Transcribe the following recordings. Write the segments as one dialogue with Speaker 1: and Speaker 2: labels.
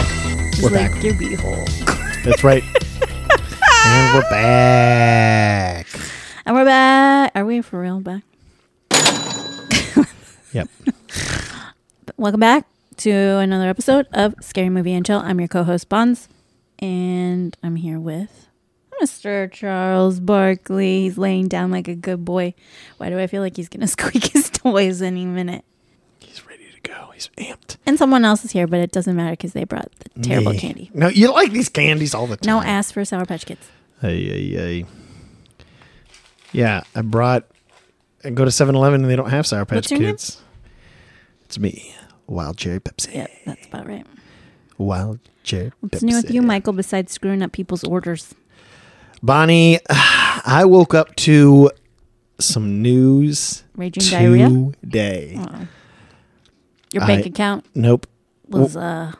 Speaker 1: is
Speaker 2: We're
Speaker 1: like
Speaker 2: back.
Speaker 1: your beehole.
Speaker 2: That's right. and we're back.
Speaker 1: And we're back. Are we for real back?
Speaker 2: Yep.
Speaker 1: Welcome back to another episode of Scary Movie and Chill. I'm your co-host Bonds, and I'm here with Mr. Charles Barkley. He's laying down like a good boy. Why do I feel like he's gonna squeak his toys any minute?
Speaker 2: He's ready to go. He's amped.
Speaker 1: And someone else is here, but it doesn't matter because they brought the terrible
Speaker 2: Me.
Speaker 1: candy.
Speaker 2: No, you like these candies all the time.
Speaker 1: No ass for Sour Patch Kids.
Speaker 2: Hey, hey, hey. Yeah, I brought. I go to 7 Eleven and they don't have Sour Patch
Speaker 1: What's your name?
Speaker 2: Kids. It's me, Wild Cherry Pepsi.
Speaker 1: Yep, that's about right.
Speaker 2: Wild Cherry
Speaker 1: What's
Speaker 2: Pepsi.
Speaker 1: new with you, Michael, besides screwing up people's orders?
Speaker 2: Bonnie, I woke up to some news
Speaker 1: Raging diarrhea?
Speaker 2: today.
Speaker 1: Oh. Your bank
Speaker 2: I-
Speaker 1: account
Speaker 2: Nope.
Speaker 1: was uh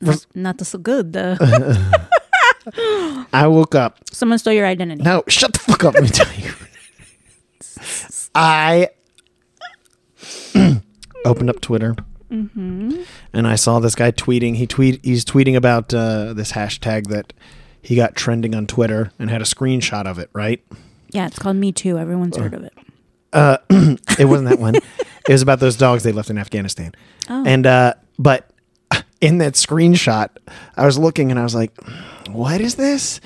Speaker 1: not, not so good. Uh,
Speaker 2: I woke up
Speaker 1: someone stole your identity.
Speaker 2: No, shut the fuck up. Let me tell you. I opened up Twitter, and I saw this guy tweeting. He tweet he's tweeting about uh, this hashtag that he got trending on Twitter and had a screenshot of it. Right?
Speaker 1: Yeah, it's called Me Too. Everyone's heard of it.
Speaker 2: It wasn't that one. It was about those dogs they left in Afghanistan.
Speaker 1: Oh.
Speaker 2: And uh, but in that screenshot, I was looking and I was like, "What is this?"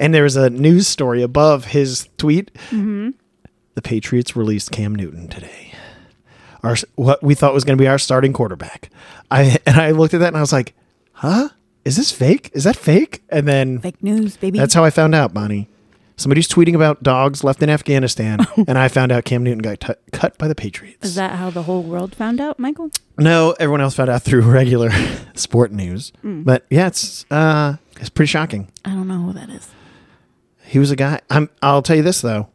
Speaker 2: And there was a news story above his tweet. The Patriots released Cam Newton today. Our what we thought was going to be our starting quarterback. I and I looked at that and I was like, "Huh? Is this fake? Is that fake?" And then
Speaker 1: Fake news, baby.
Speaker 2: that's how I found out, Bonnie. Somebody's tweeting about dogs left in Afghanistan, and I found out Cam Newton got t- cut by the Patriots.
Speaker 1: Is that how the whole world found out, Michael?
Speaker 2: No, everyone else found out through regular sport news.
Speaker 1: Mm.
Speaker 2: But yeah, it's uh, it's pretty shocking.
Speaker 1: I don't know who that is.
Speaker 2: He was a guy. I'm. I'll tell you this though.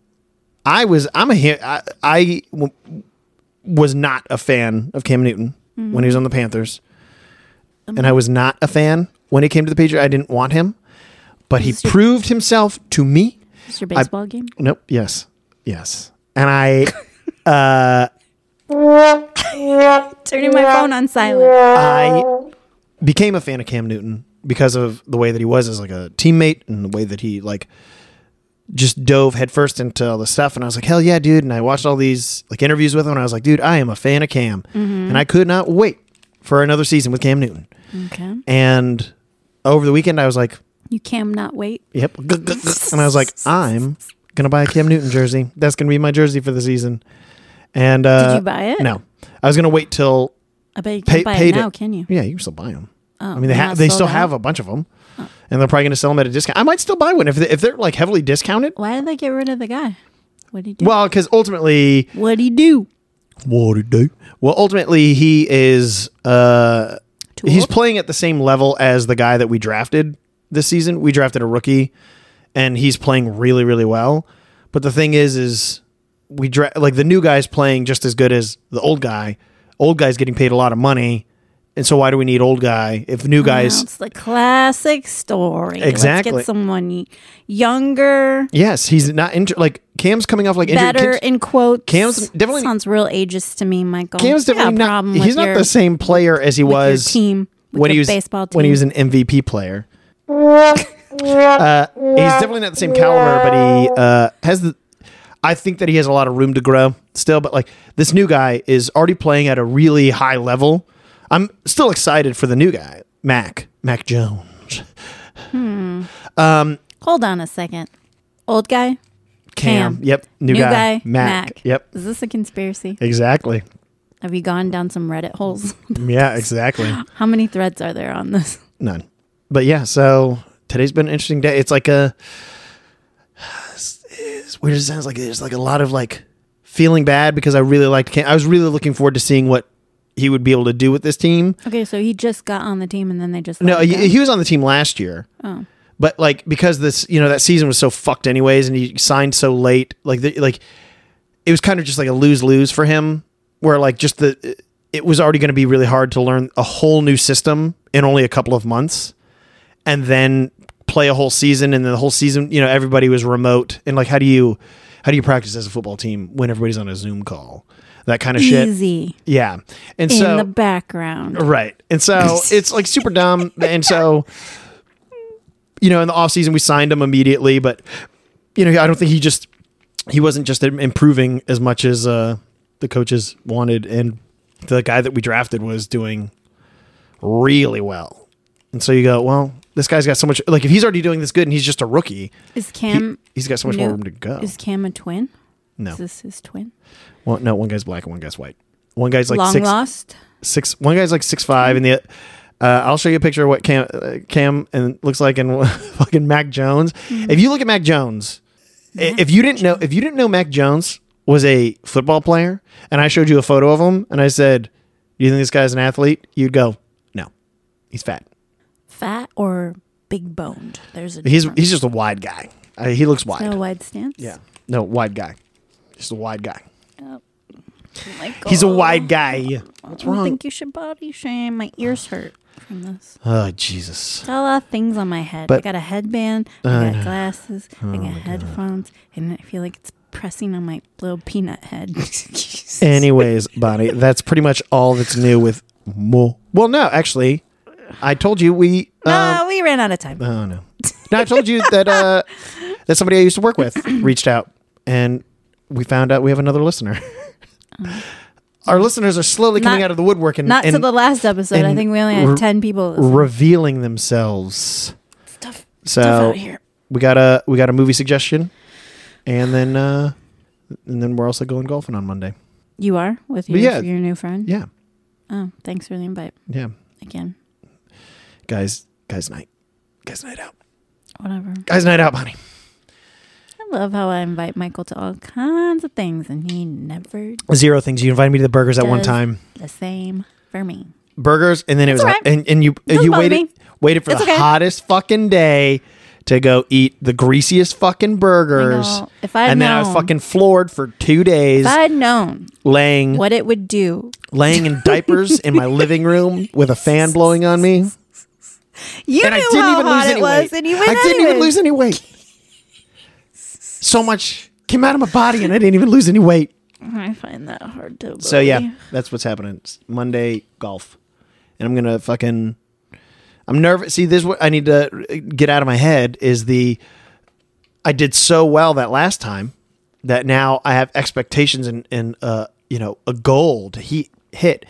Speaker 2: I was. I'm a. he- I, I w- was not a fan of Cam Newton
Speaker 1: Mm.
Speaker 2: when he was on the Panthers,
Speaker 1: Um,
Speaker 2: and I was not a fan when he came to the Patriots. I didn't want him, but he
Speaker 1: Is your-
Speaker 2: proved himself to me.
Speaker 1: It's your baseball game.
Speaker 2: Nope. Yes. Yes. And I. uh,
Speaker 1: Turning my phone on silent.
Speaker 2: I became a fan of Cam Newton because of the way that he was as like a teammate and the way that he like just dove headfirst into all the stuff and I was like, hell yeah, dude. And I watched all these like interviews with him and I was like, dude, I am a fan of Cam.
Speaker 1: Mm-hmm.
Speaker 2: And I could not wait for another season with Cam Newton.
Speaker 1: Okay.
Speaker 2: And over the weekend I was like,
Speaker 1: You can not wait.
Speaker 2: Yep. G- g- g- And I was like, I'm gonna buy a Cam Newton jersey. That's gonna be my jersey for the season. And uh
Speaker 1: you buy it?
Speaker 2: No. I was gonna wait till
Speaker 1: I bet you can't
Speaker 2: Pay-
Speaker 1: buy it
Speaker 2: paid
Speaker 1: now,
Speaker 2: it.
Speaker 1: can you?
Speaker 2: yeah, you can still buy them.
Speaker 1: Oh,
Speaker 2: I mean, they
Speaker 1: they're
Speaker 2: ha-
Speaker 1: not
Speaker 2: they
Speaker 1: sold
Speaker 2: still
Speaker 1: out?
Speaker 2: have a bunch of them, and they're probably going to sell them at a discount. I might still buy one if they- if they're like heavily discounted.
Speaker 1: Why did they get rid of the guy? What'd he do?
Speaker 2: Well, because ultimately,
Speaker 1: What'd he do?
Speaker 2: what did do? Well, ultimately, he is uh
Speaker 1: Too
Speaker 2: he's
Speaker 1: old?
Speaker 2: playing at the same level as the guy that we drafted this season. We drafted a rookie, and he's playing really really well. But the thing is, is we dra- like the new guy's playing just as good as the old guy. Old guy's getting paid a lot of money, and so why do we need old guy if new guys?
Speaker 1: That's the classic story. Let's
Speaker 2: Exactly.
Speaker 1: get someone younger,
Speaker 2: Yes, he's not injured. Like Cam's coming off like injured.
Speaker 1: better
Speaker 2: Cam's,
Speaker 1: in quotes.
Speaker 2: Cam's definitely-
Speaker 1: sounds real ageist to me, Michael.
Speaker 2: Cam's
Speaker 1: You got a
Speaker 2: definitely not.
Speaker 1: problem
Speaker 2: He's
Speaker 1: with
Speaker 2: not
Speaker 1: your-
Speaker 2: the same player as he
Speaker 1: with your
Speaker 2: was
Speaker 1: team with
Speaker 2: when
Speaker 1: your
Speaker 2: he was
Speaker 1: baseball
Speaker 2: when he
Speaker 1: team.
Speaker 2: was an MVP player. uh, he's definitely not the same caliber, but he uh, has the. I think that he has a lot of room to grow still, but like this new guy is already playing at a really high level. I'm still excited for the new guy, Mac Mac Jones.
Speaker 1: Hold on a second. Old guy,
Speaker 2: Cam,
Speaker 1: Cam.
Speaker 2: yep, new,
Speaker 1: new guy,
Speaker 2: Mac, yep,
Speaker 1: Is this a conspiracy?
Speaker 2: exactly,
Speaker 1: Have you gone down some Reddit holes?
Speaker 2: yeah, exactly.
Speaker 1: How many threads are there on this?
Speaker 2: None. But yeah, so today's been an interesting day. It's like a as weird as it sounds like there's like a lot of like feeling bad because I really liked Cam. I was really looking forward to seeing what he would be able to do with this team.
Speaker 1: Okay, so he just got on the team and then they just
Speaker 2: No,
Speaker 1: let him
Speaker 2: he,
Speaker 1: go.
Speaker 2: he was on the team last year.
Speaker 1: Oh.
Speaker 2: But like because this, you know, that season was so fucked anyways and he signed so late, like the, like it was kind of just like a lose-lose for him where like just the it was already going to be really hard to learn a whole new system in only a couple of months and then play a whole season and then the whole season, you know, everybody was remote and like how do you how do you practice as a football team when everybody's on a Zoom call? That kind of shit.
Speaker 1: easy
Speaker 2: Yeah. And
Speaker 1: in
Speaker 2: so
Speaker 1: the background.
Speaker 2: Right. And so it's like super dumb. And so you know, in the offseason, we signed him immediately, but, you know, I don't think he just, he wasn't just im- improving as much as uh, the coaches wanted. And the guy that we drafted was doing really well. And so you go, well, this guy's got so much, like, if he's already doing this good and he's just a rookie,
Speaker 1: Is
Speaker 2: he,
Speaker 1: Cam
Speaker 2: has got so much more
Speaker 1: New-
Speaker 2: room to go.
Speaker 1: is Cam a twin?
Speaker 2: no.
Speaker 1: Is this his twin?
Speaker 2: Well, no, one guy's black and one guy's white. One guy's like
Speaker 1: Long
Speaker 2: six,
Speaker 1: lost.
Speaker 2: six. One guy's like six five, and the uh, I'll show you a picture of what Cam uh, Cam and looks like and fucking Mac Jones. If you look at Mac Jones, i- if you didn't know if you didn't know Mac Jones was a football player, and I showed you a photo of him, and I said, "Do you think this guy's an athlete?" You'd go, "No, he's fat.
Speaker 1: Fat or big boned? There's a
Speaker 2: He's
Speaker 1: difference.
Speaker 2: he's just a wide guy. Uh, he looks wide.
Speaker 1: Got a wide stance.
Speaker 2: yeah, no wide guy. Just a wide guy.
Speaker 1: Michael.
Speaker 2: He's a wide guy. Oh. What's
Speaker 1: "Oh, I don't
Speaker 2: wrong?
Speaker 1: think you should body shame. My ears hurt from this.
Speaker 2: Oh Jesus.
Speaker 1: Got a lot of things on my head. I
Speaker 2: But- Oh
Speaker 1: got a headband. I got glasses. I got headphones, and I feel like it's pressing on my little peanut head.
Speaker 2: Anyways, Bonnie, that's pretty much all that's new with Mo. Well, no, actually, I told you we. Um,
Speaker 1: Uh, we ran out of time.
Speaker 2: oh no, no, I told you that uh, that somebody I used to work with reached out, and we found out we have another listener. Our listeners are slowly coming
Speaker 1: Not-
Speaker 2: out of the woodwork and,
Speaker 1: Not
Speaker 2: and
Speaker 1: to the last episode. I
Speaker 2: and
Speaker 1: think we only had
Speaker 2: re-
Speaker 1: ten people. It's
Speaker 2: revealing themselves.
Speaker 1: Stuff,
Speaker 2: So
Speaker 1: stuff out here.
Speaker 2: we got a we got a movie suggestion, and then uh, and then we're also going golfing on Monday.
Speaker 1: You are with
Speaker 2: But
Speaker 1: your,
Speaker 2: yeah.
Speaker 1: your new friend.
Speaker 2: Yeah,
Speaker 1: Oh, thanks for the invite
Speaker 2: yeah,
Speaker 1: again.
Speaker 2: guys, guys, night, guys, night out.
Speaker 1: Whatever.
Speaker 2: Guys, night out, honey.
Speaker 1: I love how I invite Michael to all kinds of things, and he never
Speaker 2: Zero things. You invited me to the burgers at one
Speaker 1: Does-
Speaker 2: time.
Speaker 1: the same for me.
Speaker 2: Burgers, and then it was
Speaker 1: all right.
Speaker 2: and and you
Speaker 1: Doesn't
Speaker 2: you
Speaker 1: bother
Speaker 2: waited
Speaker 1: me.
Speaker 2: waited for
Speaker 1: It's
Speaker 2: the
Speaker 1: okay.
Speaker 2: hottest fucking day to go eat the greasiest fucking burgers.
Speaker 1: I know. If I'd
Speaker 2: and then I was
Speaker 1: known.
Speaker 2: fucking floored for two days,
Speaker 1: If I had known
Speaker 2: laying
Speaker 1: what it would do,
Speaker 2: laying in diapers in my living room with a fan blowing on me,
Speaker 1: you
Speaker 2: and I
Speaker 1: knew
Speaker 2: didn't
Speaker 1: how
Speaker 2: even
Speaker 1: hot
Speaker 2: lose
Speaker 1: it
Speaker 2: any
Speaker 1: was,
Speaker 2: weight.
Speaker 1: and you went
Speaker 2: I didn't even
Speaker 1: anyway.
Speaker 2: lose any weight. So much came out of my body, and I didn't even lose any weight.
Speaker 1: I find that hard to.
Speaker 2: So yeah,
Speaker 1: believe.
Speaker 2: that's what's happening. It's Monday golf, and I'm gonna fucking. I'm nervous. See, this is what I need to uh, get out of my head is the. I did so well that last time, that now I have expectations and and uh you know a goal to he hit,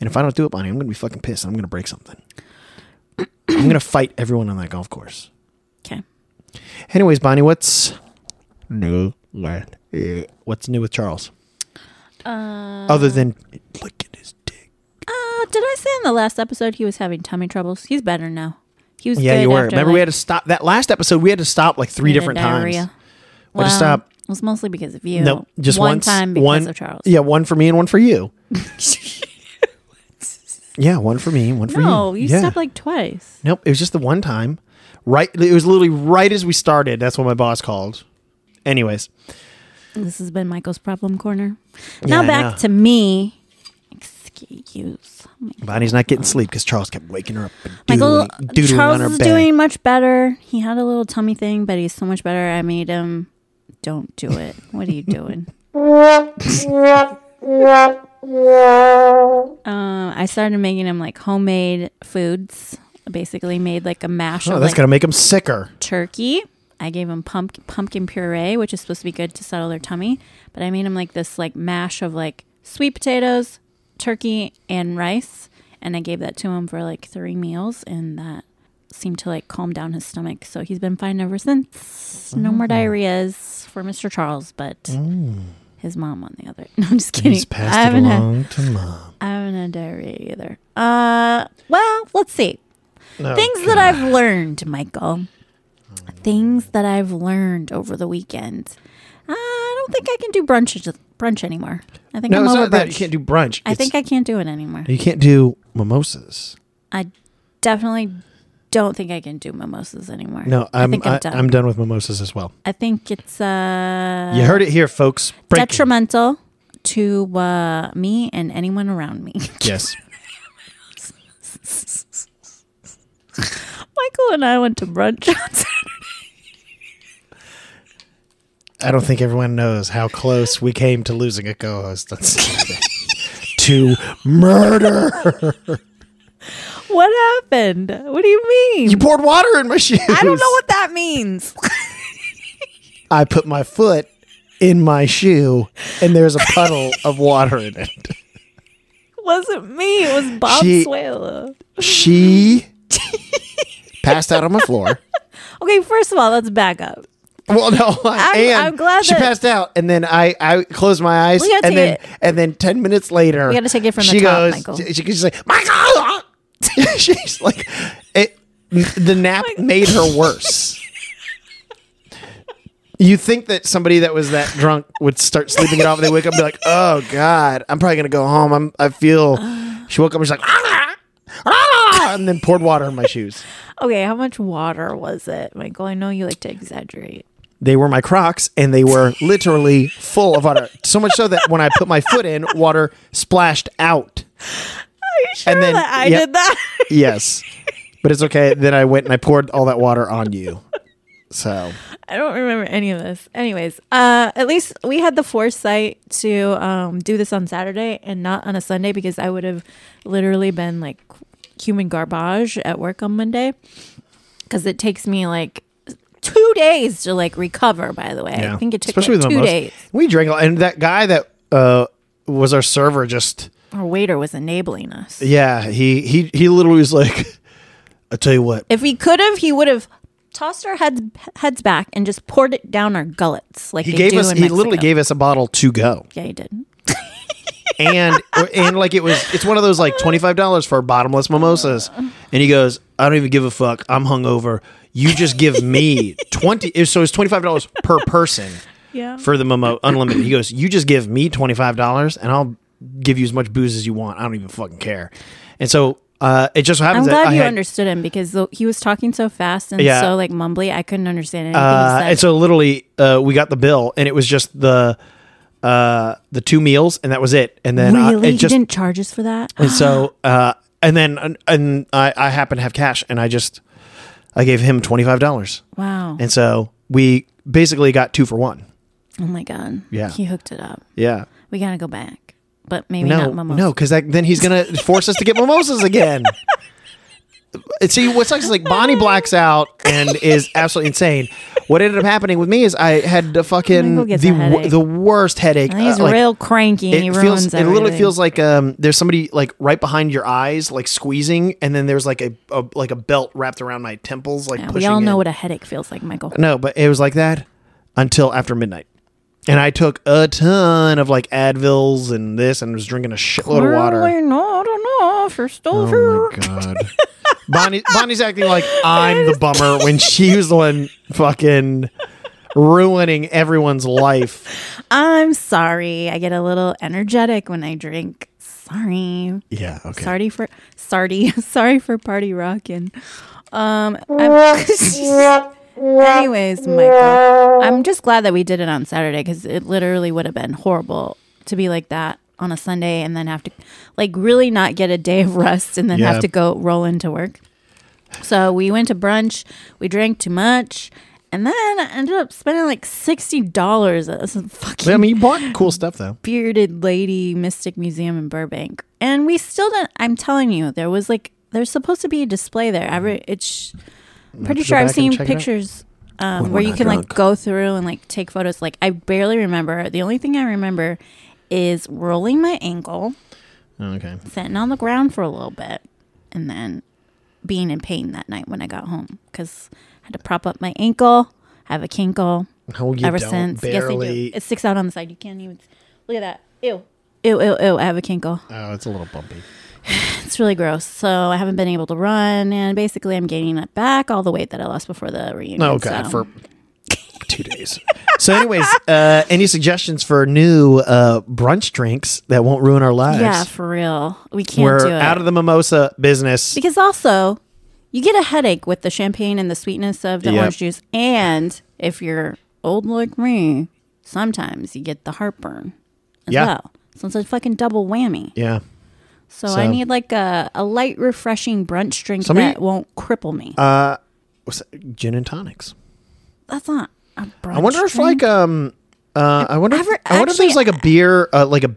Speaker 2: and if I don't do it, Bonnie, I'm gonna be fucking pissed. I'm gonna break something. I'm gonna fight everyone on that golf course.
Speaker 1: Okay.
Speaker 2: Anyways, Bonnie, what's new? with- uh, What's new with Charles?
Speaker 1: Uh,
Speaker 2: Other than licking his dick.
Speaker 1: uh, did I say in the last episode he was having tummy troubles? He's better now. He was.
Speaker 2: Yeah,
Speaker 1: good
Speaker 2: you were.
Speaker 1: After,
Speaker 2: Remember, we
Speaker 1: like,
Speaker 2: had to stop that last episode. We had to stop like three
Speaker 1: he had
Speaker 2: different
Speaker 1: diarrhea.
Speaker 2: times. We
Speaker 1: Well,
Speaker 2: had to stop.
Speaker 1: It was mostly because of you.
Speaker 2: No, just
Speaker 1: one
Speaker 2: once.
Speaker 1: time because
Speaker 2: one,
Speaker 1: of Charles.
Speaker 2: Yeah, one for me and one for you. yeah, one for me, one for you.
Speaker 1: No, you
Speaker 2: yeah.
Speaker 1: stopped like twice.
Speaker 2: Nope, it was just the one time. Right, it was literally right as we started. That's when my boss called. Anyways,
Speaker 1: This has been Michael's problem corner. Now
Speaker 2: I
Speaker 1: back
Speaker 2: know.
Speaker 1: to me. Excuse me.
Speaker 2: Bonnie's not getting sleep because Charles kept waking her up and
Speaker 1: Michael
Speaker 2: doodling, doodling
Speaker 1: oh, Charles
Speaker 2: on her
Speaker 1: is
Speaker 2: bed.
Speaker 1: doing much better. He had a little tummy thing, but he's so much better. I made him. Don't do it. What are you doing? Uh, um, I started making him like homemade foods. I basically made like a mash
Speaker 2: oh,
Speaker 1: of
Speaker 2: that's
Speaker 1: like
Speaker 2: gonna make him sicker.
Speaker 1: turkey. I gave him pump- pumpkin puree, which is supposed to be good to settle their tummy. But I made him like this like mash of like sweet potatoes, turkey, and rice. And I gave that to him for like three meals, and that seemed to like calm down his stomach. So he's been fine ever since. No
Speaker 2: Ah.
Speaker 1: more diarrheas for Mr. Charles, but his mom on the other. No, I'm just kidding.
Speaker 2: Mm. He's
Speaker 1: I
Speaker 2: passed it
Speaker 1: haven't had-
Speaker 2: along to mom.
Speaker 1: I haven't had diarrhea either. Uh, well, let's see
Speaker 2: No.
Speaker 1: things that I've learned, Michael. Things that I've learned over the weekend. Uh, I don't think I can do brunch brunch anymore. I think
Speaker 2: no,
Speaker 1: I'm
Speaker 2: it's
Speaker 1: over
Speaker 2: not that you
Speaker 1: brunch.
Speaker 2: can't do brunch.
Speaker 1: I
Speaker 2: It's-
Speaker 1: think I can't do it anymore.
Speaker 2: you can't do mimosas.
Speaker 1: I definitely don't think I can do mimosas anymore.
Speaker 2: No,
Speaker 1: I
Speaker 2: I'm I
Speaker 1: think I'm done.
Speaker 2: I'm done with mimosas as well.
Speaker 1: I think it's uh,
Speaker 2: you heard it here, folks. Breaking.
Speaker 1: detrimental to uh, me and anyone around me.
Speaker 2: Yes.
Speaker 1: Michael and I went to brunch on Saturday.
Speaker 2: I don't think everyone knows how close we came to losing a co-host on Saturday. to murder.
Speaker 1: What happened? What do you mean?
Speaker 2: You poured water in my shoes.
Speaker 1: I don't know what that means.
Speaker 2: I put my foot in my shoe, and there's a puddle of water in it.
Speaker 1: It wasn't me. It was Bob
Speaker 2: She-
Speaker 1: Swala.
Speaker 2: She passed out on my floor.
Speaker 1: Okay, first of all, let's back up.
Speaker 2: Well, no,
Speaker 1: I'm-
Speaker 2: and
Speaker 1: I'm glad
Speaker 2: she
Speaker 1: that-
Speaker 2: passed out, and then I, I closed my eyes,
Speaker 1: We gotta
Speaker 2: and
Speaker 1: take
Speaker 2: then
Speaker 1: it-
Speaker 2: and then ten minutes later,
Speaker 1: We gotta take it from the
Speaker 2: she
Speaker 1: top,
Speaker 2: goes,
Speaker 1: Michael.
Speaker 2: She, she's like, Michael, ah!" she's like, it, the nap made her worse. You think that somebody that was that drunk would start sleeping it off, and they wake up and be like, "Oh God, I'm probably gonna go home." I'm, I feel. She woke up and she's like, "Ah, ah," and then poured water in my shoes.
Speaker 1: Okay, how much water was it, Michael? I know you like to exaggerate.
Speaker 2: they were my Crocs, and they were literally full of water. So much so that when I put my foot in, water splashed out.
Speaker 1: Are you sure
Speaker 2: And then-
Speaker 1: that I
Speaker 2: yeah.
Speaker 1: did that?
Speaker 2: Yes, but it's okay. Then I went and I poured all that water on you. So
Speaker 1: I don't remember any of this. Anyways, uh, at least we had the foresight to um, do this on Saturday and not on a Sunday because I would have literally been like human garbage at work on Monday because it takes me like two days to like recover. By the way, I think it took
Speaker 2: Especially
Speaker 1: like,
Speaker 2: with
Speaker 1: two
Speaker 2: mimosas.
Speaker 1: days.
Speaker 2: We drank, a lot. and that guy that uh, was our server just
Speaker 1: Our waiter was enabling us.
Speaker 2: yeah he he he literally was like, I tell you what,
Speaker 1: If we could have, he would have tossed our heads heads back and just poured it down our gullets like
Speaker 2: he
Speaker 1: they
Speaker 2: gave
Speaker 1: do
Speaker 2: us
Speaker 1: in
Speaker 2: he literally
Speaker 1: Mexico.
Speaker 2: gave us a bottle to go,
Speaker 1: Yeah, he did.
Speaker 2: and and like it was it's one of those like twenty five dollars for bottomless mimosas, and he goes, I don't even give a fuck. I'm hungover. You just give me twenty. it- So it's twenty five dollars per person
Speaker 1: Yeah.
Speaker 2: for the mimo unlimited. He goes, you just give me twenty five dollars, and I'll give you as much booze as you want. I don't even fucking care. And so uh, it just so
Speaker 1: I'm
Speaker 2: happens that
Speaker 1: glad
Speaker 2: I
Speaker 1: you
Speaker 2: had,
Speaker 1: understood him because the, he was talking so fast and
Speaker 2: Yeah.
Speaker 1: so like mumbly, I couldn't understand anything
Speaker 2: Uh,
Speaker 1: he
Speaker 2: and
Speaker 1: said.
Speaker 2: so literally, uh, we got the bill, and it was just the uh, the two meals, and that was it. And then I,
Speaker 1: really,
Speaker 2: it
Speaker 1: he
Speaker 2: just
Speaker 1: didn't charge us for that.
Speaker 2: and so uh, and then and, and I, I happen to have cash, and I just I gave him twenty five dollars,
Speaker 1: Wow.
Speaker 2: and so we basically got two for one.
Speaker 1: Oh my god.
Speaker 2: Yeah.
Speaker 1: He hooked it up.
Speaker 2: Yeah.
Speaker 1: We gotta go back, but maybe
Speaker 2: No,
Speaker 1: not mimosas.
Speaker 2: no, because then he's gonna force us to get mimosas again. And see, what sucks is like Bonnie blacks out and is absolutely insane. What ended up happening with me is I had the
Speaker 1: Michael
Speaker 2: fucking
Speaker 1: gets
Speaker 2: the
Speaker 1: a
Speaker 2: wo-
Speaker 1: headache.
Speaker 2: the worst headache.
Speaker 1: And he's
Speaker 2: uh, like,
Speaker 1: real cranky. and he
Speaker 2: it
Speaker 1: ruins
Speaker 2: feels it literally
Speaker 1: everything.
Speaker 2: feels like um there's somebody like right behind your eyes like squeezing and then there's like a, a like a belt wrapped around my temples like
Speaker 1: Yeah,
Speaker 2: pushing
Speaker 1: we all know
Speaker 2: in.
Speaker 1: what a headache feels like, Michael.
Speaker 2: no but it was like that until after midnight and I took a ton of like Advils and this and was drinking a shitload of water
Speaker 1: Really? No, I don't know if you're still
Speaker 2: oh
Speaker 1: here.
Speaker 2: my god Bonnie Bonnie's acting like I'm the bummer when she was the one fucking ruining everyone's life
Speaker 1: I'm sorry. I get a little energetic when I drink. Sorry.
Speaker 2: yeah okay
Speaker 1: Sorry for sorry, sorry for party rocking. Um, I'm- anyways, Michael, I'm just glad that we did it on Saturday because it literally would have been horrible to be like that on a Sunday and then have to like really not get a day of rest and then
Speaker 2: Yeah.
Speaker 1: have to go roll into work. So we went to brunch. We drank too much. And then I ended up spending like sixty dollars at some fucking
Speaker 2: I mean you bought cool stuff though
Speaker 1: bearded lady mystic museum in Burbank. And we still don't I'm telling you, there was like there's supposed to be a display there. Every it's I'm
Speaker 2: to Mm-hmm. go
Speaker 1: pretty sure I've
Speaker 2: back and
Speaker 1: seen
Speaker 2: check it out.
Speaker 1: pictures
Speaker 2: When
Speaker 1: um,
Speaker 2: we're
Speaker 1: where you
Speaker 2: not
Speaker 1: can
Speaker 2: drunk.
Speaker 1: like go through and like take photos. Like I barely remember. The only thing I remember is rolling my ankle,
Speaker 2: Oh, okay
Speaker 1: sitting on the ground for a little bit, and then being in pain that night when I got home because I had to prop up my ankle. I have a kinkle
Speaker 2: oh you
Speaker 1: ever
Speaker 2: don't
Speaker 1: since.
Speaker 2: barely
Speaker 1: Yes, I do. It sticks out on the side. You can't even look at that. Ew. Ew, ew, ew. I have a kinkle.
Speaker 2: Oh, it's a little bumpy.
Speaker 1: It's really gross. So I haven't been able to run, and basically I'm gaining it back all the weight that I lost before the reunion.
Speaker 2: Oh god,
Speaker 1: so.
Speaker 2: for two days. So, anyways, uh, any suggestions for new uh, brunch drinks that won't ruin our lives?
Speaker 1: yeah, for real, we can't
Speaker 2: we're
Speaker 1: do it
Speaker 2: out of the mimosa business.
Speaker 1: because also you get a headache with the champagne and the sweetness of the
Speaker 2: Yep.
Speaker 1: orange juice, and if you're old like me, sometimes you get the heartburn as
Speaker 2: Yeah.
Speaker 1: well. So it's a fucking double whammy.
Speaker 2: Yeah,
Speaker 1: So, I
Speaker 2: So-
Speaker 1: need like a, a light, refreshing brunch drink
Speaker 2: Somebody-
Speaker 1: that won't cripple me.
Speaker 2: Uh, What's that? gin and tonics.
Speaker 1: That's not a brunch.
Speaker 2: I wonder if like um, uh, I wonder. If,
Speaker 1: Ever-
Speaker 2: I wonder if
Speaker 1: actually-
Speaker 2: there's like a beer, uh, like a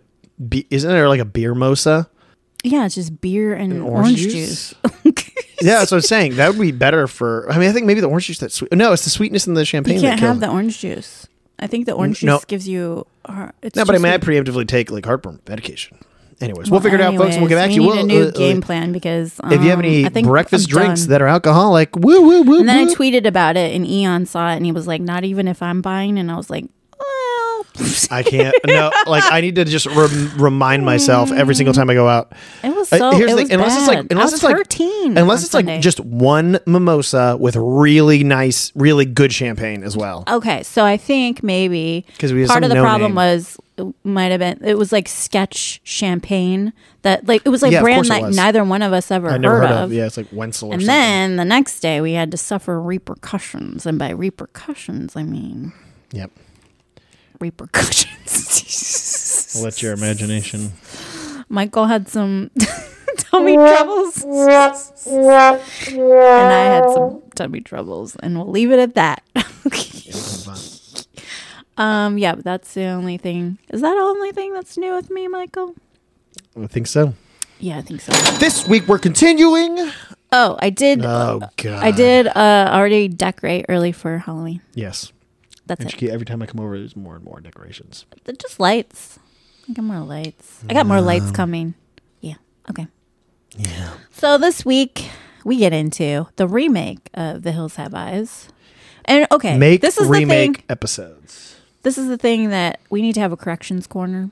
Speaker 2: be- isn't there like a beer mosa
Speaker 1: yeah, it's just beer and, orange, juice.
Speaker 2: Yeah, that's what I'm saying. That would be better for. I mean, I think maybe the orange juice that's sweet. No, it's the sweetness in the champagne.
Speaker 1: You
Speaker 2: that
Speaker 1: can't
Speaker 2: kills
Speaker 1: have
Speaker 2: me.
Speaker 1: the orange juice. I think the orange juice
Speaker 2: no.
Speaker 1: gives you. Uh, it's
Speaker 2: No, but I
Speaker 1: too
Speaker 2: mean, I
Speaker 1: sweet.
Speaker 2: preemptively take like heartburn medication. Anyways, we'll, figure it out, folks. and We'll
Speaker 1: Anyways,
Speaker 2: get back
Speaker 1: we
Speaker 2: to you.
Speaker 1: Need
Speaker 2: We'll-
Speaker 1: a new
Speaker 2: uh, uh,
Speaker 1: game plan because
Speaker 2: if you have
Speaker 1: um,
Speaker 2: any
Speaker 1: I think
Speaker 2: breakfast
Speaker 1: I'm
Speaker 2: drinks
Speaker 1: done.
Speaker 2: that Mm-hmm. are alcoholic, woo woo woo.
Speaker 1: and then I
Speaker 2: woo.
Speaker 1: tweeted about it, and Eon saw it, and he was like, "Not even if I'm buying," and I was like, "Well."
Speaker 2: I can't. No, like I need to just rem- remind myself every single time I go out.
Speaker 1: It was
Speaker 2: Uh,
Speaker 1: so.
Speaker 2: here's
Speaker 1: it
Speaker 2: the thing,
Speaker 1: was
Speaker 2: unless it's like-
Speaker 1: bad. I
Speaker 2: unless
Speaker 1: was
Speaker 2: it's like-
Speaker 1: 13
Speaker 2: Unless
Speaker 1: on
Speaker 2: it's
Speaker 1: Sunday.
Speaker 2: like just one mimosa with really nice, really good champagne as well.
Speaker 1: Okay, so I think maybe
Speaker 2: 'Cause we had
Speaker 1: part
Speaker 2: some
Speaker 1: of the
Speaker 2: no
Speaker 1: problem
Speaker 2: name.
Speaker 1: was it might have been it was like sketch champagne that like it was like
Speaker 2: Yeah, of
Speaker 1: brand
Speaker 2: course it
Speaker 1: like
Speaker 2: was.
Speaker 1: neither one of us ever,
Speaker 2: I
Speaker 1: heard,
Speaker 2: never heard,
Speaker 1: of.
Speaker 2: of. Yeah, it's like Wenzel. Or
Speaker 1: And
Speaker 2: something.
Speaker 1: then the next day we had to suffer repercussions, and by repercussions I mean
Speaker 2: yep.
Speaker 1: repercussions.
Speaker 2: I'll let your imagination.
Speaker 1: Michael had some tummy troubles, and I had some tummy troubles, and we'll leave it at that. um, yeah, but that's the only thing. Is that the only thing that's new with me, Michael?
Speaker 2: I think so.
Speaker 1: Yeah, I think so.
Speaker 2: This week we're continuing.
Speaker 1: Oh, I did.
Speaker 2: Oh god.
Speaker 1: I did uh, already decorate early for Halloween.
Speaker 2: Yes.
Speaker 1: That's
Speaker 2: And
Speaker 1: it.
Speaker 2: she keep- every time I come over, there's more and more decorations.
Speaker 1: They're Just lights. I got more lights. I got more lights coming. Yeah. Okay.
Speaker 2: Yeah.
Speaker 1: So this week we get into the remake of The Hills Have Eyes. And okay,
Speaker 2: Make
Speaker 1: this is
Speaker 2: remake
Speaker 1: the thing.
Speaker 2: episodes.
Speaker 1: This is the thing that we need to have a corrections corner.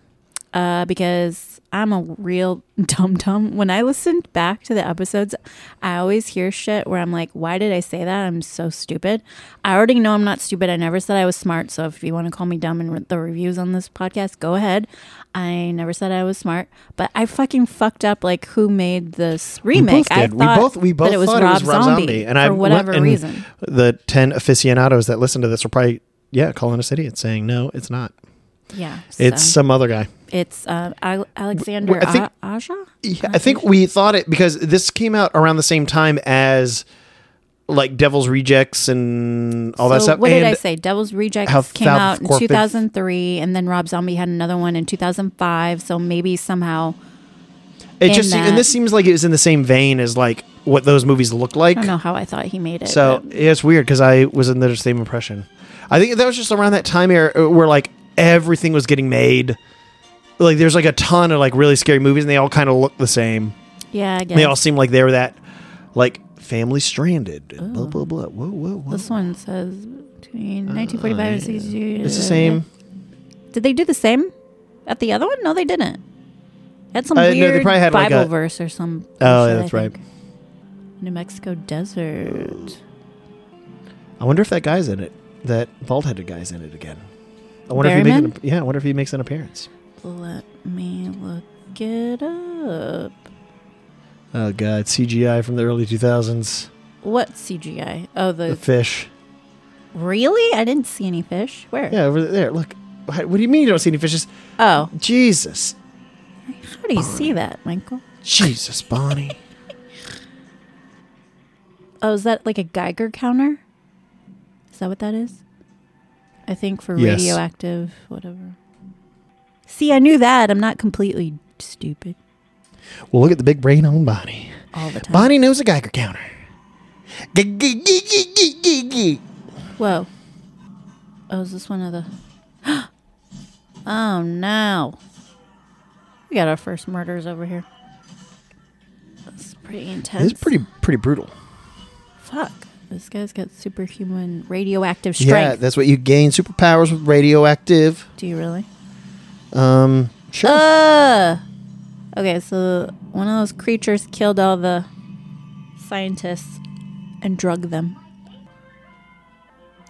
Speaker 1: Uh, because I'm a real dum dum. When I listened back to the episodes, I always hear shit where I'm like, "Why did I say that? I'm so stupid." I already know I'm not stupid. I never said I was smart. So if you want to call me dumb in re- the reviews on this podcast, go ahead. I never said I was smart, but I fucking fucked up. Like who made this remake?
Speaker 2: We both did.
Speaker 1: I
Speaker 2: we both we both
Speaker 1: that it was
Speaker 2: thought
Speaker 1: Rob,
Speaker 2: it was Rob Zombie, and
Speaker 1: for
Speaker 2: I
Speaker 1: whatever
Speaker 2: and
Speaker 1: reason.
Speaker 2: The ten aficionados that listen to this are probably yeah calling us idiots, saying no, it's not.
Speaker 1: Yeah,
Speaker 2: It's
Speaker 1: so.
Speaker 2: some other guy.
Speaker 1: It's uh, Al- Alexander
Speaker 2: I think-
Speaker 1: A- Aja.
Speaker 2: Yeah, I think we thought it because this came out around the same time as like Devil's Rejects and all that
Speaker 1: So
Speaker 2: stuff.
Speaker 1: What
Speaker 2: and
Speaker 1: did I say? Devil's Rejects
Speaker 2: How
Speaker 1: came
Speaker 2: South
Speaker 1: out in
Speaker 2: Corp-
Speaker 1: 2003, and then Rob Zombie had another one in 2005. So maybe somehow
Speaker 2: It
Speaker 1: in
Speaker 2: just se-
Speaker 1: that-
Speaker 2: and this seems like it was in the same vein as like what those movies looked like.
Speaker 1: I don't know how I thought he made it.
Speaker 2: So
Speaker 1: but-
Speaker 2: yeah, it's weird because I was under the same impression. I think that was just around that time era uh, where like everything was getting made. Like there's like a ton of like really scary movies and they all kind of look the same.
Speaker 1: yeah, I guess
Speaker 2: They all seem like they were that like family stranded. and Blah blah blah. Whoa whoa whoa.
Speaker 1: this one says between 1945 and 62.
Speaker 2: Uh, it's the same.
Speaker 1: Did they do the same at the other one? No, they didn't. Had some
Speaker 2: Uh, no,
Speaker 1: weird
Speaker 2: they probably had, like,
Speaker 1: Bible
Speaker 2: a-
Speaker 1: verse or some.
Speaker 2: Oh, yeah,
Speaker 1: bullshit, I
Speaker 2: that's right.
Speaker 1: think. New Mexico desert.
Speaker 2: I wonder if that guy's in it. That bald headed guy's in it again. I wonder if he
Speaker 1: Berryman?
Speaker 2: makes an, yeah. I wonder if he makes an appearance.
Speaker 1: Let me look it up.
Speaker 2: Oh god, CGI from the early 2000s.
Speaker 1: What CGI? Oh,
Speaker 2: The
Speaker 1: the
Speaker 2: fish.
Speaker 1: really? I didn't see any fish. Where?
Speaker 2: Yeah, over there. Look. What what do you mean you don't see any fishes?
Speaker 1: Oh,
Speaker 2: Jesus.
Speaker 1: how do you see that, Michael?
Speaker 2: Jesus, Bonnie.
Speaker 1: Oh, is that like a Geiger counter? Is that what that is? I think for
Speaker 2: Yes.
Speaker 1: radioactive, whatever. See, I knew that. I'm not completely stupid
Speaker 2: well, look at the big brain on Bonnie.
Speaker 1: all the time.
Speaker 2: Bonnie knows a Geiger counter. G-g-g-g-g-g-g.
Speaker 1: Whoa. Oh, is this one of the. oh, no. We got our first murders over here. That's pretty intense.
Speaker 2: This is pretty pretty brutal.
Speaker 1: Fuck. This guy's got superhuman radioactive
Speaker 2: Yeah,
Speaker 1: strength.
Speaker 2: that's what you gain superpowers with radioactive.
Speaker 1: Do you really?
Speaker 2: Um, sure.
Speaker 1: Uh, okay, so one of those creatures killed all the scientists and drugged them.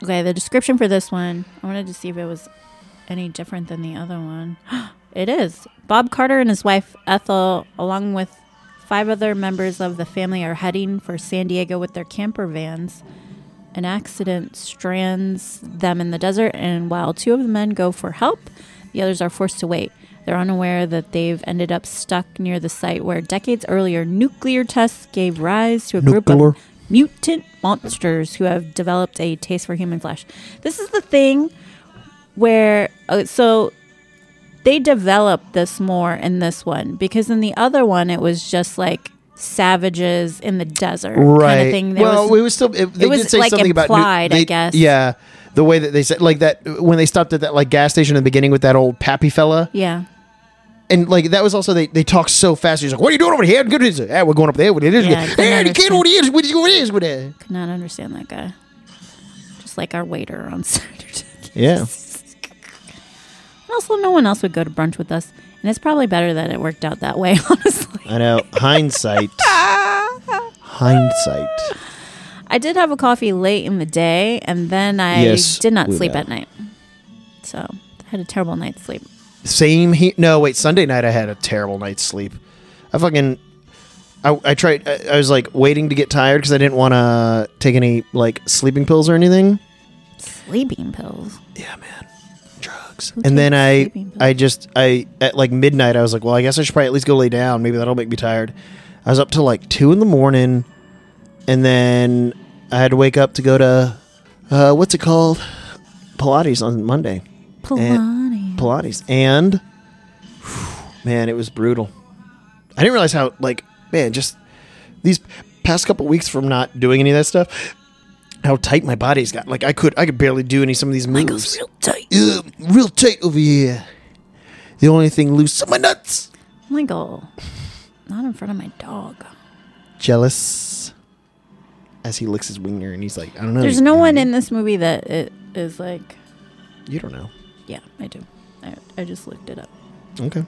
Speaker 1: Okay, the description for this one, I wanted to see if it was any different than the other one. it is. Bob Carter and his wife Ethel, along with five other members of the family, are heading for San Diego with their camper vans. An accident strands them in the desert, and while two of the men go for help, the others are forced to wait. They're unaware that they've ended up stuck near the site where decades earlier nuclear tests gave rise to a
Speaker 2: Nuclear.
Speaker 1: group of mutant monsters who have developed a taste for human flesh. This is the thing where uh, so they developed this more in this one because in the other one it was just like savages in the desert
Speaker 2: right?
Speaker 1: kind of thing. There
Speaker 2: well,
Speaker 1: was-
Speaker 2: it was still. It, they
Speaker 1: was,
Speaker 2: did say
Speaker 1: like,
Speaker 2: something about
Speaker 1: implied, I
Speaker 2: they-
Speaker 1: guess.
Speaker 2: Yeah, the way that they said, like that when they stopped at that like gas station in the beginning with that old pappy fella,
Speaker 1: yeah.
Speaker 2: and like that was also they they talk so fast. He's like, "What are you doing over here? Good is it? Ah, we're going up there. What it is?
Speaker 1: Yeah, I
Speaker 2: Yeah,
Speaker 1: couldn't
Speaker 2: hey, the kid,
Speaker 1: understand.
Speaker 2: what it is? What it is? What it is? What it is?
Speaker 1: Could not understand that guy. Just like our waiter on Saturday.
Speaker 2: Yeah,
Speaker 1: And also, no one else would go to brunch with us. And it's probably better that it worked out that way, honestly.
Speaker 2: I know. Hindsight, hindsight.
Speaker 1: I did have a coffee late in the day, and then I
Speaker 2: Yes,
Speaker 1: did not
Speaker 2: we
Speaker 1: sleep
Speaker 2: know.
Speaker 1: at night. So I had a terrible night's sleep.
Speaker 2: Same he No, wait. Sunday night, I had a terrible night's sleep. I fucking. I, I tried. I, I was like waiting to get tired because I didn't want to take any like sleeping pills or anything.
Speaker 1: Sleeping pills.
Speaker 2: Yeah, man. Drugs.
Speaker 1: Who
Speaker 2: and then
Speaker 1: takes
Speaker 2: I,
Speaker 1: sleeping pills?
Speaker 2: I just, I at like midnight, I was like, well, I guess I should probably at least go lay down. Maybe that'll make me tired. I was up till like two in the morning, and then I had to wake up to go to, uh, what's it called, Pilates on Monday.
Speaker 1: Pilates.
Speaker 2: Pilates, and whew, man, it was brutal. I didn't realize how like man, just these past couple weeks from not doing any of that stuff, how tight my body's got. Like I could, I could barely do any some of these moves.
Speaker 1: Michael's real tight.
Speaker 2: Ugh, real tight over here. The only thing loose are my nuts.
Speaker 1: Michael, not in front of my dog.
Speaker 2: Jealous. As he licks his wiener and he's like, I don't know.
Speaker 1: There's
Speaker 2: you-
Speaker 1: no one in this movie that it is like,
Speaker 2: You don't know.
Speaker 1: yeah, I do. I, I just looked it up.
Speaker 2: Okay.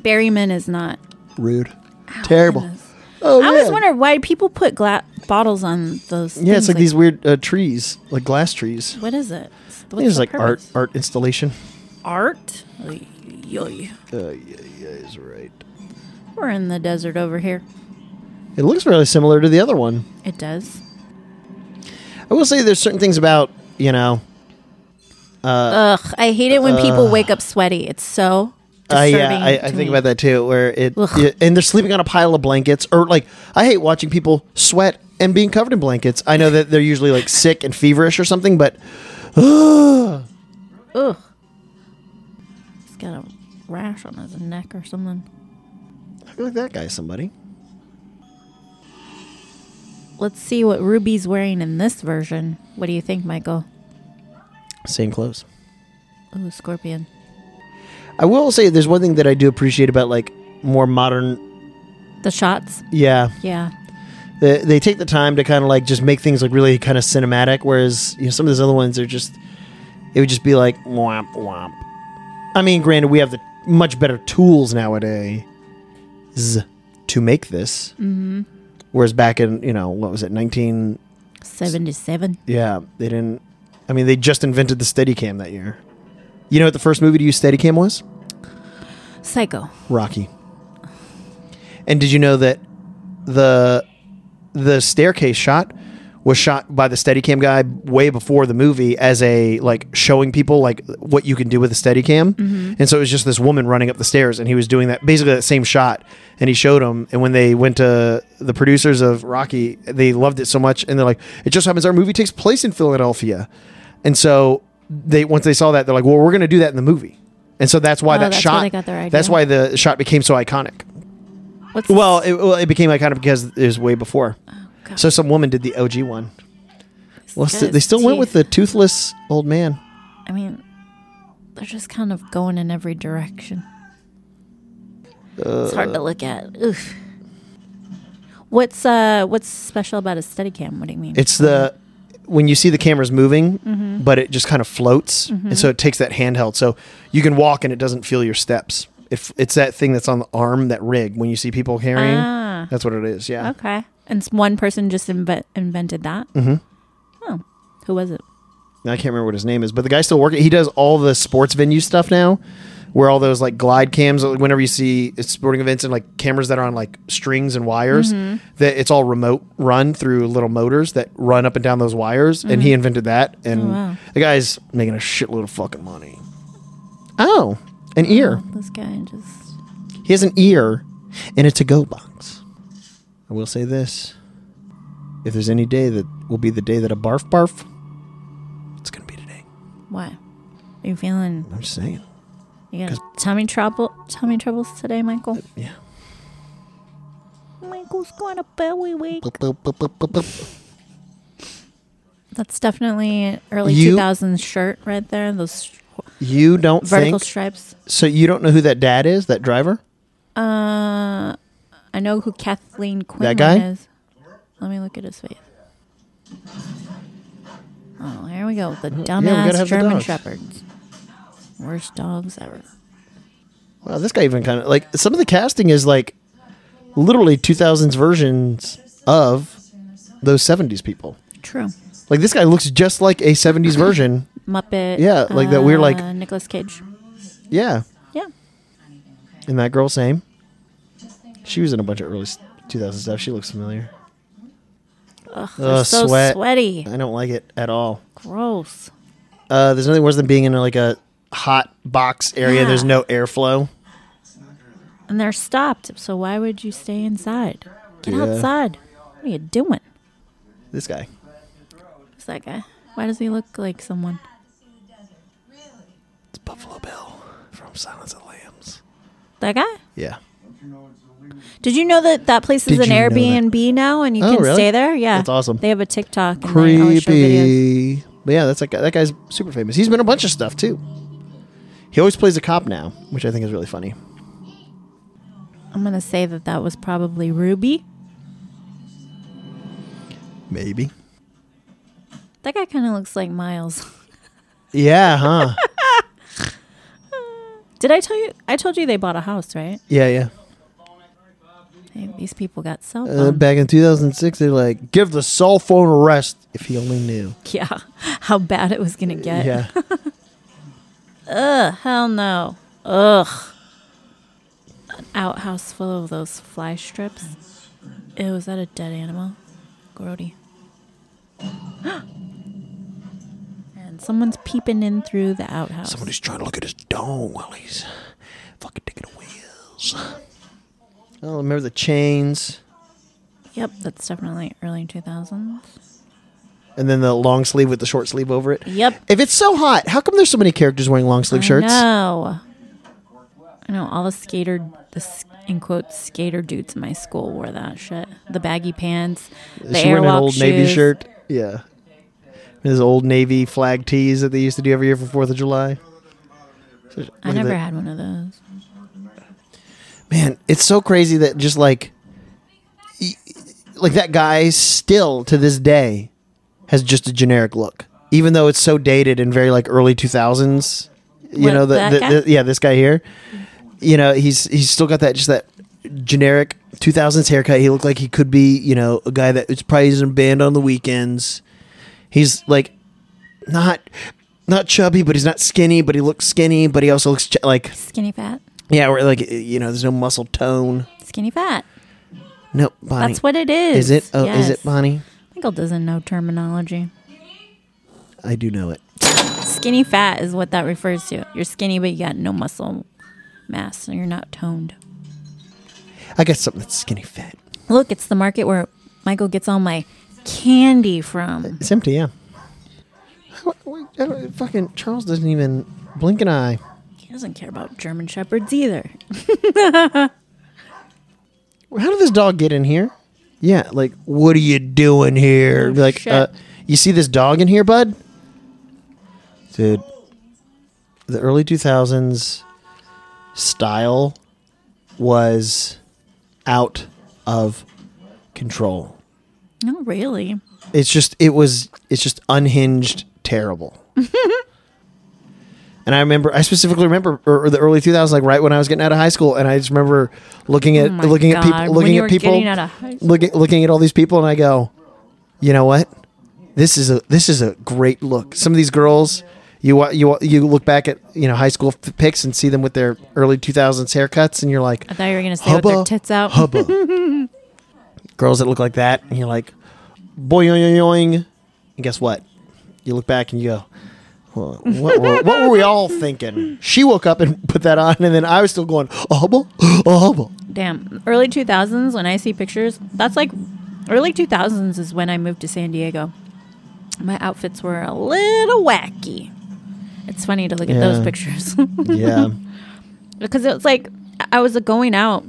Speaker 1: Berryman is not.
Speaker 2: Rude. Terrible.
Speaker 1: goodness.
Speaker 2: Oh,
Speaker 1: I always
Speaker 2: yeah.
Speaker 1: wonder why people put gla- bottles on those.
Speaker 2: Yeah,
Speaker 1: things,
Speaker 2: it's like, these weird uh, trees, like glass trees.
Speaker 1: What is it?
Speaker 2: I think it's like art, art installation.
Speaker 1: Art. Art. Yoy.
Speaker 2: Uh, yeah, yeah, is right.
Speaker 1: We're in the desert over here.
Speaker 2: It looks really similar to the other one.
Speaker 1: It does.
Speaker 2: I will say there's certain things about you know.
Speaker 1: Ugh, I hate it when people wake up sweaty. It's so
Speaker 2: Uh,
Speaker 1: disturbing.
Speaker 2: yeah, I, I think
Speaker 1: to me.
Speaker 2: about that too. Where it
Speaker 1: Ugh.
Speaker 2: yeah, and they're sleeping on a pile of blankets, or like I hate watching people sweat and being covered in blankets. I know that they're usually like sick and feverish or something, but
Speaker 1: Ugh. He's got a rash on his neck or something.
Speaker 2: I feel like that guy's somebody.
Speaker 1: Let's see what Ruby's wearing in this version. What do you think, Michael?
Speaker 2: Same clothes.
Speaker 1: Ooh, scorpion.
Speaker 2: I will say there's one thing that I do appreciate about like more modern.
Speaker 1: The shots.
Speaker 2: Yeah,
Speaker 1: Yeah.
Speaker 2: they, they take the time to kind of like just make things like really kind of cinematic whereas you know some of those other ones are just it would just be like womp womp i mean granted we have the much better tools nowadays to make this mm-hmm. whereas back in you know what was it 19
Speaker 1: Seventy-seven.
Speaker 2: yeah they didn't i mean they just invented the steadicam that year you know what the first movie to use steadicam was
Speaker 1: Psycho.
Speaker 2: Rocky. And did you know that the the staircase shot was shot by the Steadicam guy way before the movie as a like showing people like what you can do with a Steadicam.
Speaker 1: Mm-hmm.
Speaker 2: And so it was just this woman running up the stairs and he was doing that basically that same shot and he showed them and when they went to the producers of Rocky they loved it so much and they're like it just happens our movie takes place in Philadelphia. And so they once they saw that they're like well we're going to do that in the movie. And so that's why
Speaker 1: Oh,
Speaker 2: that
Speaker 1: that's where
Speaker 2: shot
Speaker 1: they got their idea.
Speaker 2: that's why the shot became so iconic.
Speaker 1: What's Oh,
Speaker 2: Well, it, well, it became iconic because it was way before.
Speaker 1: God.
Speaker 2: so some woman did the OG one. Well,
Speaker 1: guy's
Speaker 2: st- they still went
Speaker 1: teeth.
Speaker 2: with the toothless old man.
Speaker 1: I mean, they're just kind of going in every direction. it's
Speaker 2: Uh,
Speaker 1: hard to look at. Oof. What's uh what's special about a Steadicam? What do you mean?
Speaker 2: It's the when you see the cameras moving,
Speaker 1: Mm-hmm.
Speaker 2: but it just kind of floats, and so it takes that handheld. So you can walk and it doesn't feel your steps. If it's that thing that's on the arm, that rig when you see people carrying,
Speaker 1: Ah.
Speaker 2: that's what it is. Yeah,
Speaker 1: okay. And s- one person just inve- invented that. Mm-hmm. Oh, who was it?
Speaker 2: I can't remember what his name is, but the guy's still working. He does all the sports venue stuff now, where all those like glide cams. like, Whenever you see sporting events and like cameras that are on like strings and wires,
Speaker 1: Mm-hmm.
Speaker 2: that it's all remote run through little motors that run up and down those wires. And he invented that, and
Speaker 1: Mm-hmm. Oh, wow.
Speaker 2: the guy's making a shitload of fucking money. Oh, an ear.
Speaker 1: This guy just
Speaker 2: He has an ear and a to go box. I will say this. If there's any day that will be the day that a barf barf, it's going to be today.
Speaker 1: what? Are you feeling
Speaker 2: I'm just saying.
Speaker 1: you got tummy trouble tummy troubles today, Michael?
Speaker 2: Yeah.
Speaker 1: Michael's got a belly wig.
Speaker 3: Boop, boop, boop, boop, boop, boop.
Speaker 1: That's definitely an early
Speaker 2: You-
Speaker 1: 2000s shirt right there. Those sh-
Speaker 2: You don't
Speaker 1: vertical
Speaker 2: think
Speaker 1: stripes.
Speaker 2: so? You don't know who that dad is? That driver?
Speaker 1: Uh, I know who Kathleen Quinlan
Speaker 2: guy?
Speaker 1: is. Let me look at his face. Oh, here we go. with The
Speaker 2: we gotta
Speaker 1: dumbass
Speaker 2: have the
Speaker 1: German
Speaker 2: dogs.
Speaker 1: Shepherds. Worst dogs ever.
Speaker 2: Wow, this guy even kind of like some of the casting is like literally 2000s versions of those 70s people.
Speaker 1: True.
Speaker 2: Like this guy looks just like a 70s version.
Speaker 1: Muppet.
Speaker 2: Yeah, like that weird, like-
Speaker 1: Nicholas Cage.
Speaker 2: Yeah,
Speaker 1: Yeah.
Speaker 2: and that girl same. She was in a bunch of early s- 2000s stuff. She looks familiar.
Speaker 1: Ugh,
Speaker 2: Ugh,
Speaker 1: they're so
Speaker 2: Uh, sweat.
Speaker 1: sweaty.
Speaker 2: I don't like it at all.
Speaker 1: Gross.
Speaker 2: Uh, there's nothing worse than being in like a hot box area.
Speaker 1: Yeah.
Speaker 2: There's no airflow.
Speaker 1: And they're stopped. So why would you stay inside? Get
Speaker 2: Yeah.
Speaker 1: outside. What are you doing?
Speaker 2: This guy.
Speaker 1: Who's that guy? Why does he look like someone?
Speaker 2: It's Buffalo Bill from Silence of the Lambs.
Speaker 1: That guy?
Speaker 2: Yeah.
Speaker 1: Did you know that that place is
Speaker 2: Did you
Speaker 1: an
Speaker 2: know that?
Speaker 1: Airbnb now and you
Speaker 2: Oh,
Speaker 1: can
Speaker 2: really?
Speaker 1: stay there? Yeah.
Speaker 2: That's awesome.
Speaker 1: They have a TikTok. And They always show videos.
Speaker 2: Creepy. But yeah, that's that guy. That guy's super famous. He's been in a bunch of stuff too. He always plays a cop now, which I think is really funny.
Speaker 1: I'm going to say that that was probably Ruby.
Speaker 2: Maybe.
Speaker 1: That guy kind of looks like Miles.
Speaker 2: Yeah, huh?
Speaker 1: Did I tell you? I told you they bought a house, right?
Speaker 2: yeah, yeah.
Speaker 1: They- These people got cell
Speaker 2: Uh,
Speaker 1: phones.
Speaker 2: back in 2006, they're like, give the cell phone a rest if he only knew.
Speaker 1: yeah. How bad it was going to get.
Speaker 2: Yeah.
Speaker 1: Ugh, hell no. Ugh. An outhouse full of those fly strips. Ew, was that a dead animal? Grody. and someone's peeping in through the outhouse.
Speaker 2: Somebody's trying to look at his dome while he's fucking taking the wheels. Oh, remember the chains
Speaker 1: Yep, that's definitely early 2000s.
Speaker 2: and then the long sleeve with the short sleeve over it.
Speaker 1: Yep.
Speaker 2: If it's so hot, how come there's so many characters wearing long sleeve shirts?
Speaker 1: No. I know all the skater, the s- in quotes skater dudes in my school wore that shit. The baggy pants, the
Speaker 2: she wearing an
Speaker 1: Airwalk
Speaker 2: old navy
Speaker 1: shoes.
Speaker 2: shirt. Yeah. Those old navy flag tees that they used to do every year for Fourth of July. So, look
Speaker 1: I
Speaker 2: at
Speaker 1: never
Speaker 2: that.
Speaker 1: had one of those.
Speaker 2: Man, it's so crazy that just like, y- like that guy still to this day has just a generic look, even though it's so dated and very like early two thousands. You
Speaker 1: What,
Speaker 2: know, the,
Speaker 1: that
Speaker 2: the,
Speaker 1: guy?
Speaker 2: the- yeah, this guy here. You know, he's he's still got that just that generic two thousands haircut. He looked like he could be you know a guy that is probably in a band on the weekends. He's like not not chubby, but he's not skinny. But he looks skinny. But he also looks ch- like
Speaker 1: Skinny fat.
Speaker 2: yeah, or like you know, there's no muscle tone.
Speaker 1: Skinny fat.
Speaker 2: No, Bonnie.
Speaker 1: That's what it
Speaker 2: is
Speaker 1: is.
Speaker 2: it? Oh, is
Speaker 1: Yes.
Speaker 2: it Bonnie?
Speaker 1: Michael doesn't know terminology.
Speaker 2: I do know it.
Speaker 1: Skinny fat is what that refers to. You're skinny, but you got no muscle mass, so you're not toned.
Speaker 2: I got something that's skinny fat.
Speaker 1: Look, it's the market where Michael gets all my candy from.
Speaker 2: It's empty. Yeah. What- what- I don't- Fucking Charles doesn't even blink an eye.
Speaker 1: He doesn't care about German shepherds either.
Speaker 2: How did this dog get in here? Yeah, like what are you doing here?
Speaker 1: Oh,
Speaker 2: like,
Speaker 1: shit.
Speaker 2: uh, you see this dog in here, bud? Dude, the early two thousands style was out of control.
Speaker 1: No, really.
Speaker 2: it's just it was it's just unhinged terrible and i remember i specifically remember or, or the early 2000s like right when i was getting out of high school and i just remember looking at
Speaker 1: Oh my
Speaker 2: looking at
Speaker 1: God,
Speaker 2: people
Speaker 1: when
Speaker 2: looking
Speaker 1: you
Speaker 2: at
Speaker 1: were
Speaker 2: people
Speaker 1: getting out of high school.
Speaker 2: looking looking at all these people and i go you know what this is a this is a great look some of these girls you wa- you wa- you look back at you know high school f- pics and see them with their early 2000s haircuts and you're like
Speaker 1: I thought you were gonna say with their tits out.
Speaker 2: Hubba. Girls that look like that, and you're like, boing, boing, boing. And guess what? You look back and you go, well, what, were, what were we all thinking? She woke up and put that on, and then I was still going, a hubba, a hubba.
Speaker 1: Damn. Early 2000s, when I see pictures, that's like early 2000s is when I moved to San Diego. My outfits were a little wacky. It's funny to look at those
Speaker 2: Yeah.
Speaker 1: pictures
Speaker 2: Yeah.
Speaker 1: because it was like I was going out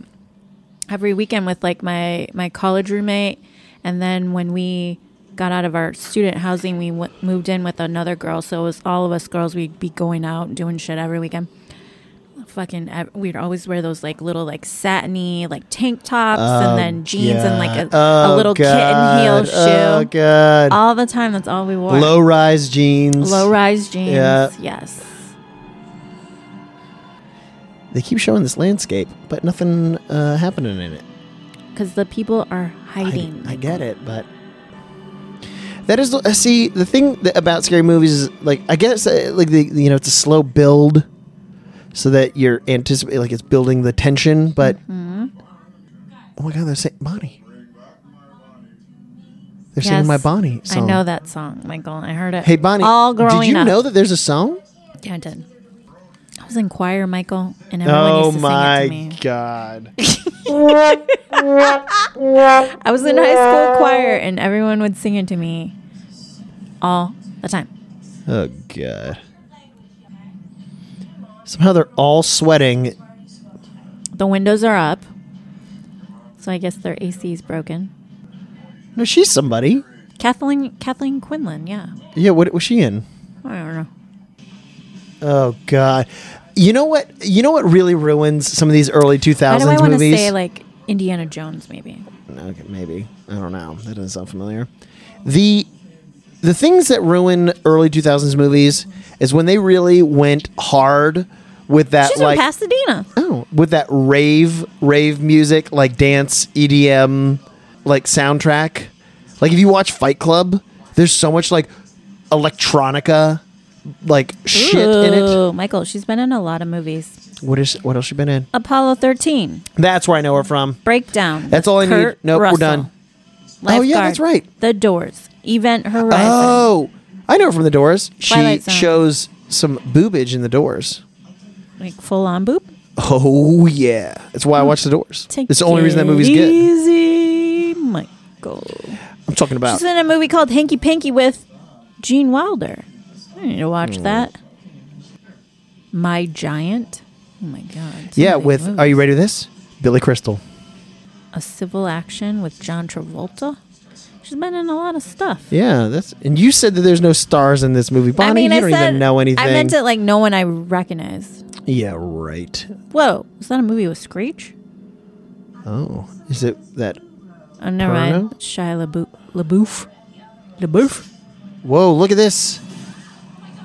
Speaker 1: every weekend with like my my college roommate, and then when we got out of our student housing, we w- moved in with another girl. So it was all of us girls. We'd be going out and doing shit every weekend. Fucking, ev- we'd always wear those like little like satiny like tank tops and then jeans and like a, a little kitten heel shoe
Speaker 2: Oh god.
Speaker 1: all the time. That's all we wore.
Speaker 2: Low rise jeans.
Speaker 1: Low rise jeans.
Speaker 2: Yeah.
Speaker 1: Yes.
Speaker 2: They keep showing this landscape, but nothing uh, happening in it.
Speaker 1: Because the people are
Speaker 2: I,
Speaker 1: hiding.
Speaker 2: I get it, but that is uh, see the thing that, about scary movies is like I guess uh, like the you know it's a slow build, so that you're anticipating like it's building the tension. But
Speaker 1: Mm-hmm.
Speaker 2: oh my god, they're saying Bonnie. They're singing
Speaker 1: Yes.
Speaker 2: my Bonnie song.
Speaker 1: I know that song, Michael. I heard it.
Speaker 2: Hey Bonnie,
Speaker 1: All growing
Speaker 2: did you
Speaker 1: up.
Speaker 2: know that there's a song?
Speaker 1: Yeah, I did. I was in choir, Michael, and everyone
Speaker 2: Oh
Speaker 1: used to sing it to me.
Speaker 2: god.
Speaker 1: I was in high school choir, and everyone would sing it to me all the time.
Speaker 2: Oh god. Somehow they're all sweating.
Speaker 1: The windows are up, so I guess their AC is broken.
Speaker 2: No, she's somebody.
Speaker 1: Kathleen Kathleen Quinlan, yeah.
Speaker 2: Yeah, what was she in?
Speaker 1: I don't know.
Speaker 2: Oh God. You know what? You know what really ruins some of these early two
Speaker 1: Why do I
Speaker 2: thousands
Speaker 1: want to
Speaker 2: movies?
Speaker 1: say like Indiana Jones? Maybe
Speaker 2: okay, maybe I don't know. That doesn't sound familiar. The the things that ruin early two thousands movies is when they really went hard with that
Speaker 1: she's
Speaker 2: like
Speaker 1: from Pasadena.
Speaker 2: oh with that rave rave music like dance EDM like soundtrack. Like if you watch Fight Club, there's so much like electronica like shit in it.
Speaker 1: Ooh, Michael, she's been in a lot of movies.
Speaker 2: What is what else she been in?
Speaker 1: Apollo 13,
Speaker 2: That's where I know her from.
Speaker 1: Breakdown.
Speaker 2: That's
Speaker 1: with
Speaker 2: all I need.
Speaker 1: Kurt
Speaker 2: Nope, we're
Speaker 1: Russell.
Speaker 2: done. Oh,
Speaker 1: Lifeguard,
Speaker 2: yeah, that's right.
Speaker 1: The Doors, Event Horizon.
Speaker 2: Oh, I know her from The Doors. She
Speaker 1: Twilight Zone.
Speaker 2: shows some boobage in The Doors.
Speaker 1: Like full on boop.
Speaker 2: Oh yeah, that's why I watch The Doors.
Speaker 1: Take
Speaker 2: it's the only reason that
Speaker 1: it
Speaker 2: movie's good.
Speaker 1: Easy, Michael.
Speaker 2: I'm talking about.
Speaker 1: She's in a movie called Hanky Panky with Gene Wilder. I need to
Speaker 2: Hmm.
Speaker 1: watch that. My Giant. Oh my God.
Speaker 2: Yeah, with are you ready for this? Billy Crystal.
Speaker 1: a civil action with John Travolta? She's been in a lot of stuff.
Speaker 2: Yeah, that's and you said that there's no stars in this movie. Bonnie,
Speaker 1: I mean,
Speaker 2: you
Speaker 1: I
Speaker 2: don't
Speaker 1: said
Speaker 2: even know anything.
Speaker 1: I meant it like no one I recognized.
Speaker 2: Yeah, right.
Speaker 1: Whoa, was that a movie with Screech?
Speaker 2: Oh, is it that?
Speaker 1: Oh, never mind.
Speaker 2: Porno?
Speaker 1: Shia LaBeouf. LaBeouf. LaBeouf.
Speaker 2: Whoa, look at this.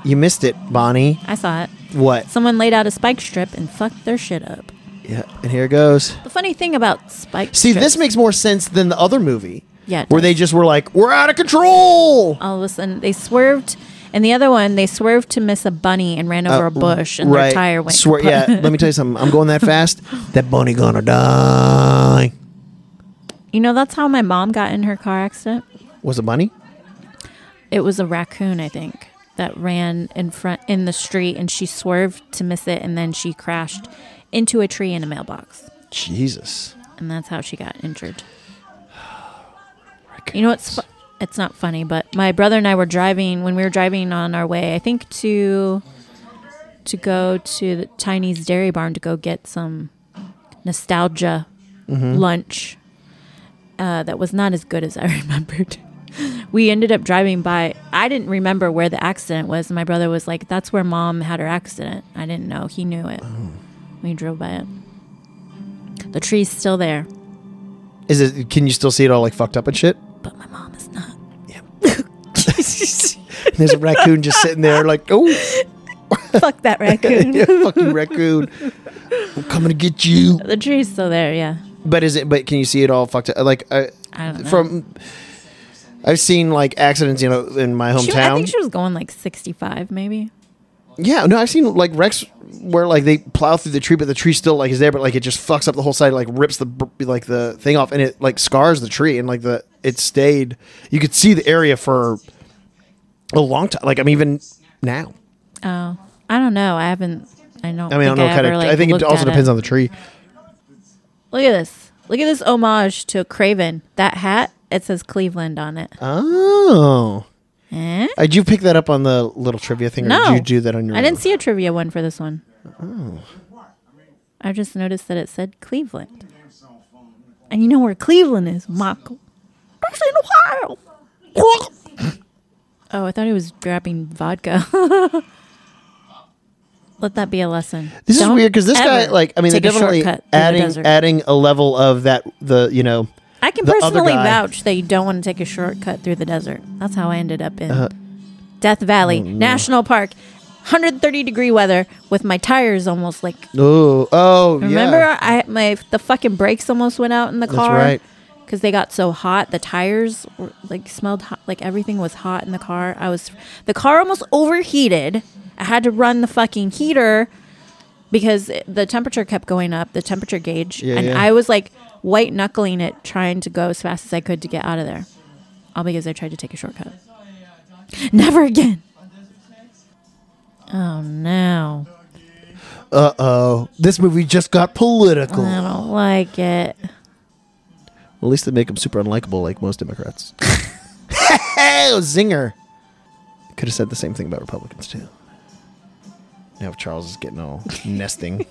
Speaker 2: You missed it, Bonnie.
Speaker 1: I saw it.
Speaker 2: What?
Speaker 1: Someone laid out a spike strip and fucked their shit up.
Speaker 2: Yeah, and here it goes.
Speaker 1: The funny thing about spike
Speaker 2: See,
Speaker 1: strips,
Speaker 2: this makes more sense than the other movie.
Speaker 1: Yeah, it
Speaker 2: Where they just were like, we're out of control.
Speaker 1: all of a sudden they swerved, and the other one they swerved to miss a bunny and ran over a bush, and their tire went.
Speaker 2: Swear,
Speaker 1: kaput.
Speaker 2: Uh, yeah, let me tell you something. I'm going that fast. That bunny gonna die.
Speaker 1: you know that's how my mom got in her car accident.
Speaker 2: Was it bunny?
Speaker 1: It was a raccoon, I think, that ran in front in the street, and she swerved to miss it, and then she crashed into a tree in a mailbox,
Speaker 2: Jesus.
Speaker 1: and that's how she got injured. You know what's? Fu- it's not funny, but my brother and I were driving when we were driving on our way. I think to to go to the Chinese Dairy Barn to go get some nostalgia lunch uh, that was not as good as I remembered. we ended up driving by. I didn't remember where the accident was. and My brother was like, "That's where mom had her accident." I didn't know. He knew it. We drove by it. The tree's still there,
Speaker 2: Is it? Can you still see it all like fucked up and shit?
Speaker 1: but my mom is not.
Speaker 2: There's a raccoon just sitting there, like, oh,
Speaker 1: Fuck that raccoon.
Speaker 2: yeah, fuck you, raccoon. I'm coming to get you.
Speaker 1: The tree's still there, yeah.
Speaker 2: But is it? But can you see it all fucked up? Like, I,
Speaker 1: I don't know.
Speaker 2: from. I've seen like accidents, you know, in my hometown.
Speaker 1: She- I think she was going like 65, maybe.
Speaker 2: Yeah, no, I've seen like wrecks where like they plow through the tree, but the tree still like is there, but like it just fucks up the whole side, like rips the br- like the thing off, and it like scars the tree, and like the it stayed. You could see the area for a long time. Like I'm even now.
Speaker 1: Oh, I don't know. I haven't. I don't.
Speaker 2: I mean, I don't know. Kind
Speaker 1: ever,
Speaker 2: of.
Speaker 1: like,
Speaker 2: I think it also depends on the tree.
Speaker 1: Look at this. Look at this homage to Craven. That hat. It says Cleveland on it.
Speaker 2: Uh, Oh,
Speaker 1: Eh?
Speaker 2: Uh, did you pick that up on the little trivia thing, or
Speaker 1: No.
Speaker 2: did you do that on your?
Speaker 1: I
Speaker 2: own? Oh.
Speaker 1: didn't see a trivia one for this one. I just noticed that it said Cleveland. And you know where Cleveland is, Michael? That's in Ohio. oh, I thought he was grabbing vodka. Let that be a lesson.
Speaker 2: This
Speaker 1: Don't
Speaker 2: is weird because this guy,
Speaker 1: ever
Speaker 2: like, I mean, they're
Speaker 1: take a
Speaker 2: definitely
Speaker 1: shortcut through the
Speaker 2: adding
Speaker 1: desert.
Speaker 2: adding a level of that the you know
Speaker 1: I can
Speaker 2: the other
Speaker 1: personally
Speaker 2: guy.
Speaker 1: vouch that you don't want to take a shortcut through the desert. That's how I ended up in
Speaker 2: Uh,
Speaker 1: Death Valley
Speaker 2: oh,
Speaker 1: National Park, 130 degree weather with my tires almost like.
Speaker 2: oh oh
Speaker 1: Remember,
Speaker 2: yeah
Speaker 1: I my the fucking brakes almost went out in the car.
Speaker 2: right.
Speaker 1: Because they got so hot, the tires were, like smelled hot. Like everything was hot in the car. I was the car almost overheated. I had to run the fucking heater because it- the temperature kept going up, the temperature gauge,
Speaker 2: Yeah,
Speaker 1: and
Speaker 2: yeah.
Speaker 1: I was like white knuckling it, trying to go as fast as I could to get out of there. All because I tried to take a shortcut. Never again. Oh no,
Speaker 2: uh oh this movie just got political.
Speaker 1: I don't like it.
Speaker 2: At least they make him super unlikable, like most Democrats. Zinger. Could have said the same thing about Republicans too. Now Charles is getting all nesting.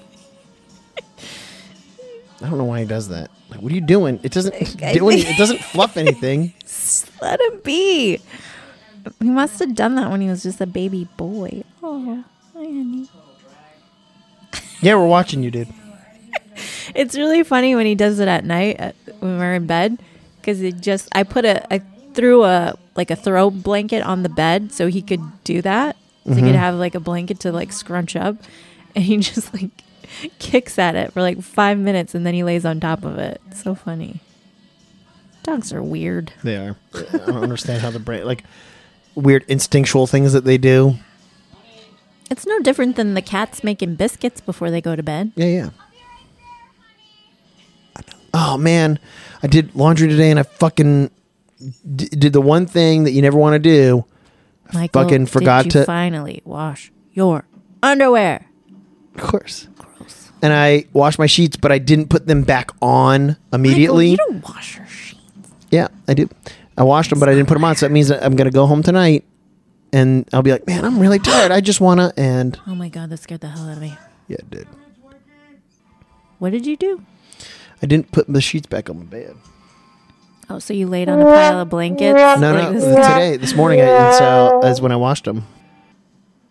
Speaker 2: I don't know why he does that. Like, what are you doing? It doesn't
Speaker 1: I
Speaker 2: do any,
Speaker 1: think-
Speaker 2: it doesn't fluff anything.
Speaker 1: Let him be. He must have done that when he was just a baby boy. Oh, hi, honey.
Speaker 2: Yeah, we're watching you, dude.
Speaker 1: It's really funny when he does it at night uh, when we're in bed because it just I put a I threw a like a throw blanket on the bed so he could do that so he could have like a blanket to like scrunch up and he just like kicks at it for like five minutes and then he lays on top of it. It's so funny. Dogs are weird.
Speaker 2: They are. I don't understand how the brain like weird instinctual things that they do.
Speaker 1: It's no different than the cats making biscuits before they go to bed.
Speaker 2: Yeah, yeah. Oh man, I did laundry today, and I fucking d- did the one thing that you never want to do.
Speaker 1: Michael,
Speaker 2: fucking
Speaker 1: did
Speaker 2: forgot
Speaker 1: you
Speaker 2: to-
Speaker 1: finally wash your underwear.
Speaker 2: Of course. And I washed my sheets, but I didn't put them back on immediately.
Speaker 1: Michael, you don't wash your sheets.
Speaker 2: yeah, I do. I washed them, but I didn't put them on. So that means that I'm gonna go home tonight, and I'll be like, man, I'm really tired. I just wanna. And
Speaker 1: Oh my god, that scared the hell out of me.
Speaker 2: yeah, it did.
Speaker 1: What did you do?
Speaker 2: I didn't put the sheets back on my bed.
Speaker 1: Oh, so you laid on a pile of blankets?
Speaker 2: No,
Speaker 1: like
Speaker 2: no.
Speaker 1: this-
Speaker 2: Today, this morning, I, and so that's when I washed them.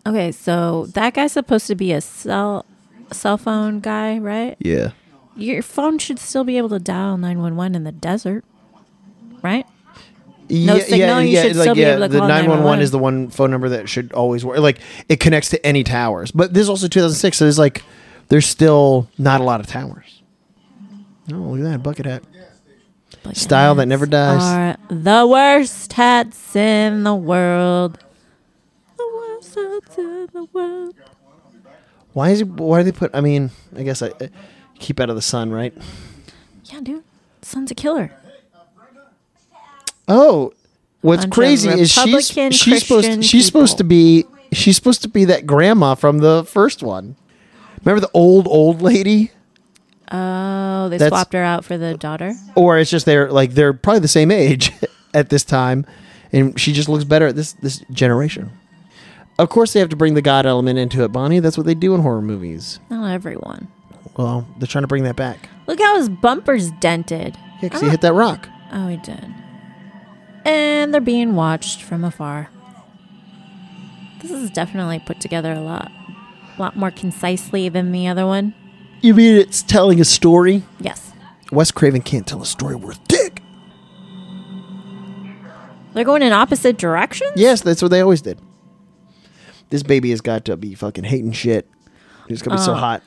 Speaker 1: Okay, so that guy's supposed to be a cell cell phone guy, right?
Speaker 2: Yeah.
Speaker 1: Your phone should still be able to dial 911 in the desert, right? No signal, you should still be able to
Speaker 2: the
Speaker 1: call 911.
Speaker 2: is the one phone number that should always work. Like it connects to any towers, but this is also 2006, so it's like there's still not a lot of towers. Oh, look at that bucket hat
Speaker 1: But
Speaker 2: style that never dies.
Speaker 1: are the worst hats in the world. The worst hats in the world.
Speaker 2: Why is it? Why do they put? I mean, I guess I, I keep out of the sun, right?
Speaker 1: Yeah, dude. Son's a killer.
Speaker 2: Oh, what's
Speaker 1: Bunch of
Speaker 2: crazy is she's
Speaker 1: Republican
Speaker 2: she's
Speaker 1: Christian
Speaker 2: supposed she's supposed to
Speaker 1: people.
Speaker 2: be she's supposed to be that grandma from the first one. Remember the old old lady?
Speaker 1: Oh, they
Speaker 2: That's-
Speaker 1: swapped her out for the daughter.
Speaker 2: or it's just they're like they're probably the same age at this time, and she just looks better at this this generation. Of course, they have to bring the god element into it, Bonnie. That's what they do in horror movies.
Speaker 1: Not everyone.
Speaker 2: Well, they're trying to bring that back.
Speaker 1: Look how his bumper's dented.
Speaker 2: Yeah, because he hit that rock.
Speaker 1: Oh, he did. And they're being watched from afar. This is definitely put together a lot, a lot more concisely than the other one.
Speaker 2: You mean it's telling a story?
Speaker 1: Yes,
Speaker 2: Wes Craven can't tell a story worth dick.
Speaker 1: they're going in opposite directions.
Speaker 2: Yes, that's what they always did. This baby has got to be fucking hating shit. It's gonna be
Speaker 1: Oh.
Speaker 2: so hot.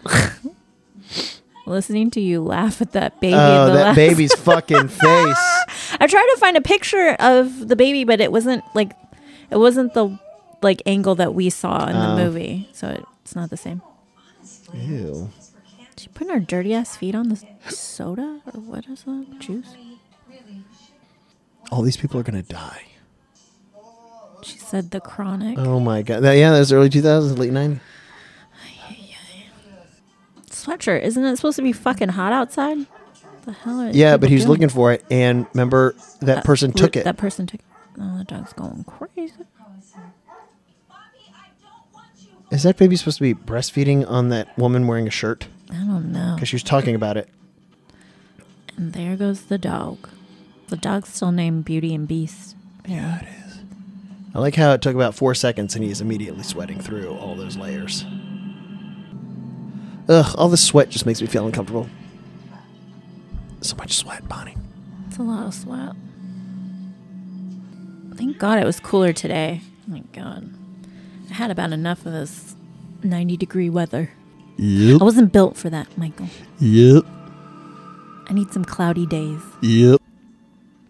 Speaker 1: Listening to you laugh at that baby.
Speaker 2: Oh,
Speaker 1: in the
Speaker 2: that
Speaker 1: last-
Speaker 2: baby's fucking face.
Speaker 1: I tried to find a picture of the baby, but it wasn't like, it wasn't the like angle that we saw in
Speaker 2: Oh.
Speaker 1: the movie, so it, it's not the same.
Speaker 2: Ew.
Speaker 1: She putting her dirty ass feet on the soda or what is that juice?
Speaker 2: All these people are gonna die.
Speaker 1: She said the chronic.
Speaker 2: Oh my god. That, yeah, that was early 2000s, late 90s.
Speaker 1: sweatshirt. Isn't it supposed to be fucking hot outside? The hell are
Speaker 2: Yeah,
Speaker 1: people
Speaker 2: but he was
Speaker 1: doing?
Speaker 2: looking for it, and remember that person
Speaker 1: Look,
Speaker 2: took it.
Speaker 1: That person took it. Oh, the dog's going crazy.
Speaker 2: Is that baby supposed to be breastfeeding on that woman wearing a shirt?
Speaker 1: I don't know.
Speaker 2: Because she was talking about it.
Speaker 1: And there goes the dog. The dog's still named Beauty and Beast.
Speaker 2: Yeah, it is. I like how it took about four seconds and he's immediately sweating through all those layers. Ugh, all this sweat just makes me feel uncomfortable. So much sweat, Bonnie.
Speaker 1: It's a lot of sweat. Thank God it was cooler today. Thank God. I had about enough of this 90 degree weather.
Speaker 2: Yep.
Speaker 1: I wasn't built for that, Michael.
Speaker 2: Yep.
Speaker 1: I need some cloudy days.
Speaker 2: Yep.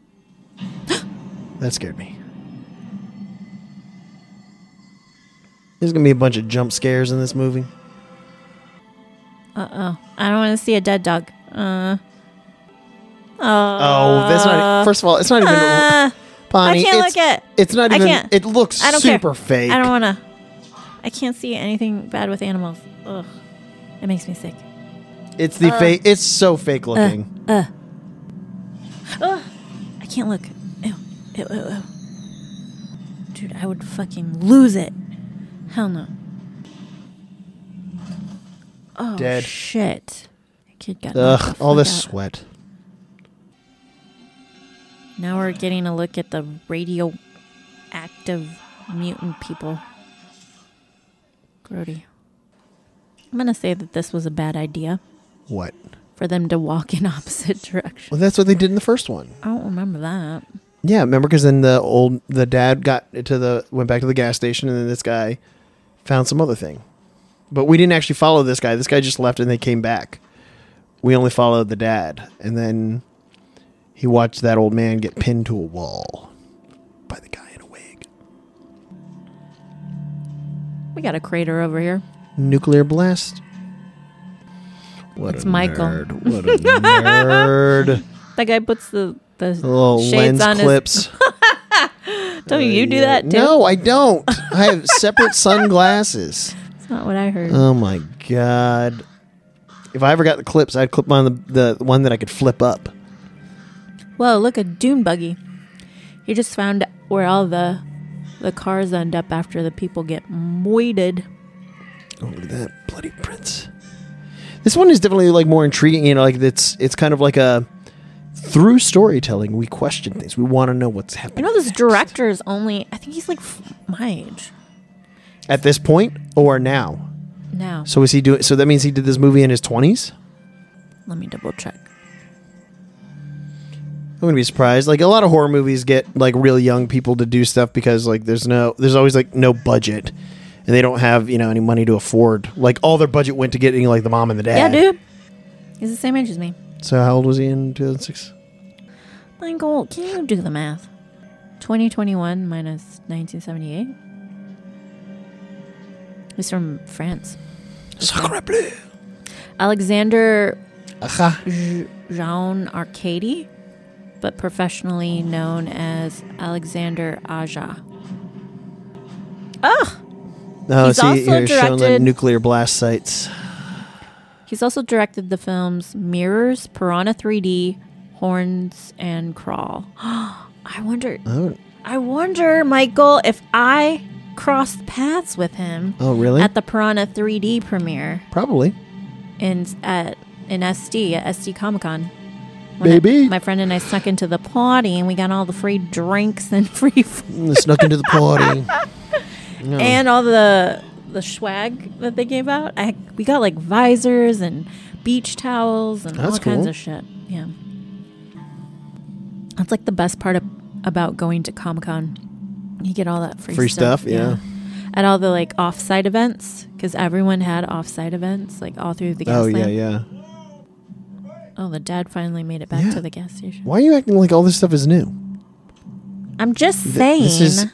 Speaker 2: that scared me. There's gonna be a bunch of jump scares in this movie.
Speaker 1: Uh oh. I don't want to see a dead dog. Uh. Oh.
Speaker 2: Oh, that's not. First of all, it's not even.
Speaker 1: Uh,
Speaker 2: Bonnie,
Speaker 1: I can't
Speaker 2: it's,
Speaker 1: look at.
Speaker 2: It's not
Speaker 1: I
Speaker 2: even.
Speaker 1: can't.
Speaker 2: It looks
Speaker 1: I don't
Speaker 2: super
Speaker 1: care.
Speaker 2: fake.
Speaker 1: I don't want to. I can't see anything bad with animals. Ugh. It makes me sick.
Speaker 2: It's the
Speaker 1: Uh.
Speaker 2: fake. It's so fake looking.
Speaker 1: Uh. uh. Ugh. I can't look. Ew. Ew, ew, ew. Dude, I would fucking lose it. Hell no. Oh,
Speaker 2: Dead.
Speaker 1: shit. Kid got knocked
Speaker 2: Ugh,
Speaker 1: the
Speaker 2: all
Speaker 1: fuck
Speaker 2: this
Speaker 1: out.
Speaker 2: sweat.
Speaker 1: Now we're getting a look at the radioactive mutant people. Grody. I'm going to say that this was a bad idea
Speaker 2: What?
Speaker 1: for them to walk in opposite directions.
Speaker 2: Well, that's what they did in the first one.
Speaker 1: I don't remember that.
Speaker 2: Yeah, remember? Because then the old the dad got to the went back to the gas station, and then this guy found some other thing. But we didn't actually follow this guy. This guy just left, and they came back. We only followed the dad, and then he watched that old man get pinned to a wall by the guy in a wig.
Speaker 1: We got a crater over here.
Speaker 2: Nuclear blast. What
Speaker 1: It's Michael.
Speaker 2: nerd. What a nerd.
Speaker 1: That guy puts the, the
Speaker 2: Little
Speaker 1: shades on
Speaker 2: lens clips.
Speaker 1: his. Don't you do that too?
Speaker 2: No, I don't. I have separate sunglasses.
Speaker 1: That's not what I heard.
Speaker 2: Oh my god! If I ever got the clips, I'd clip on the the one that I could flip up.
Speaker 1: Whoa, look, a dune buggy. You just found where all the the cars end up after the people get moited.
Speaker 2: Oh, look at that bloody prince! This one is definitely like more intriguing. You know, like it's it's kind of like a through storytelling we question things. We want to know what's
Speaker 1: You
Speaker 2: happening.
Speaker 1: know, this
Speaker 2: next.
Speaker 1: director is only, I think he's like f- my age
Speaker 2: at this point or now.
Speaker 1: now.
Speaker 2: So is he doing? So that means he did this movie in his twenties.
Speaker 1: Let me double check.
Speaker 2: I'm gonna be surprised. Like a lot of horror movies get like real young people to do stuff because like there's no there's always like no budget, and they don't have you know any money to afford. Like all their budget went to getting like the mom and the
Speaker 1: Yeah,
Speaker 2: dad.
Speaker 1: dude. He's the same age as me.
Speaker 2: So how old was he in 2006?
Speaker 1: Michael, can you do the math? 2021 minus 1978? He's from France.
Speaker 2: Sacre bleu.
Speaker 1: Alexander
Speaker 2: Aha.
Speaker 1: J- Jean Arcady, but professionally known as Alexander Aja. Ah,
Speaker 2: No,
Speaker 1: He's
Speaker 2: Oh, see,
Speaker 1: also
Speaker 2: here shown the
Speaker 1: directed-
Speaker 2: nuclear blast sites.
Speaker 1: he's also directed the films Mirrors, Piranha 3D, Horns, and Crawl. I wonder,
Speaker 2: Oh,
Speaker 1: I wonder, Michael, if I crossed paths with him
Speaker 2: oh really?
Speaker 1: at the Piranha 3D premiere
Speaker 2: Probably.
Speaker 1: in at in SD at SD Comic Con.
Speaker 2: Maybe.
Speaker 1: my friend and I snuck into the party and we got all the free drinks and free food
Speaker 2: Mm, Snuck into the party. No.
Speaker 1: and all the the swag that they gave out. I we got like visors and beach towels and all
Speaker 2: That's
Speaker 1: kinds
Speaker 2: cool.
Speaker 1: of shit. Yeah, that's like the best part of, about going to Comic Con. You get all that free
Speaker 2: Free
Speaker 1: stuff.
Speaker 2: stuff, yeah.
Speaker 1: At all the like offsite events, because everyone had offsite events, like all through the gas
Speaker 2: oh yeah,
Speaker 1: lamp.
Speaker 2: yeah.
Speaker 1: Oh, the dad finally made it back
Speaker 2: Yeah.
Speaker 1: to the gas station.
Speaker 2: Why are you acting like all this stuff is new?
Speaker 1: I'm just saying.
Speaker 2: this is- Uh,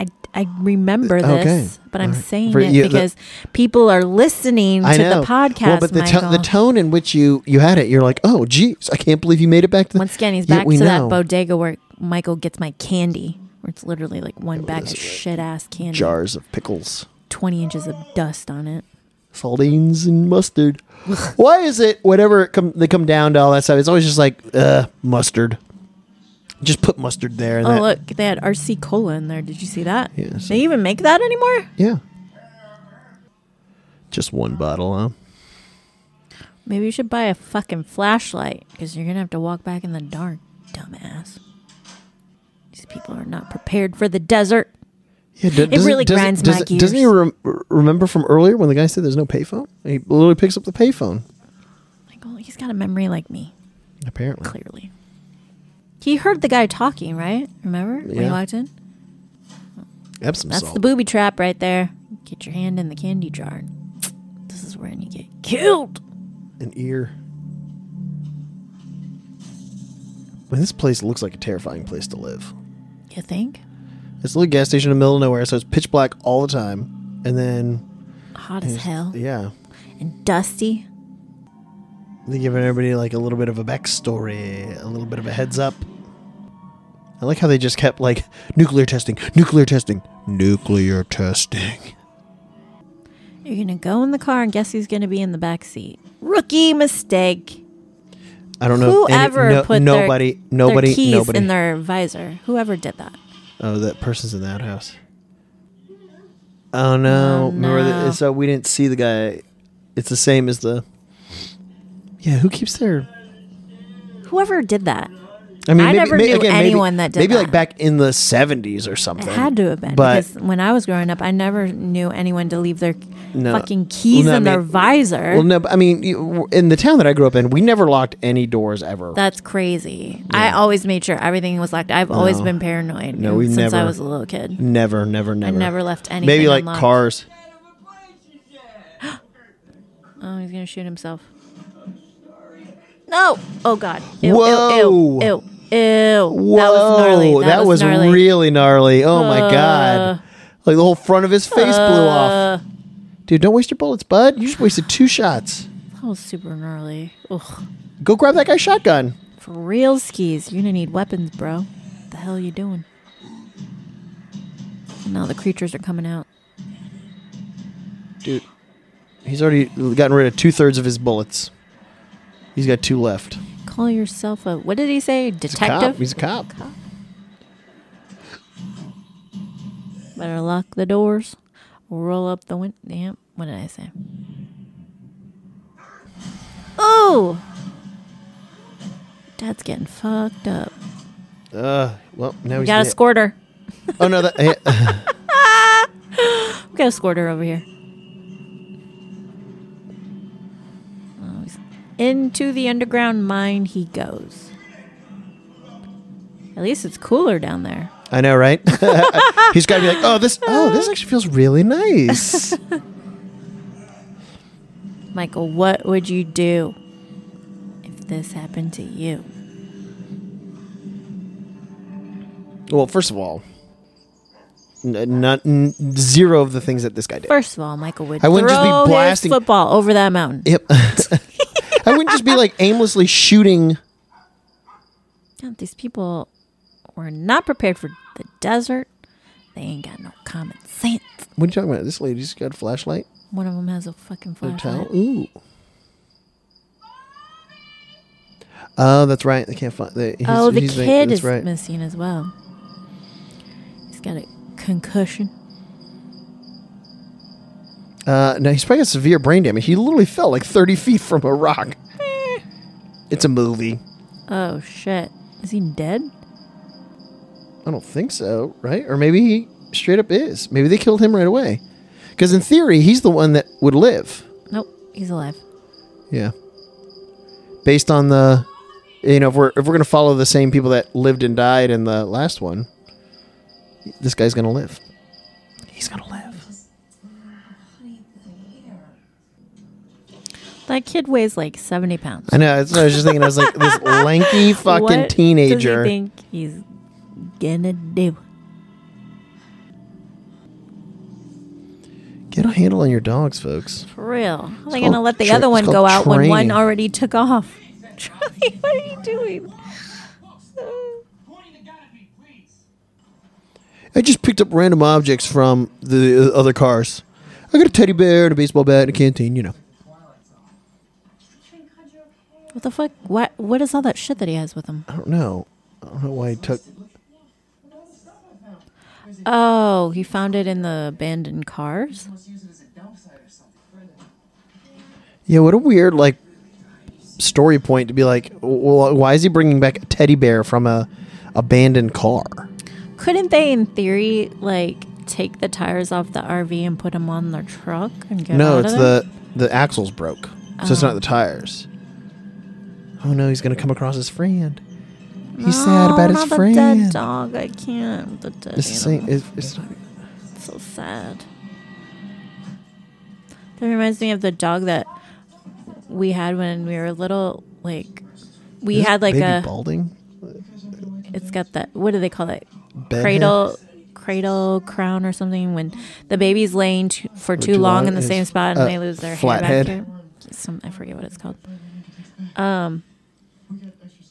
Speaker 1: I, I remember
Speaker 2: Okay.
Speaker 1: this, but I'm
Speaker 2: All right.
Speaker 1: saying
Speaker 2: For
Speaker 1: it
Speaker 2: you- the-
Speaker 1: because people are listening to the podcast.
Speaker 2: Well, but the, to-
Speaker 1: Michael.
Speaker 2: the tone in which you you had it, you're like, oh, geez, I can't believe you made it back to. the-"
Speaker 1: Once again, he's
Speaker 2: Yeah,
Speaker 1: back
Speaker 2: we
Speaker 1: to that
Speaker 2: know.
Speaker 1: bodega where Michael gets my candy, where it's literally like one bag of shit ass candy,
Speaker 2: Jars of pickles,
Speaker 1: 20 inches of dust on it.
Speaker 2: sardines, and mustard. Why is it whenever it come they come down to all that stuff? It's always just like uh, mustard. Just put mustard there. And
Speaker 1: Oh,
Speaker 2: that-
Speaker 1: look, they had RC Cola in there. Did you see that?
Speaker 2: Yeah, so-
Speaker 1: They even make that anymore?
Speaker 2: Yeah. Just one bottle, huh?
Speaker 1: Maybe you should buy a fucking flashlight because you're gonna have to walk back in the dark, dumbass. These people are not prepared for the desert.
Speaker 2: Yeah, d- doesn't-
Speaker 1: really
Speaker 2: doesn't-
Speaker 1: grinds my
Speaker 2: doesn't, Doesn't he
Speaker 1: gears.
Speaker 2: rem- remember from earlier when the guy said there's no payphone? He literally picks up the payphone.
Speaker 1: Like, oh, he's got a memory like me,
Speaker 2: Apparently,
Speaker 1: clearly. He heard the guy talking, right? Remember when he
Speaker 2: Yeah.
Speaker 1: walked in?
Speaker 2: Epsom
Speaker 1: That's
Speaker 2: salt.
Speaker 1: the booby trap right there. Get your hand in the candy jar. This is when you get killed.
Speaker 2: An ear. Man, this place looks like a terrifying place to live.
Speaker 1: You think?
Speaker 2: It's a little gas station in the middle of nowhere, so it's pitch black all the time. And then,
Speaker 1: Hot as hell
Speaker 2: yeah,
Speaker 1: and dusty.
Speaker 2: they giving everybody like a little bit of a backstory, a little bit of a heads up. I like how they just kept like nuclear testing, nuclear testing, nuclear testing.
Speaker 1: You're gonna go in the car and guess who's gonna be in the back seat? Rookie mistake.
Speaker 2: I don't know. if any-
Speaker 1: Whoever
Speaker 2: no-
Speaker 1: put their-
Speaker 2: nobody,
Speaker 1: their,
Speaker 2: nobody,
Speaker 1: keys
Speaker 2: nobody.
Speaker 1: in their visor. Whoever did that.
Speaker 2: Oh, that person's in that house. Oh no!
Speaker 1: Oh,
Speaker 2: Remember that-
Speaker 1: no.
Speaker 2: so we didn't see the guy. It's the same as the. Yeah, who keeps their?
Speaker 1: Whoever did that.
Speaker 2: I mean,
Speaker 1: I never knew anyone that did
Speaker 2: Maybe
Speaker 1: that.
Speaker 2: like back in the seventies or
Speaker 1: It
Speaker 2: something.
Speaker 1: had to have been
Speaker 2: but-
Speaker 1: because when I was growing up, I never knew anyone to leave their
Speaker 2: No.
Speaker 1: fucking keys
Speaker 2: Well, no,
Speaker 1: in
Speaker 2: I
Speaker 1: their
Speaker 2: mean-
Speaker 1: visor.
Speaker 2: Well, no, but I mean, you- in the town that I grew up in, we never locked any doors ever.
Speaker 1: That's crazy. I always made sure everything was locked. I've always
Speaker 2: No.
Speaker 1: been paranoid.
Speaker 2: No, we
Speaker 1: since I
Speaker 2: never-
Speaker 1: was a little kid.
Speaker 2: never, never, never.
Speaker 1: never left anything
Speaker 2: Maybe like
Speaker 1: unlocked.
Speaker 2: cars.
Speaker 1: Oh, he's gonna shoot himself. No! Oh God! Ew,
Speaker 2: Whoa.
Speaker 1: Ew! Ew! Ew! That
Speaker 2: Whoa,
Speaker 1: was gnarly. That, was, gnarly.
Speaker 2: really gnarly. Oh my
Speaker 1: Uh.
Speaker 2: god! Like the whole front of his face blew off. Dude, don't waste your bullets, bud. You just wasted two shots.
Speaker 1: That was super gnarly. Ugh.
Speaker 2: Go grab that guy's shotgun.
Speaker 1: For real skis, you're gonna need weapons, bro. What the hell are you doing? Now the creatures are coming out.
Speaker 2: Dude, he's already gotten rid of two thirds of his bullets. He's got two left.
Speaker 1: Call yourself a what did he say?
Speaker 2: He's a cop.
Speaker 1: Detective?
Speaker 2: He's a cop.
Speaker 1: Better lock the doors. Roll up the window. Damn. What did I say? Oh! Dad's getting fucked up.
Speaker 2: Uh, well, now
Speaker 1: We
Speaker 2: he's
Speaker 1: got a
Speaker 2: dead.
Speaker 1: squirter.
Speaker 2: Oh no, that, eh,
Speaker 1: We got a squirter over here. Oh, he's- Into the underground mine he goes. At least it's cooler down there.
Speaker 2: I know, right? he's got to be like, oh, this, oh, this actually feels really nice.
Speaker 1: Michael, what would you do if this happened to you?
Speaker 2: well, first of all, n- not n- zero of the things that this guy did.
Speaker 1: First of all, Michael would
Speaker 2: I
Speaker 1: throw
Speaker 2: wouldn't just be
Speaker 1: his
Speaker 2: blasting-
Speaker 1: football over that mountain.
Speaker 2: Yep. I wouldn't just be like aimlessly shooting.
Speaker 1: God, these people were not prepared for the desert. They ain't got no common sense.
Speaker 2: What are you talking about? This lady's got a flashlight.
Speaker 1: One of them has a fucking
Speaker 2: Hotel.
Speaker 1: flashlight.
Speaker 2: Ooh. Oh, that's right. They can't find. They, he's,
Speaker 1: Oh, the
Speaker 2: he's
Speaker 1: kid
Speaker 2: that's
Speaker 1: is
Speaker 2: right.
Speaker 1: missing as well. He's got a concussion.
Speaker 2: Uh, no, he's probably got severe brain damage. He literally fell like thirty feet from a rock.
Speaker 1: Eh.
Speaker 2: it's a movie.
Speaker 1: Oh shit! Is he dead?
Speaker 2: I don't think so, right? Or maybe he straight up is. Maybe they killed him right away. Because in theory, he's the one that would live.
Speaker 1: Nope, he's alive.
Speaker 2: Yeah. Based on the, you know, if we're if we're gonna follow the same people that lived and died in the last one, this guy's gonna live. He's gonna live.
Speaker 1: That kid weighs like seventy pounds.
Speaker 2: I know. That's what I was just thinking. I was like, this lanky fucking
Speaker 1: What does he
Speaker 2: teenager.
Speaker 1: think he's gonna do?
Speaker 2: Get a handle on your dogs, folks.
Speaker 1: For real? How are they
Speaker 2: called
Speaker 1: gonna let the
Speaker 2: tra-
Speaker 1: other
Speaker 2: it's
Speaker 1: one
Speaker 2: called
Speaker 1: go out when one
Speaker 2: training.
Speaker 1: already took off? Charlie, what are you doing?
Speaker 3: Pointing the gun at me, please.
Speaker 2: I just picked up random objects from the uh, other cars. I got a teddy bear and a baseball bat and a canteen. You know,
Speaker 1: What the fuck? What? What is all that shit that he has with him?
Speaker 2: I don't know. I don't know why he took.
Speaker 1: Oh, he found it in the abandoned cars.
Speaker 3: Let's use it as a dump site or something. Brenda,
Speaker 2: Yeah, what a weird like story point to be like, well, why is he bringing back a teddy bear from a abandoned car?
Speaker 1: Couldn't they, in theory, like take the tires off the RV and put them on their truck and get
Speaker 2: no,
Speaker 1: out
Speaker 2: it's
Speaker 1: of there?
Speaker 2: the the axles broke, so it's not the tires. Oh no, he's gonna come across his friend. He's sad
Speaker 1: No,
Speaker 2: about his
Speaker 1: not
Speaker 2: friend.
Speaker 1: The dead dog. I can't. The dead
Speaker 2: It's the
Speaker 1: animal.
Speaker 2: same. It's, it's not,
Speaker 1: So sad. That reminds me of the dog that we had when we were little. Like, we
Speaker 2: is
Speaker 1: had like
Speaker 2: baby
Speaker 1: a.
Speaker 2: balding
Speaker 1: It's got that. What do they call it?
Speaker 2: Bedhead?
Speaker 1: Cradle, cradle crown or something. When the baby's laying t- for too
Speaker 2: too
Speaker 1: long
Speaker 2: long,
Speaker 1: in the
Speaker 2: it's,
Speaker 1: same spot and
Speaker 2: uh,
Speaker 1: they lose their hair back
Speaker 2: flathead.
Speaker 1: here. Some I forget what it's called. Um.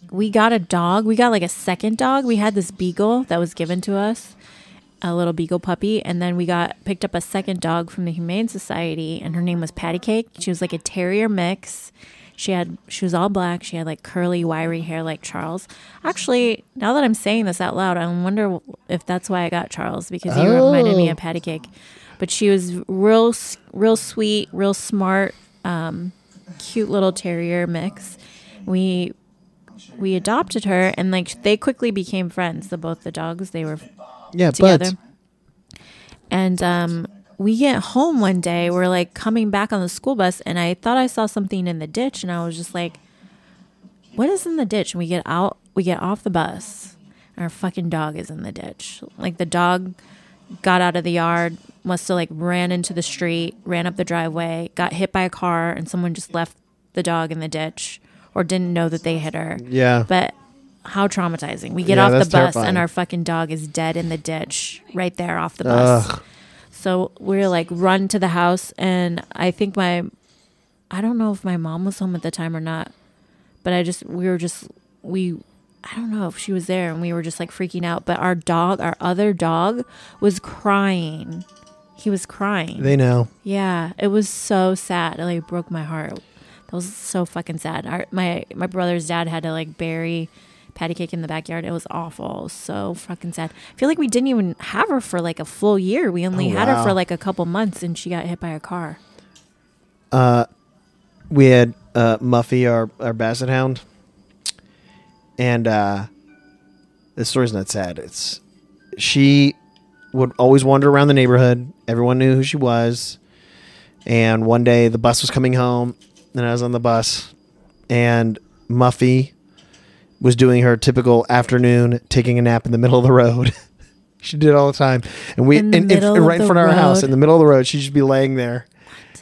Speaker 1: We got a dog. We got like a second dog. We had this beagle that was given to us a little beagle puppy and then we got picked up a second dog from the humane society and her name was patty cake she was like a terrier mix she had she was all black she had like curly wiry hair like charles actually now that i'm saying this out loud i wonder if that's why i got charles because he reminded me
Speaker 2: Oh.
Speaker 1: of patty cake but she was real s- real sweet real smart um, cute little terrier mix we we adopted her and like they quickly became friends the both the dogs they were
Speaker 2: Yeah,
Speaker 1: together.
Speaker 2: but
Speaker 1: And um, we get home one day. We're like coming back on the school bus, and I thought I saw something in the ditch, and I was just like, "What is in the ditch?" And we get out, we get off the bus, and our fucking dog is in the ditch. Like the dog got out of the yard, must have like ran into the street, ran up the driveway, got hit by a car, and someone just left the dog in the ditch, or didn't know that they hit her.
Speaker 2: yeah,
Speaker 1: But how traumatizing. We get
Speaker 2: Yeah,
Speaker 1: off the
Speaker 2: that's
Speaker 1: bus
Speaker 2: terrifying.
Speaker 1: and our fucking dog is dead in the ditch right there off the bus.
Speaker 2: Ugh.
Speaker 1: So we're like run to the house and I think my I don't know if my mom was home at the time or not, but I just we were just we I don't know if she was there and we were just like freaking out, but our dog, our other dog was crying. He was crying.
Speaker 2: they know.
Speaker 1: Yeah, it was so sad. It like broke my heart. That was so fucking sad. Our, my my brother's dad had to like bury patty cake in the backyard. It was awful. So fucking sad. I feel like we didn't even have her for like a full year. We only
Speaker 2: Oh,
Speaker 1: had her
Speaker 2: wow.
Speaker 1: for like a couple months, and she got hit by a car.
Speaker 2: we had uh, Muffy, our, our basset hound, and uh, this story's not sad. It's she would always wander around the neighborhood. Everyone knew who she was. And one day the bus was coming home, and I was on the bus, and Muffy was doing her typical afternoon taking a nap in the middle of the road. she did it all the time, and we
Speaker 1: In
Speaker 2: and,
Speaker 1: the
Speaker 2: and-
Speaker 1: middle of
Speaker 2: right in
Speaker 1: the
Speaker 2: front of our house
Speaker 1: road?
Speaker 2: in the middle of the road. She'd just be laying there,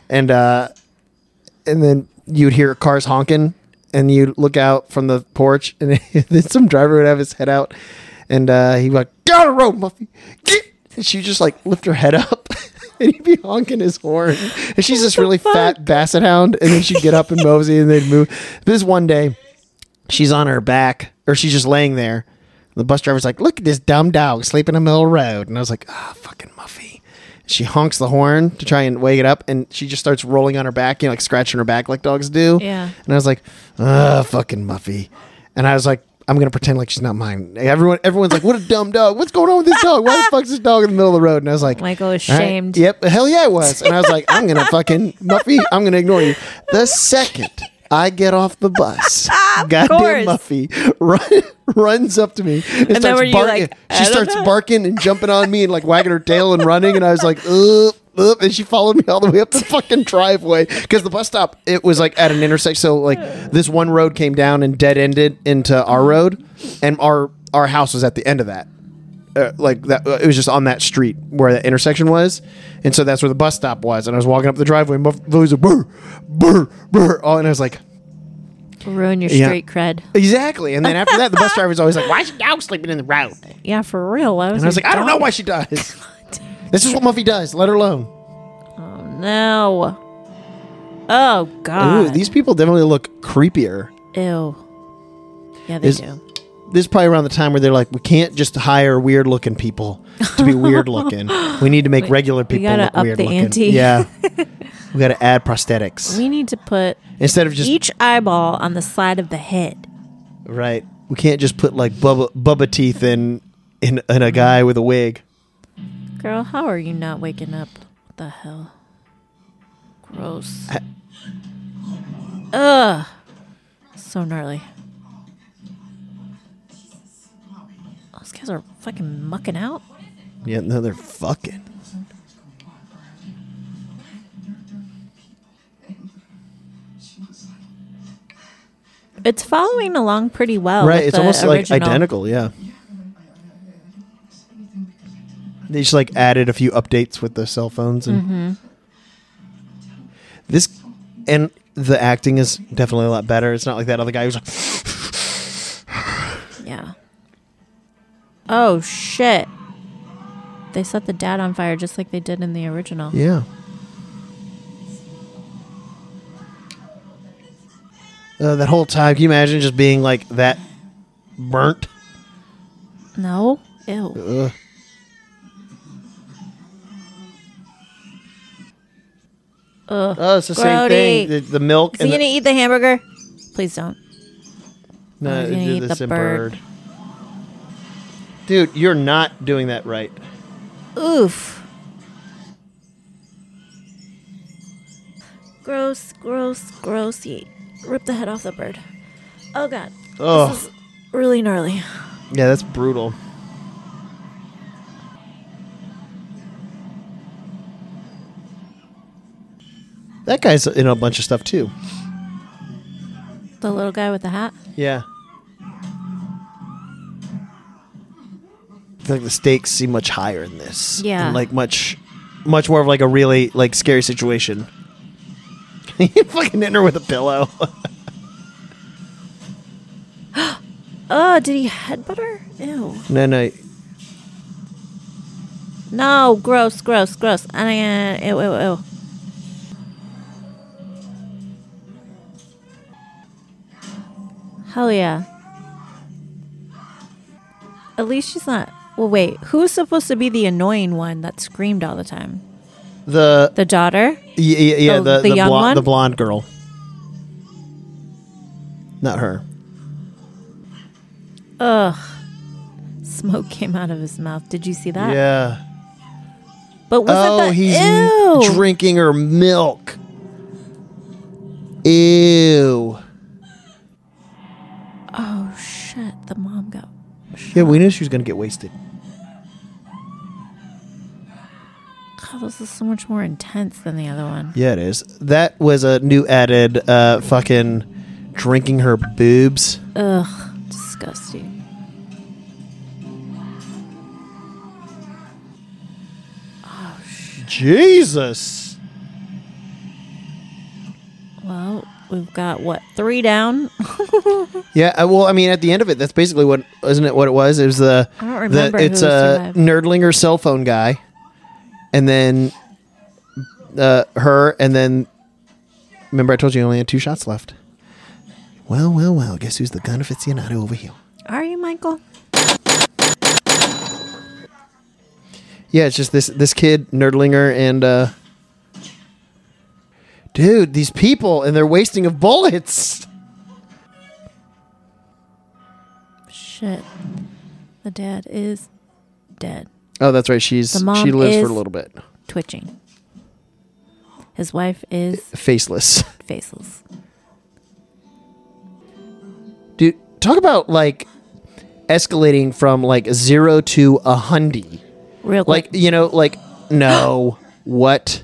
Speaker 2: and uh, and then you'd hear cars honking and you'd look out from the porch and then some driver would have his head out and uh, he'd be like, get out of the road, Muffy. Get! And she'd just like lift her head up and he'd be honking his horn. And she's this really fat basset hound and then she'd get up and mosey and they'd move. This one day, she's on her back or she's just laying there. The bus driver's like, look at this dumb dog sleeping in the middle of the road. And I was like, ah, fucking Muffy. She honks the horn to try and wake it up, and she just starts rolling on her back, you know, like scratching her back like dogs do.
Speaker 1: Yeah.
Speaker 2: And I was like, ah, fucking Muffy. And I was like, I'm gonna pretend like she's not mine. Everyone, everyone's like, "What a dumb dog! What's going on with this dog? Why the fuck's this dog in the middle of the road?" And I was like,
Speaker 1: Michael is
Speaker 2: "All right,
Speaker 1: shamed.
Speaker 2: Yep, hell yeah, I was. And I was like, "I'm gonna fucking Muffy. I'm gonna ignore you." The second I get off the bus, goddamn
Speaker 1: course.
Speaker 2: Muffy run, runs up to me and,
Speaker 1: then
Speaker 2: starts
Speaker 1: were you
Speaker 2: barking.
Speaker 1: like, "I
Speaker 2: she
Speaker 1: don't
Speaker 2: starts
Speaker 1: know."
Speaker 2: barking and jumping on me and like wagging her tail and running. And I was like, "Up, up!" And she followed me all the way up the fucking driveway because the bus stop it was like at an intersection. So like this one road came down and dead ended into our road, and our our house was at the end of that. Uh, like that, uh, it was just on that street where the intersection was, and so that's where the bus stop was. And I was walking up the driveway, and Muff- Muffy was like, "Brr, brr, brr," oh, and I was like,
Speaker 1: Ruin your
Speaker 2: Yeah.
Speaker 1: street cred.
Speaker 2: Exactly. And then after that, the bus driver's always like, "Why is your dog sleeping in the road?" And
Speaker 1: Yeah, for real. Why was
Speaker 2: I was like, "I don't know why she does. This is what Muffy does. Let her alone."
Speaker 1: No. Oh God.
Speaker 2: Ooh, these people definitely look creepier.
Speaker 1: Ew. Yeah, they
Speaker 2: Is-
Speaker 1: do.
Speaker 2: This is probably around the time where they're like, "We can't just hire weird-looking people to be weird-looking. we need to make regular people
Speaker 1: gotta
Speaker 2: look
Speaker 1: up the
Speaker 2: weird-looking."
Speaker 1: ante.
Speaker 2: Yeah, we got to add prosthetics
Speaker 1: We need to put
Speaker 2: instead of just
Speaker 1: each eyeball on the side of the head.
Speaker 2: right. We can't just put like bubba bubba teeth in in, in a guy with a wig.
Speaker 1: Girl, how are you not waking up? What the hell? Gross. Ugh. So gnarly. Those guys are fucking mucking out.
Speaker 2: Yeah, no, they're fucking.
Speaker 1: It's following along pretty well.
Speaker 2: right,
Speaker 1: Oh, with
Speaker 2: it's
Speaker 1: the
Speaker 2: almost
Speaker 1: original.
Speaker 2: like identical, yeah. They just like added a few updates with the cell phones and
Speaker 1: Mm-hmm.
Speaker 2: this, and the acting is definitely a lot better. It's not like that other guy who's like,
Speaker 1: Yeah. Oh shit. They set the dad on fire just like they did in the original.
Speaker 2: yeah. Uh, that whole time, can you imagine just being like that burnt?
Speaker 1: No. Ew.
Speaker 2: Ugh.
Speaker 1: Ugh.
Speaker 2: Oh, it's the same thing. The,
Speaker 1: Grody.
Speaker 2: the milk
Speaker 1: Is he
Speaker 2: and the,
Speaker 1: gonna eat the hamburger? Please don't.
Speaker 2: no,
Speaker 1: he's gonna
Speaker 2: do
Speaker 1: eat
Speaker 2: this
Speaker 1: the
Speaker 2: in
Speaker 1: bird.
Speaker 2: Dude, you're not doing that right.
Speaker 1: Oof. Gross, gross, gross. He ripped the head off the bird. Oh god.
Speaker 2: Ugh.
Speaker 1: This is really gnarly.
Speaker 2: Yeah, that's brutal. That guy's in a bunch of stuff too.
Speaker 1: The little guy with the hat.
Speaker 2: Yeah. I feel like the stakes seem much higher in this.
Speaker 1: Yeah.
Speaker 2: And like much much more of like a really like scary situation. you fucking hit her with a pillow.
Speaker 1: Oh, did he headbutt her? Ew.
Speaker 2: no, no.
Speaker 1: No, gross, gross, gross. And I, uh, ew, ew, ew. Hell yeah. At least she's not. Well, wait. Who's supposed to be the annoying one that screamed all the time?
Speaker 2: The
Speaker 1: The daughter?
Speaker 2: Yeah, yeah, yeah
Speaker 1: Oh,
Speaker 2: the,
Speaker 1: the
Speaker 2: the,
Speaker 1: young
Speaker 2: blonde,
Speaker 1: one?
Speaker 2: the blonde girl. Not her.
Speaker 1: Ugh. Smoke came out of his mouth. Did you see that?
Speaker 2: yeah.
Speaker 1: But wasn't
Speaker 2: Oh,
Speaker 1: that
Speaker 2: he's
Speaker 1: ew?
Speaker 2: drinking her milk. Ew.
Speaker 1: oh shit! The mom got.
Speaker 2: Yeah, we knew she was gonna get wasted.
Speaker 1: God, this is so much more intense than the other one.
Speaker 2: Yeah, it is. That was a new added uh, fucking drinking her boobs.
Speaker 1: Ugh, disgusting.
Speaker 2: Jesus.
Speaker 1: Well, we've got what three down.
Speaker 2: Yeah, uh, well, I mean, at the end of it, that's basically what isn't it? What it was? It was the
Speaker 1: I don't
Speaker 2: the-
Speaker 1: remember
Speaker 2: it's
Speaker 1: who
Speaker 2: a
Speaker 1: survived.
Speaker 2: nerdlinger cell phone guy, and then uh, her, and then remember I told you I only had two shots left. Well, well, well. Guess who's the gun aficionado over here?
Speaker 1: Are you Michael?
Speaker 2: Yeah, it's just this this kid nerdlinger and uh, dude, these people and their wasting of bullets.
Speaker 1: Shit, the dad is dead,
Speaker 2: Oh, that's right. She's
Speaker 1: The mom
Speaker 2: she lives for
Speaker 1: is-
Speaker 2: a little bit.
Speaker 1: twitching. His wife is
Speaker 2: Faceless.
Speaker 1: faceless.
Speaker 2: dude talk about like escalating from like zero to a hundy
Speaker 1: Real
Speaker 2: like
Speaker 1: quick,
Speaker 2: you know like no what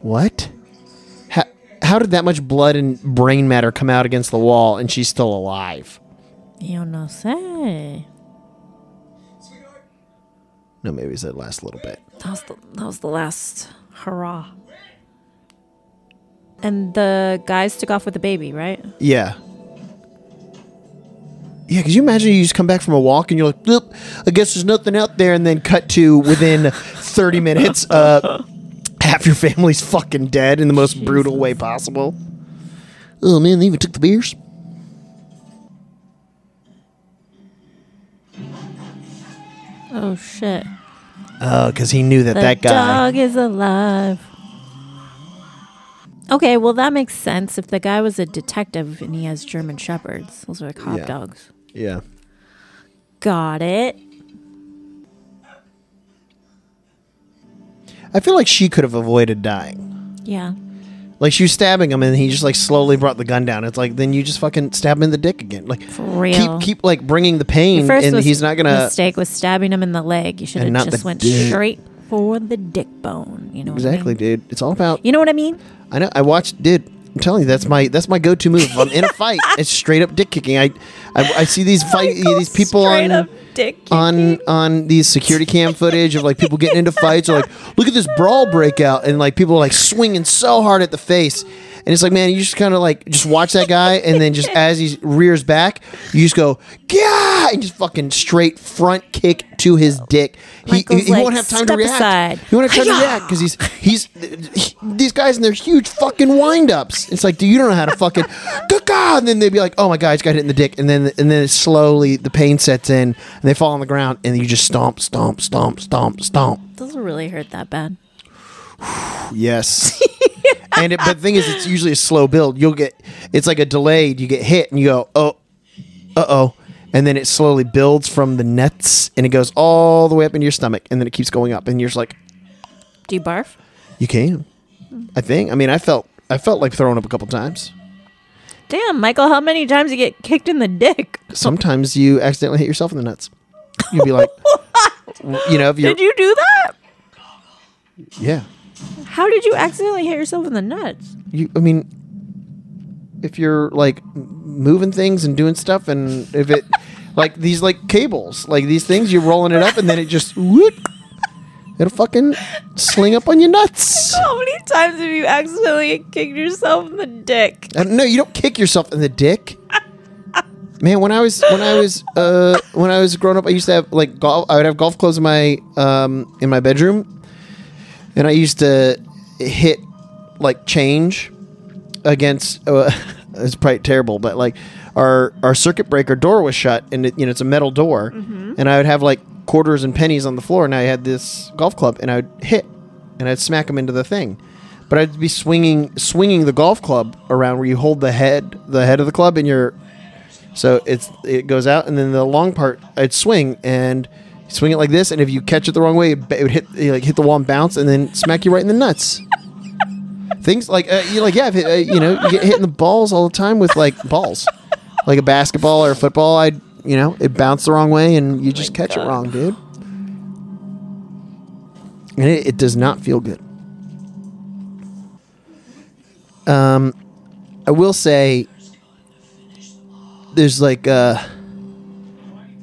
Speaker 2: what how, how did that much blood and brain matter come out against the wall and she's still alive
Speaker 1: you no say.
Speaker 2: no maybe it's that last little bit
Speaker 1: That was the, that was the last hurrah. And the guys took off with the baby, right?
Speaker 2: yeah yeah, because you imagine you just come back from a walk and you're like, "Nope, I guess there's nothing out there, and then cut to within 30 minutes, uh, half your family's fucking dead in the most brutal way possible. Oh man, they even took the beers.
Speaker 1: Oh shit!
Speaker 2: Oh, because he knew that
Speaker 1: The
Speaker 2: that guy.
Speaker 1: dog is alive. Okay, well that makes sense. If the guy was a detective and he has German shepherds, those are like hot
Speaker 2: Yeah.
Speaker 1: dogs.
Speaker 2: Yeah.
Speaker 1: Got it.
Speaker 2: I feel like she could have avoided dying.
Speaker 1: Yeah.
Speaker 2: Like she was stabbing him, and he just like slowly brought the gun down. It's like then you just fucking stab him in the dick again. Like
Speaker 1: For real.
Speaker 2: keep keep like bringing the pain, and
Speaker 1: was-
Speaker 2: he's not gonna.
Speaker 1: mistake was stabbing him in the leg. You should
Speaker 2: And not
Speaker 1: have just
Speaker 2: the
Speaker 1: went
Speaker 2: dick.
Speaker 1: straight for the dick bone. You know what I mean?
Speaker 2: Exactly, dude. It's all about.
Speaker 1: You know what I mean?
Speaker 2: I know. I watched, dude. I'm telling you, that's my that's my go to move. If I'm in a fight, it's straight up dick kicking. I I, I see these fight
Speaker 1: Michael,
Speaker 2: these people
Speaker 1: Oh straight
Speaker 2: on
Speaker 1: up dick
Speaker 2: on on these security cam footage of like people getting into fights or like look at this brawl breakout and like people are like swinging so hard at the face. And it's like, man, you just kind of like just watch that guy, and then just as he rears back, you just go, yeah, and just fucking straight front kick to his dick. He, he,
Speaker 1: Michael's
Speaker 2: he
Speaker 1: like,
Speaker 2: won't have time to
Speaker 1: "Step
Speaker 2: react.
Speaker 1: aside."
Speaker 2: He won't have time to
Speaker 1: Hi-yah!
Speaker 2: react because he's he's he- these guys and their huge fucking wind ups. It's like, dude, you don't know how to fucking Gah! and then they'd be like, oh my god, I just got hit in the dick, and then and then slowly the pain sets in, and they fall on the ground, and you just stomp, stomp, stomp, stomp, stomp.
Speaker 1: Doesn't really hurt that bad.
Speaker 2: Yes. and it, but the thing is, it's usually a slow build. You'll get it's like a delayed. You get hit and you go, oh, uh oh, and then it slowly builds from the nuts and it goes all the way up into your stomach, and then it keeps going up, and you're just like,
Speaker 1: Do you barf?
Speaker 2: you can. I think. I mean, I felt I felt like throwing up a couple times.
Speaker 1: Damn, Michael, how many times you get kicked in the dick?
Speaker 2: Sometimes you accidentally hit yourself in the nuts. You'd be like, you know, if you're,
Speaker 1: Did you do that?
Speaker 2: yeah,
Speaker 1: How did you accidentally hit yourself in the nuts?
Speaker 2: you. I mean, if you're like m- moving things and doing stuff, and if it like these like cables, like these things, you're rolling it up, and then it just whoop, it'll fucking sling up on your nuts.
Speaker 1: How many times have you accidentally kicked yourself in the dick?
Speaker 2: I don't know. Uh, You don't kick yourself in the dick. Man, when I was when I was uh, when I was growing up, I used to have like golf. I would have golf clubs in my um, in my bedroom, and I used to hit like change against. Uh, it's probably terrible, but like our our circuit breaker door was shut, and it, you know it's a metal door, and I would have like quarters and pennies on the floor, and I had this golf club, and I would hit, and I'd smack them into the thing, but I'd be swinging swinging the golf club around where you hold the head the head of the club in your so it's it goes out, and then the long part I'd swing and swing it like this, and if you catch it the wrong way, it, ba- it would hit it, like hit the wall and bounce, and then smack you right in the nuts. Things like uh, you like yeah, I've hit, uh, you know, you get hit in the balls all the time with like balls, like a basketball or a football. I would you know it bounced the wrong way, and you just catch it wrong, dude. And it, it does not feel good. Um, Um, I will say there's like uh,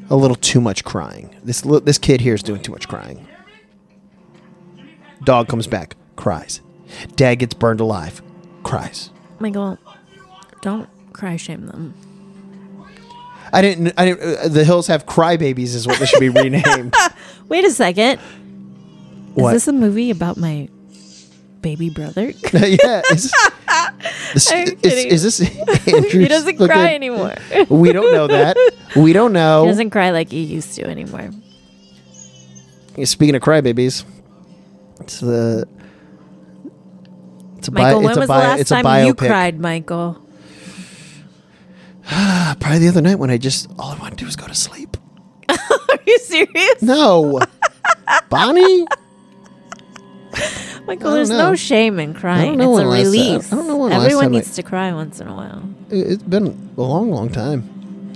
Speaker 2: a little too much crying. This li- this kid here is doing too much crying. Dog comes back, cries. Dad gets burned alive, cries.
Speaker 1: Michael, don't cry shame them.
Speaker 2: I didn't. I didn't. uh, the hills have crybabies is what they should be renamed.
Speaker 1: Wait a second. Is
Speaker 2: what?
Speaker 1: this a movie about my baby brother?
Speaker 2: yeah. Is this,
Speaker 1: I'm
Speaker 2: is,
Speaker 1: kidding.
Speaker 2: is this Andrew?
Speaker 1: he doesn't cry anymore. he
Speaker 2: We don't know that. We don't know.
Speaker 1: doesn't cry like he used to anymore.
Speaker 2: Speaking of crybabies, it's the. It's a
Speaker 1: Michael,
Speaker 2: bio,
Speaker 1: when
Speaker 2: it's a
Speaker 1: was
Speaker 2: bio,
Speaker 1: the last
Speaker 2: it's a
Speaker 1: time you
Speaker 2: biopic.
Speaker 1: cried, Michael?
Speaker 2: Uh, Probably the other night when I just all I wanted to do was go to sleep.
Speaker 1: Are you serious?
Speaker 2: No, Bonnie.
Speaker 1: Michael,
Speaker 2: I don't
Speaker 1: there's
Speaker 2: know.
Speaker 1: no shame in crying.
Speaker 2: know
Speaker 1: It's
Speaker 2: when
Speaker 1: a
Speaker 2: last time-
Speaker 1: release.
Speaker 2: I don't know when last
Speaker 1: Everyone
Speaker 2: time I-
Speaker 1: needs to cry once in a while.
Speaker 2: It- It's been a long, long time.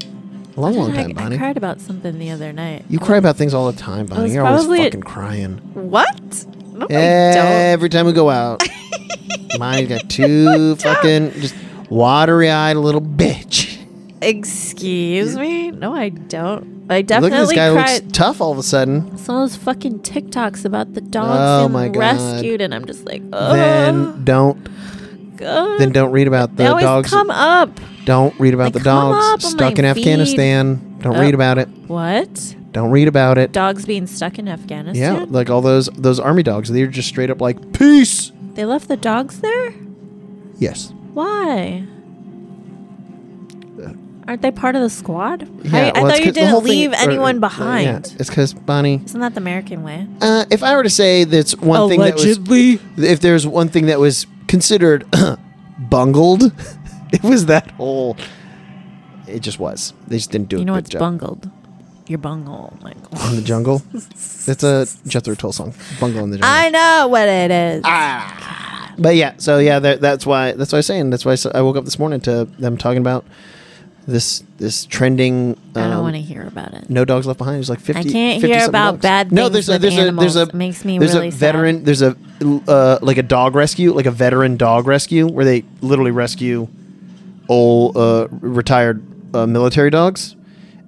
Speaker 2: A long, long
Speaker 1: I,
Speaker 2: time,
Speaker 1: I
Speaker 2: Bonnie.
Speaker 1: cried about something the other night.
Speaker 2: You cry about things all the time, Bonnie.
Speaker 1: was
Speaker 2: You're always
Speaker 1: probably-
Speaker 2: fucking crying.
Speaker 1: What? No, I
Speaker 2: Every time we go out, Bonnie's got two fucking just watery-eyed little bitch.
Speaker 1: don't. Excuse me? No, I don't. I
Speaker 2: Look at this
Speaker 1: definitely
Speaker 2: guy
Speaker 1: cried.
Speaker 2: looks tough all of a sudden.
Speaker 1: Some of those fucking TikToks about the dogs
Speaker 2: Oh
Speaker 1: being
Speaker 2: my God.
Speaker 1: rescued, and I'm just like, oh,
Speaker 2: Then don't
Speaker 1: God.
Speaker 2: then don't read about
Speaker 1: they
Speaker 2: the
Speaker 1: always
Speaker 2: dogs.
Speaker 1: come up.
Speaker 2: Don't read about
Speaker 1: They
Speaker 2: the
Speaker 1: come up
Speaker 2: dogs
Speaker 1: on
Speaker 2: stuck
Speaker 1: my
Speaker 2: in
Speaker 1: feed.
Speaker 2: Afghanistan. Don't
Speaker 1: Oh.
Speaker 2: read about it.
Speaker 1: What?
Speaker 2: Don't read about it.
Speaker 1: Dogs being stuck in Afghanistan?
Speaker 2: Yeah, like all those those army dogs. They're just straight up like peace.
Speaker 1: They left the dogs there?
Speaker 2: Yes.
Speaker 1: Why? Aren't they part of the squad? I,
Speaker 2: Uh, Yeah,
Speaker 1: I
Speaker 2: well, it's
Speaker 1: thought you
Speaker 2: 'cause the whole
Speaker 1: didn't
Speaker 2: thing-
Speaker 1: leave
Speaker 2: or-
Speaker 1: anyone
Speaker 2: or-
Speaker 1: behind.
Speaker 2: yeah, it's because Bonnie.
Speaker 1: Isn't that the American way?
Speaker 2: Uh, if I were to say that's one
Speaker 1: Oh,
Speaker 2: thing that was, if there's one thing that was considered bungled, it was that whole. It just was. They just didn't do
Speaker 1: You
Speaker 2: a
Speaker 1: know
Speaker 2: good
Speaker 1: what's
Speaker 2: job.
Speaker 1: bungled? Your bungle,
Speaker 2: in
Speaker 1: Michael.
Speaker 2: the jungle. Mm. That's a Jethro Tull song. Bungle in the jungle.
Speaker 1: I know what it is.
Speaker 2: Ah. But yeah, so yeah, that, that's why that's what I was saying. That's why I s- I woke up this morning to them talking about this this trending.
Speaker 1: I don't
Speaker 2: um,
Speaker 1: want to hear about it.
Speaker 2: No dogs left behind. There's like fifty.
Speaker 1: I can't
Speaker 2: 50
Speaker 1: hear
Speaker 2: something
Speaker 1: about
Speaker 2: dogs.
Speaker 1: bad
Speaker 2: No,
Speaker 1: things
Speaker 2: there's a,
Speaker 1: with
Speaker 2: there's a there's a
Speaker 1: animals. It makes me
Speaker 2: there's
Speaker 1: really
Speaker 2: a
Speaker 1: sad.
Speaker 2: veteran. There's a uh, like a dog rescue, like a veteran dog rescue, where they literally rescue old uh, retired uh, military dogs,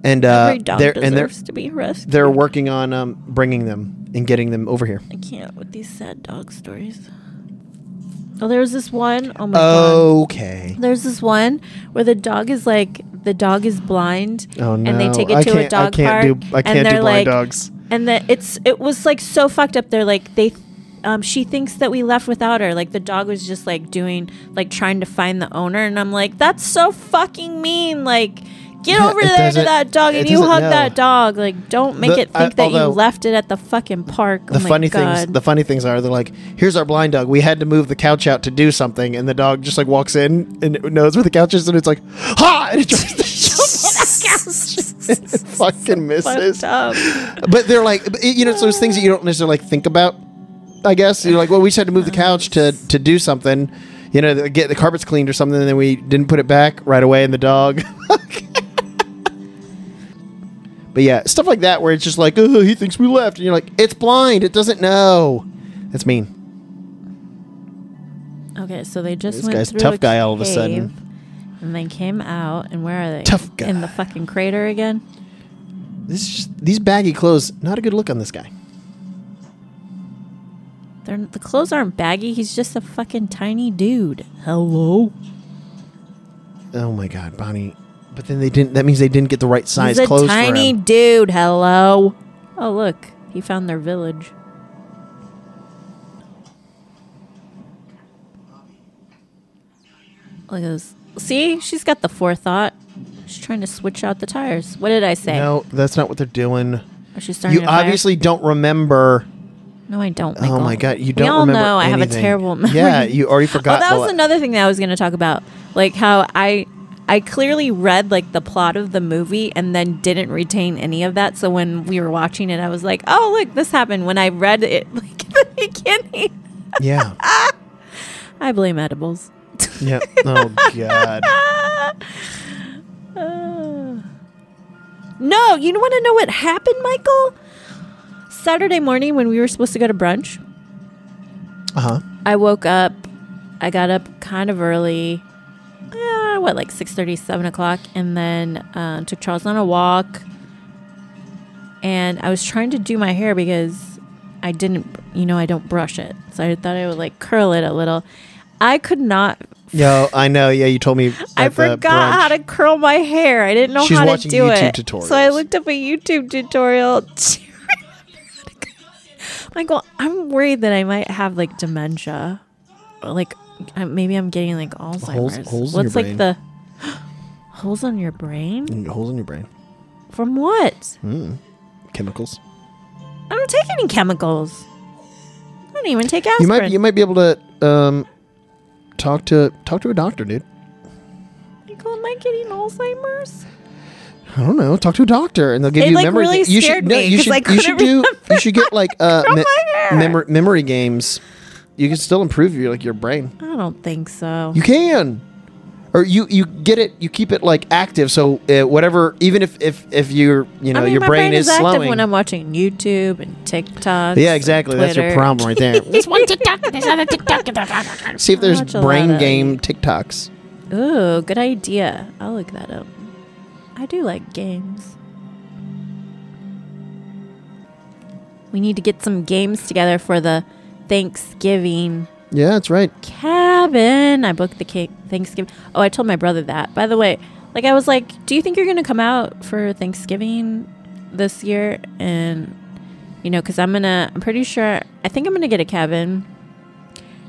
Speaker 2: and uh,
Speaker 1: Every dog
Speaker 2: they're
Speaker 1: deserves
Speaker 2: and they're
Speaker 1: to be rescued.
Speaker 2: they're working on um, bringing them and getting them over here.
Speaker 1: I can't with these sad dog stories. Oh, there was this one. Oh my god.
Speaker 2: Okay.
Speaker 1: There's this one where the dog is like the dog is blind,
Speaker 2: Oh no!
Speaker 1: and they take it
Speaker 2: I
Speaker 1: to
Speaker 2: can't,
Speaker 1: a dog
Speaker 2: I can't
Speaker 1: park,
Speaker 2: do I can't
Speaker 1: and
Speaker 2: do
Speaker 1: they're
Speaker 2: blind
Speaker 1: like,
Speaker 2: dogs.
Speaker 1: and that it's it was like so fucked up. They're like they, um, she thinks that we left without her. Like the dog was just like doing like trying to find the owner, and I'm like, that's so fucking mean. Like. Get
Speaker 2: Yeah,
Speaker 1: over
Speaker 2: it
Speaker 1: there to
Speaker 2: doesn't-
Speaker 1: that dog
Speaker 2: it
Speaker 1: and you
Speaker 2: doesn't
Speaker 1: hug
Speaker 2: know.
Speaker 1: that dog. Like, don't make
Speaker 2: The-
Speaker 1: it think
Speaker 2: I-
Speaker 1: that
Speaker 2: although-
Speaker 1: you left it at the fucking park.
Speaker 2: the
Speaker 1: oh my
Speaker 2: funny
Speaker 1: God.
Speaker 2: things the funny things are they're like here's our blind dog we had to move the couch out to do something and the dog just like walks in and it knows where the couch is and it's like ha and it tries to jump on the couch and fucking misses
Speaker 1: fucked up.
Speaker 2: but they're like but it- you know it's those things that you don't necessarily like think about i guess you're like well we just had to move the couch to to do something you know to get the carpets cleaned or something and then we didn't put it back right away and the dog but yeah stuff like that where it's just like oh he thinks we left and you're like it's blind it doesn't know that's mean
Speaker 1: Okay, so they just
Speaker 2: This
Speaker 1: went
Speaker 2: guy's a
Speaker 1: through
Speaker 2: tough
Speaker 1: a
Speaker 2: guy all of a
Speaker 1: cave,
Speaker 2: sudden.
Speaker 1: and they came out, and where are they?
Speaker 2: Tough guy.
Speaker 1: in the fucking crater again.
Speaker 2: this is just, these baggy clothes not a good look on this guy
Speaker 1: They're, the clothes aren't baggy. He's just a fucking tiny dude. Hello,
Speaker 2: oh my god bonnie but then they didn't that means they didn't get the right size
Speaker 1: he's a
Speaker 2: clothes
Speaker 1: tiny
Speaker 2: for him
Speaker 1: dude. Hello. Oh look, he found their village. Look at this. See, she's got the forethought. She's trying to switch out the tires. What did I say?
Speaker 2: no that's not what they're doing
Speaker 1: Or she's starting
Speaker 2: you
Speaker 1: a fire?
Speaker 2: obviously don't remember
Speaker 1: No, I don't.
Speaker 2: Oh
Speaker 1: Michael.
Speaker 2: my god, you
Speaker 1: We
Speaker 2: don't
Speaker 1: all
Speaker 2: remember.
Speaker 1: know I have a
Speaker 2: anything.
Speaker 1: terrible memory.
Speaker 2: Yeah, you already
Speaker 1: Oh,
Speaker 2: forgot.
Speaker 1: that
Speaker 2: the
Speaker 1: was
Speaker 2: la-
Speaker 1: another thing that I was going to talk about, like how I I clearly read like the plot of the movie and then didn't retain any of that. So when we were watching it, I was like, "Oh, look, this happened." When I read it, like at the beginning,
Speaker 2: Yeah.
Speaker 1: I blame edibles.
Speaker 2: Yeah. Oh god.
Speaker 1: No, you want to know what happened, Michael? Saturday morning when we were supposed to go to brunch,
Speaker 2: Uh huh.
Speaker 1: I woke up. I got up kind of early, uh, what like 6.30, 7 o'clock, and then uh, took Charles on a walk. And I was trying to do my hair because I didn't, you know, I don't brush it, so I thought I would like curl it a little. I could not.
Speaker 2: Yo, I know. Yeah, you told me.
Speaker 1: I
Speaker 2: at the
Speaker 1: forgot
Speaker 2: brunch.
Speaker 1: how to curl my hair. I didn't know
Speaker 2: She's
Speaker 1: how to
Speaker 2: watching
Speaker 1: do
Speaker 2: YouTube
Speaker 1: it. So I
Speaker 2: tutorials.
Speaker 1: looked up a YouTube tutorial. to remember how to curl. Michael, I'm worried that I might have like dementia, Or, like I- maybe I'm getting like Alzheimer's.
Speaker 2: holes in your
Speaker 1: What's like
Speaker 2: brain.
Speaker 1: the holes on your brain
Speaker 2: Mm, Holes in your brain.
Speaker 1: from what?
Speaker 2: Hmm. Chemicals.
Speaker 1: I don't take any chemicals. I don't even take aspirin.
Speaker 2: You might. You might be able to um, talk to talk to a doctor, dude.
Speaker 1: Michael, am I getting Alzheimer's?
Speaker 2: I don't know. Talk to a doctor, and they'll give
Speaker 1: It,
Speaker 2: you
Speaker 1: like,
Speaker 2: memory.
Speaker 1: really
Speaker 2: ga- you
Speaker 1: scared
Speaker 2: should, no,
Speaker 1: me,
Speaker 2: you
Speaker 1: 'cause
Speaker 2: should,
Speaker 1: I
Speaker 2: you
Speaker 1: couldn't
Speaker 2: should do. You should get like uh,
Speaker 1: Curl
Speaker 2: me-
Speaker 1: my hair.
Speaker 2: memory memory games. You can still improve your like your brain.
Speaker 1: I don't think so.
Speaker 2: You can, or you you get it. You keep it like active. So uh, whatever, even if if if you're you know
Speaker 1: I mean,
Speaker 2: your
Speaker 1: my
Speaker 2: brain, is,
Speaker 1: active
Speaker 2: slowing.
Speaker 1: when I'm watching YouTube and TikTok.
Speaker 2: yeah, exactly. That's your problem right there.
Speaker 4: There's one TikTok. There's another TikTok.
Speaker 2: See if there's
Speaker 1: watch a
Speaker 2: brain
Speaker 1: lot of-
Speaker 2: game TikToks.
Speaker 1: Ooh, good idea. I'll look that up. I do like games. We need to get some games together for the Thanksgiving
Speaker 2: Yeah, that's right.
Speaker 1: cabin. I booked the cake Thanksgiving. Oh, I told my brother that. By the way, like I was like, "Do you think you're going to come out for Thanksgiving this year?" And you know, cuz I'm going to I'm pretty sure I think I'm going to get a cabin.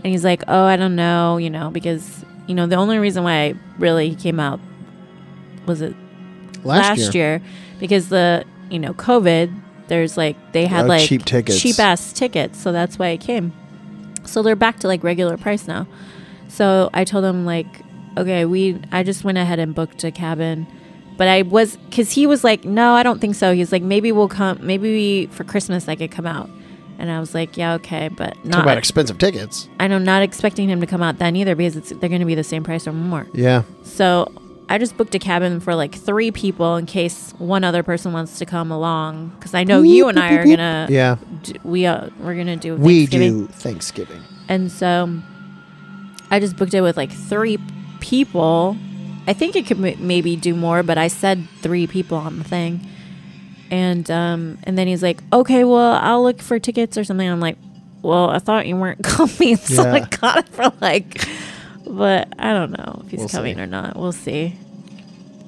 Speaker 1: And he's like, "Oh, I don't know, you know, because you know, the only reason why I really came out was it
Speaker 2: Last, year.
Speaker 1: because the you know covid there's like they had
Speaker 2: Oh,
Speaker 1: like
Speaker 2: cheap tickets.
Speaker 1: cheap ass tickets so that's why it came so they're back to like regular price now so i told him like okay we i just went ahead and booked a cabin but i was because he was like no i don't think so he's like maybe we'll come maybe we, for christmas i could come out And I was like, yeah, okay, but
Speaker 2: Talk
Speaker 1: not.
Speaker 2: about expensive tickets.
Speaker 1: I know, not expecting him to come out then either because it's, they're going to be the same price or more.
Speaker 2: Yeah.
Speaker 1: So I just booked a cabin for like three people in case one other person wants to come along because I know you and I are gonna.
Speaker 2: Yeah.
Speaker 1: d- we uh, we're gonna do.
Speaker 5: We
Speaker 1: Thanksgiving.
Speaker 5: do Thanksgiving.
Speaker 1: And so I just booked it with like three people. I think it could m- maybe do more, but I said three people on the thing. And um, and then he's like, okay, well, I'll look for tickets or something. I'm like, well, I thought you weren't coming, so I
Speaker 2: Yeah.
Speaker 1: got it for like. But I don't know if he's
Speaker 2: We'll
Speaker 1: coming
Speaker 2: see.
Speaker 1: or not. We'll see.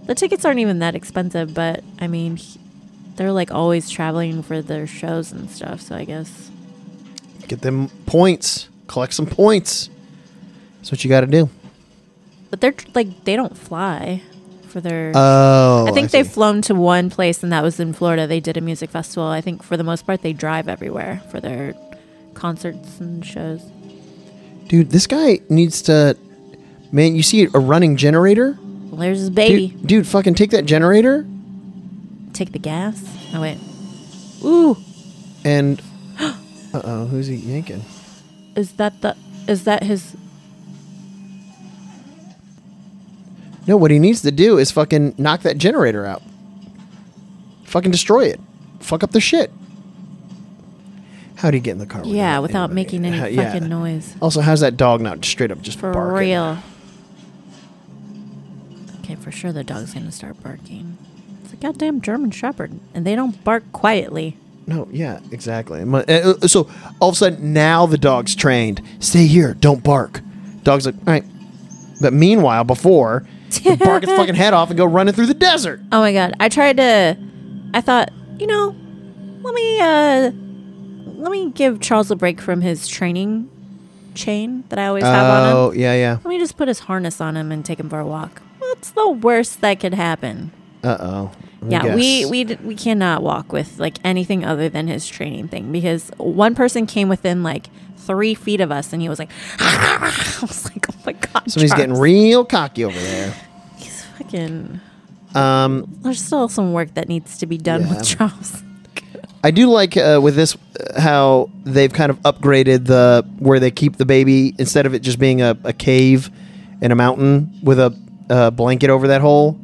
Speaker 1: The tickets aren't even that expensive, but I mean, he- they're like always traveling for their shows and stuff. So I guess
Speaker 2: Get them points. Collect some points. That's what you got to do.
Speaker 1: But they're tr- like they don't fly for their.
Speaker 2: Oh.
Speaker 1: I think they've
Speaker 2: see.
Speaker 1: flown to one place, and that was in Florida. They did a music festival. I think for the most part, they drive everywhere for their concerts and shows.
Speaker 2: Dude, this guy needs to. Man, you see a running generator?
Speaker 1: Well, there's his
Speaker 2: Dude-
Speaker 1: baby.
Speaker 2: Dude, fucking take that generator
Speaker 1: Take the gas. Oh wait. Ooh,
Speaker 2: and. Uh oh, who's he yanking?
Speaker 1: is that the? Is that his?
Speaker 2: No, what he needs to do is fucking knock that generator out. Fucking destroy it. Fuck up the shit. How'd he get in the car?
Speaker 1: Yeah, without making any
Speaker 2: How-
Speaker 1: fucking
Speaker 2: yeah.
Speaker 1: noise.
Speaker 2: Also, how's that dog not straight up just
Speaker 1: For
Speaker 2: barking?
Speaker 1: real. Okay, for sure the dog's gonna start barking. It's a goddamn German Shepherd, and they don't bark quietly.
Speaker 2: No, yeah, exactly. Mu- uh, uh, So all of a sudden, now the dog's trained. Stay here, don't bark. Dog's like, all right. But meanwhile, before, it'd bark its fucking head off and go running through the desert.
Speaker 1: Oh my god. I tried to I thought, you know, let me uh let me give Charles a break from his training chain that I always have on him.
Speaker 2: Oh, yeah, yeah.
Speaker 1: Let me just put his harness on him and take him for a walk. What's the worst that could happen?
Speaker 2: Uh oh.
Speaker 1: yeah, we we d- we cannot walk with like anything other than his training thing because one person came within like three feet of us and he was like, I was like, oh my god,
Speaker 2: Somebody's
Speaker 1: Charles."
Speaker 2: getting real cocky over there.
Speaker 1: He's fucking.
Speaker 2: Um,
Speaker 1: There's still some work that needs to be done
Speaker 2: Yeah.
Speaker 1: with Charles.
Speaker 2: I do like uh, with this uh, how they've kind of upgraded the where they keep the baby instead of it just being a, a cave in a mountain with a, uh blanket over that hole.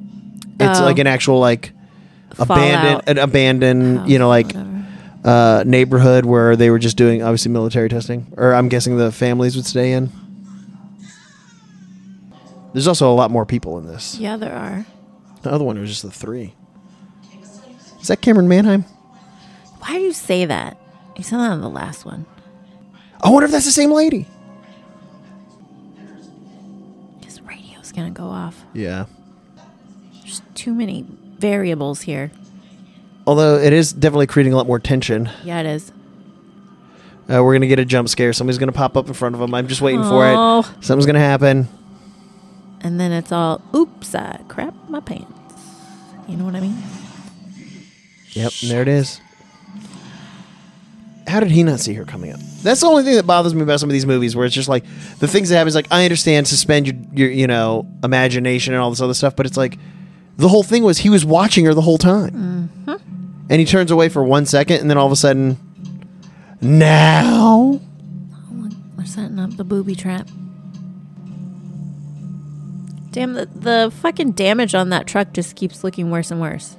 Speaker 2: It's
Speaker 1: Oh.
Speaker 2: like an actual like abandoned
Speaker 1: Fallout. Oh,
Speaker 2: an abandoned you know like uh, neighborhood where they were just doing obviously military testing or I'm guessing the families would stay in. There's also a lot more people in this.
Speaker 1: Yeah, there are.
Speaker 2: The other one was just the three. Is that Cameron Manheim?
Speaker 1: Why do you say that? You said that on the last one.
Speaker 2: I wonder if that's the same lady.
Speaker 1: His radio's gonna go off.
Speaker 2: Yeah.
Speaker 1: There's too many variables here.
Speaker 2: Although it is definitely creating a lot more tension.
Speaker 1: Yeah, it is.
Speaker 2: Uh, we're gonna get a jump scare. Somebody's gonna pop up in front of him. I'm just waiting for
Speaker 1: Oh.
Speaker 2: it. Something's gonna happen.
Speaker 1: And then it's all, oops, I crap my pants. You know what I mean?
Speaker 2: Yep, and there it is. How did he not see her coming up? That's the only thing that bothers me about some of these movies, where it's just like the things that happen is like I understand suspend your, your you know imagination and all this other stuff, but it's like the whole thing was he was watching her the whole time, and he turns away for one second, and then all of a sudden, now
Speaker 1: Look, They're setting up the booby trap. Damn, the, the fucking damage on that truck just keeps looking worse and worse.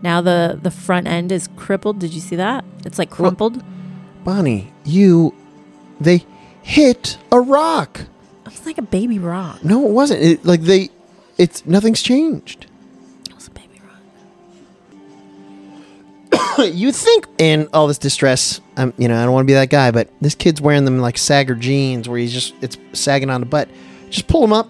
Speaker 1: Now the, the front end is crippled. Did you see that? It's like crumpled.
Speaker 2: Bonnie, you. They hit a rock.
Speaker 1: It's like a baby rock.
Speaker 2: No, it wasn't. It, like, they. It's. Nothing's changed.
Speaker 1: It was a baby rock.
Speaker 2: you think in all this distress, um, you know, I don't want to be that guy, but this kid's wearing them like sagger jeans where he's just. It's sagging on the butt. Just pull them up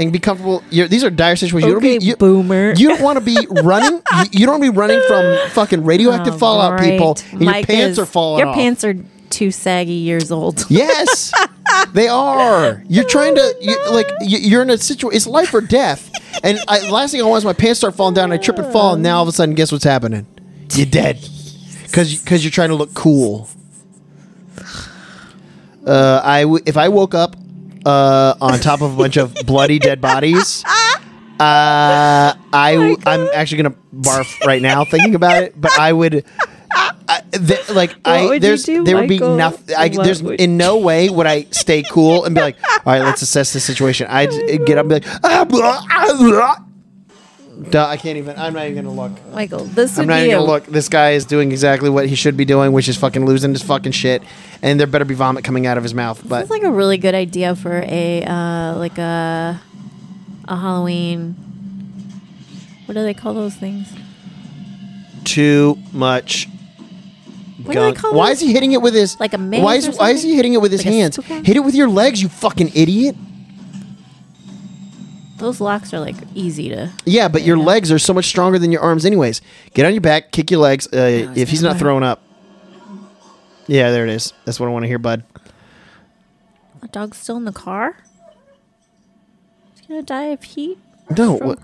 Speaker 2: and be comfortable. You're, these are dire situations. you
Speaker 1: Okay,
Speaker 2: don't be, you,
Speaker 1: boomer.
Speaker 2: You don't want to be running. you, you don't want to be running from fucking radioactive
Speaker 1: Oh,
Speaker 2: fallout
Speaker 1: great.
Speaker 2: people. And your
Speaker 1: Mike
Speaker 2: pants
Speaker 1: is-
Speaker 2: are falling
Speaker 1: Your
Speaker 2: off.
Speaker 1: pants are too saggy years old.
Speaker 2: Yes, they are. You're trying to you, like you, you're in a situation. It's life or death. And I, last thing I want is my pants start falling down. I trip and fall, and now all of a sudden, guess what's happening? You're dead because because you're trying to look cool. Uh, I w- if I woke up uh, on top of a bunch of bloody dead bodies. Uh, I I'm actually gonna barf right now thinking about it, but I would. I, th- like I
Speaker 1: would
Speaker 2: there's
Speaker 1: you do,
Speaker 2: there would be
Speaker 1: Michael?
Speaker 2: nothing. I,
Speaker 1: What
Speaker 2: there's
Speaker 1: would-
Speaker 2: in no way would I stay cool and be like, all right, let's assess the situation. I'd
Speaker 1: Oh
Speaker 2: get up and be like, ah, blah, ah, blah." Duh, I can't even. I'm not even gonna look.
Speaker 1: Michael, this
Speaker 2: I'm
Speaker 1: would
Speaker 2: not
Speaker 1: be
Speaker 2: even
Speaker 1: a-
Speaker 2: gonna look. This guy is doing exactly what he should be doing, which is fucking losing his fucking shit, and there better be vomit coming out of his mouth. But
Speaker 1: That's like a really good idea for a uh, like a a Halloween. What do they call those things?
Speaker 2: too much.
Speaker 1: do they
Speaker 2: gunk.
Speaker 1: call
Speaker 2: Why
Speaker 1: those?
Speaker 2: is he hitting it with his?
Speaker 1: Like a mace
Speaker 2: Why is
Speaker 1: or
Speaker 2: Why is he
Speaker 1: something?
Speaker 2: hitting it with his
Speaker 1: Like a
Speaker 2: hands?
Speaker 1: suka?
Speaker 2: Hit it with your legs, you fucking idiot.
Speaker 1: Those locks are like easy to.
Speaker 2: Yeah, but your legs are so much stronger than your arms, anyways. Get on your back, kick your legs. Uh,
Speaker 1: it's
Speaker 2: if he's
Speaker 1: not
Speaker 2: not
Speaker 1: bad.
Speaker 2: throwing up. Yeah, there it is. That's what I want to hear, bud.
Speaker 1: The dog's still in the car. He's gonna die of heat.
Speaker 2: No,
Speaker 1: From-
Speaker 2: what-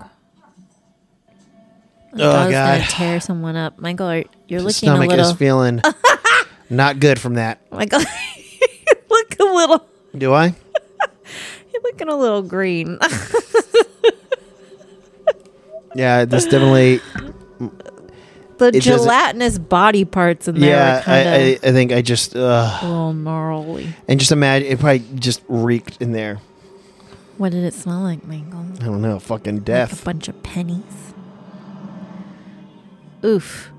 Speaker 1: The
Speaker 2: Oh,
Speaker 1: dog's
Speaker 2: God.
Speaker 1: gonna tear someone up. Michael, are, you're
Speaker 2: his
Speaker 1: looking a
Speaker 2: stomach is
Speaker 1: little.
Speaker 2: feeling not good from that.
Speaker 1: Michael, you look a little.
Speaker 2: Do I?
Speaker 1: You're looking a little green.
Speaker 2: Yeah, this definitely.
Speaker 1: the
Speaker 2: doesn't-
Speaker 1: gelatinous body parts in there
Speaker 2: yeah,
Speaker 1: are
Speaker 2: I,
Speaker 1: kind
Speaker 2: I,
Speaker 1: of
Speaker 2: I think I just uh,
Speaker 1: a little gnarly.
Speaker 2: and just imagine it probably just reeked in there.
Speaker 1: What did it smell like, Michael?
Speaker 2: I don't know, fucking
Speaker 1: Like a
Speaker 2: death.
Speaker 1: bunch of pennies. Oof.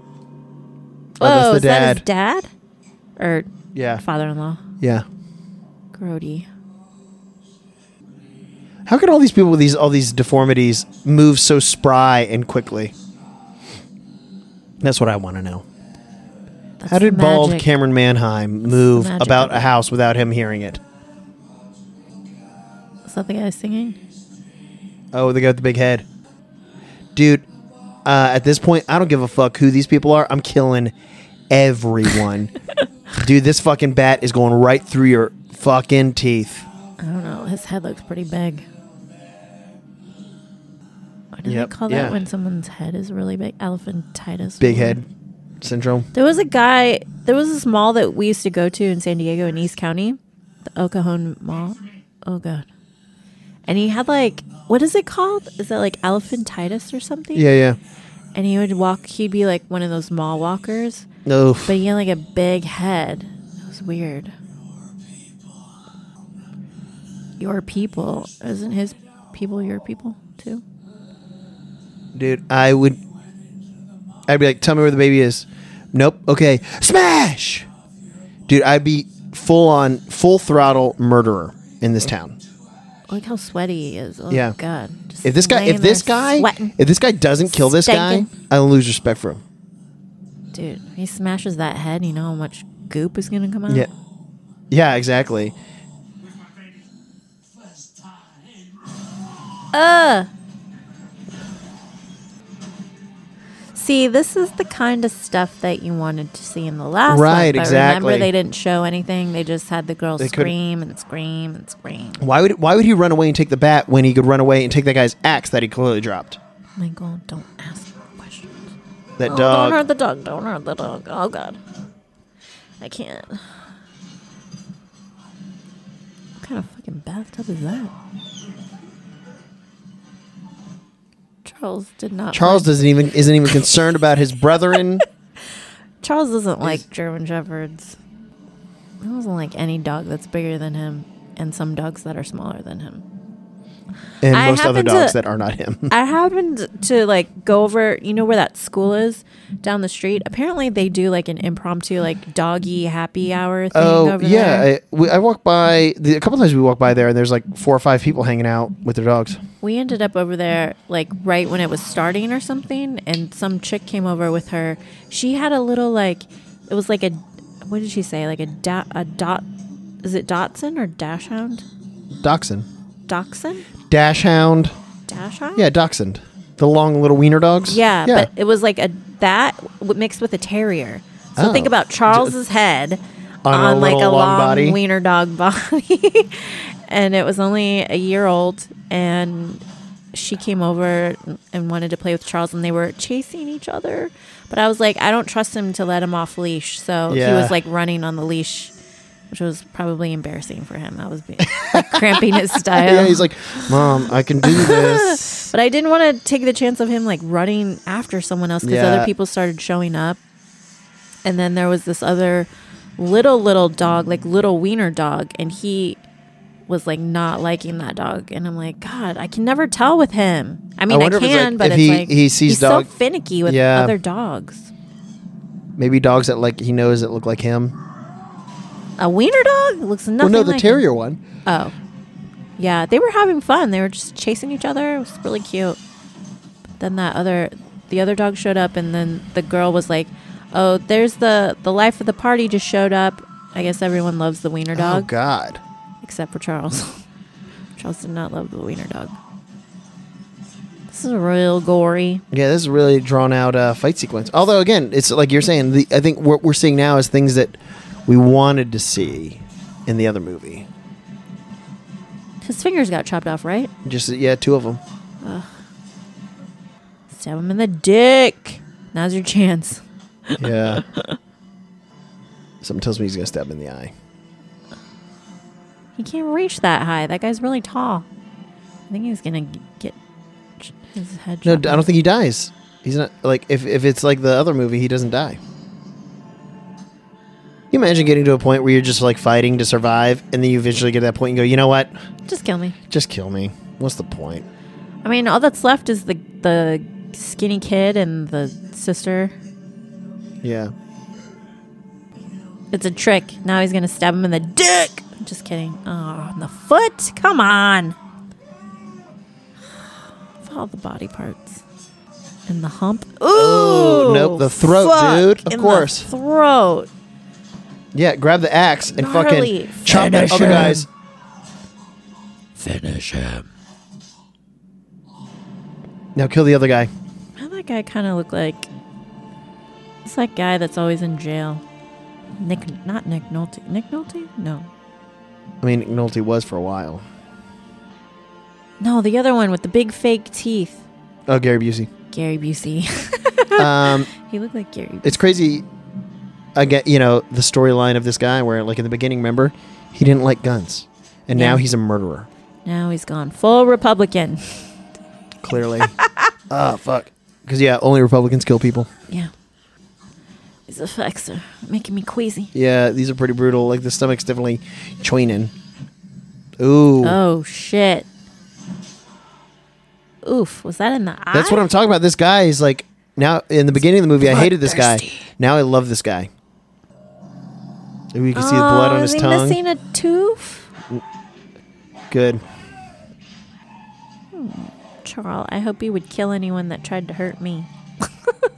Speaker 2: Oh, that's the
Speaker 1: is that his dad? Or
Speaker 2: Yeah,
Speaker 1: father-in-law?
Speaker 2: yeah.
Speaker 1: Grody.
Speaker 2: How could all these people with these all these deformities move so spry and quickly? That's what I want to know.
Speaker 1: That's
Speaker 2: How did
Speaker 1: the
Speaker 2: bald
Speaker 1: magic.
Speaker 2: Cameron Manheim move
Speaker 1: magic
Speaker 2: about
Speaker 1: of
Speaker 2: a
Speaker 1: it.
Speaker 2: house without him hearing it?
Speaker 1: Is that the guy singing?
Speaker 2: Oh, the guy with the big head. Dude, uh, at this point, I don't give a fuck who these people are. I'm killing everyone. Dude, this fucking bat is going right through your fucking teeth.
Speaker 1: I don't know. His head looks pretty big. What do
Speaker 2: Yep,
Speaker 1: they call
Speaker 2: yeah.
Speaker 1: that when someone's head is really big? Elephantitis.
Speaker 2: Big head syndrome.
Speaker 1: There was a guy. There was this mall that we used to go to in San Diego in East County, the El Cajon Mall. Oh god! And he had like, what is it called? Is that like elephantitis or something?
Speaker 2: Yeah, yeah.
Speaker 1: And he would walk. He'd be like one of those mall walkers,
Speaker 2: No.
Speaker 1: but he had like a big head. It was weird. Your people isn't his people your people too?
Speaker 2: Dude, I would. I'd be like, tell me where the baby is. Nope. Okay. Smash! Dude, I'd be full on, full throttle murderer in this town.
Speaker 1: Look how sweaty he is. Oh
Speaker 2: Yeah.
Speaker 1: god! Just
Speaker 2: If this guy,
Speaker 1: laying
Speaker 2: if this
Speaker 1: there
Speaker 2: guy,
Speaker 1: sweating.
Speaker 2: if this guy doesn't kill this
Speaker 1: Stinking.
Speaker 2: guy, I lose respect for him.
Speaker 1: Dude, he smashes that head. You know how much goop is gonna come out.
Speaker 2: Yeah, yeah, exactly.
Speaker 1: Ugh. See, this is the kind of stuff that you wanted to see in the last one,
Speaker 2: Right,
Speaker 1: but
Speaker 2: exactly.
Speaker 1: Remember, they didn't show anything. They just had the girl
Speaker 2: They couldn't-
Speaker 1: scream and scream and scream.
Speaker 2: Why would why would he run away and take the bat when he could run away and take that guy's axe that he clearly dropped?
Speaker 1: Michael, don't ask questions.
Speaker 2: That
Speaker 1: Oh,
Speaker 2: dog.
Speaker 1: Don't hurt the dog. Don't hurt the dog. Oh god, I can't. What kind of fucking bathtub is that? Charles did not.
Speaker 2: Charles
Speaker 1: like-
Speaker 2: doesn't even isn't even concerned about his brethren.
Speaker 1: Charles doesn't like German shepherds. He doesn't like any dog that's bigger than him, and some dogs that are smaller than him.
Speaker 2: Hmm. And
Speaker 1: I
Speaker 2: most other
Speaker 1: happen to-
Speaker 2: dogs that are not him.
Speaker 1: I happened to like go over, you know where that school is down the street. Apparently, they do like an impromptu like doggy happy hour thing.
Speaker 2: Oh
Speaker 1: over
Speaker 2: yeah,
Speaker 1: there.
Speaker 2: I, we, I walked by the, a couple times. We walked by there, and there's like four or five people hanging out with their dogs.
Speaker 1: We ended up over there like right when it was starting or something, and some chick came over with her. She had a little like, it was like a, what did she say? Like a da- a dot, is it Dotson or Dashhound?
Speaker 2: Dachshund,
Speaker 1: Dachshund?
Speaker 2: dash hound,
Speaker 1: Dashhound?
Speaker 2: yeah, dachshund, the long little wiener dogs.
Speaker 1: Yeah, but it was like a that w- mixed with a terrier. So
Speaker 2: Oh.
Speaker 1: think about Charles's head
Speaker 2: On
Speaker 1: on,
Speaker 2: a
Speaker 1: like a
Speaker 2: little long
Speaker 1: long
Speaker 2: body.
Speaker 1: wiener dog body, and it was only a year old. And she came over and wanted to play with Charles, and they were chasing each other. But I was like, I don't trust him to let him off leash, so he
Speaker 2: Yeah.
Speaker 1: was like running on the leash. Which was probably embarrassing for him. I was being, like, cramping his style.
Speaker 2: yeah, he's like, mom, I can do this.
Speaker 1: But I didn't want to take the chance of him like running after someone else because
Speaker 2: Yeah.
Speaker 1: other people started showing up. and then there was this other little little dog, like little wiener dog, and he was like not liking that dog. And I'm like, God, I can never tell with him. I mean, I,
Speaker 2: wonder if it's,
Speaker 1: can,
Speaker 2: like,
Speaker 1: but
Speaker 2: if
Speaker 1: it's
Speaker 2: he-
Speaker 1: like
Speaker 2: he sees
Speaker 1: he's
Speaker 2: dog-
Speaker 1: so finicky with
Speaker 2: Yeah.
Speaker 1: other dogs.
Speaker 2: Maybe dogs that like he knows that look like him.
Speaker 1: A wiener dog looks
Speaker 2: Well,
Speaker 1: nothing.
Speaker 2: no, the
Speaker 1: like him.
Speaker 2: terrier one.
Speaker 1: Oh, yeah, they were having fun. They were just chasing each other. It was really cute. But then that other, the other dog showed up, and then the girl was like, "Oh, there's the the life of the party just showed up. I guess everyone loves the wiener
Speaker 2: Oh
Speaker 1: dog
Speaker 2: God.
Speaker 1: except for Charles. Charles did not love the wiener dog. This is real gory.
Speaker 2: Yeah, this is really drawn out uh, fight sequence. Although again, it's like you're saying. The, I think what we're seeing now is things that we wanted to see in the other movie.
Speaker 1: His fingers got chopped off, right?
Speaker 2: Just yeah, two of them.
Speaker 1: Stab him in the dick. Now's your chance.
Speaker 2: Yeah. Something tells me he's gonna stab him in the eye.
Speaker 1: He can't reach that high. That guy's really tall. I think he's gonna g- get ch- his head.
Speaker 2: No, I
Speaker 1: chopped
Speaker 2: don't think he dies. He's not like if if it's like the other movie, he doesn't die. You imagine getting to a point where you're just like fighting to survive, and then you eventually get to that point and go, you know what?
Speaker 1: off. Just kill me.
Speaker 2: Just kill me. What's the point?
Speaker 1: I mean, all that's left is the the skinny kid and the sister.
Speaker 2: Yeah.
Speaker 1: It's a trick. Now he's gonna stab him in the dick. Just kidding. Oh, in the foot. Come on. Of all the body parts. And the hump. Ooh.
Speaker 2: Oh, nope, the throat,
Speaker 1: fuck,
Speaker 2: dude. Of
Speaker 1: in the
Speaker 2: course.
Speaker 1: throat.
Speaker 2: Yeah, grab the axe and
Speaker 1: Gnarly.
Speaker 2: fucking chop that other guy's.
Speaker 5: Finish him.
Speaker 2: Now kill the other guy.
Speaker 1: How that guy kind of look like? It's that guy that's always in jail. Nick, not Nick Nolte. Nick Nolte? No,
Speaker 2: I mean, Nolte was for a while.
Speaker 1: no, the other one with the big fake teeth.
Speaker 2: Oh, Gary Busey.
Speaker 1: Gary Busey.
Speaker 2: Um,
Speaker 1: he looked like Gary.
Speaker 2: it's crazy. Again, you know the storyline of this guy, where like in the beginning, remember, he didn't like guns, and now
Speaker 1: Yeah.
Speaker 2: he's a murderer.
Speaker 1: Now he's gone full Republican.
Speaker 2: Clearly. oh fuck. Because yeah, only Republicans kill people.
Speaker 1: Yeah. These effects are making me queasy.
Speaker 2: Yeah, these are pretty brutal. Like the stomach's definitely choining. Ooh.
Speaker 1: Oh shit. Oof, was that in the eye?
Speaker 2: That's what I'm talking about. This guy is like now in the beginning of the movie, I hated this guy. Now I love this guy. Ooh, you can see the blood on
Speaker 1: Oh, is
Speaker 2: his
Speaker 1: he
Speaker 2: tongue.
Speaker 1: missing a tooth?
Speaker 2: Good.
Speaker 1: Charles, I hope he would kill anyone that tried to hurt me.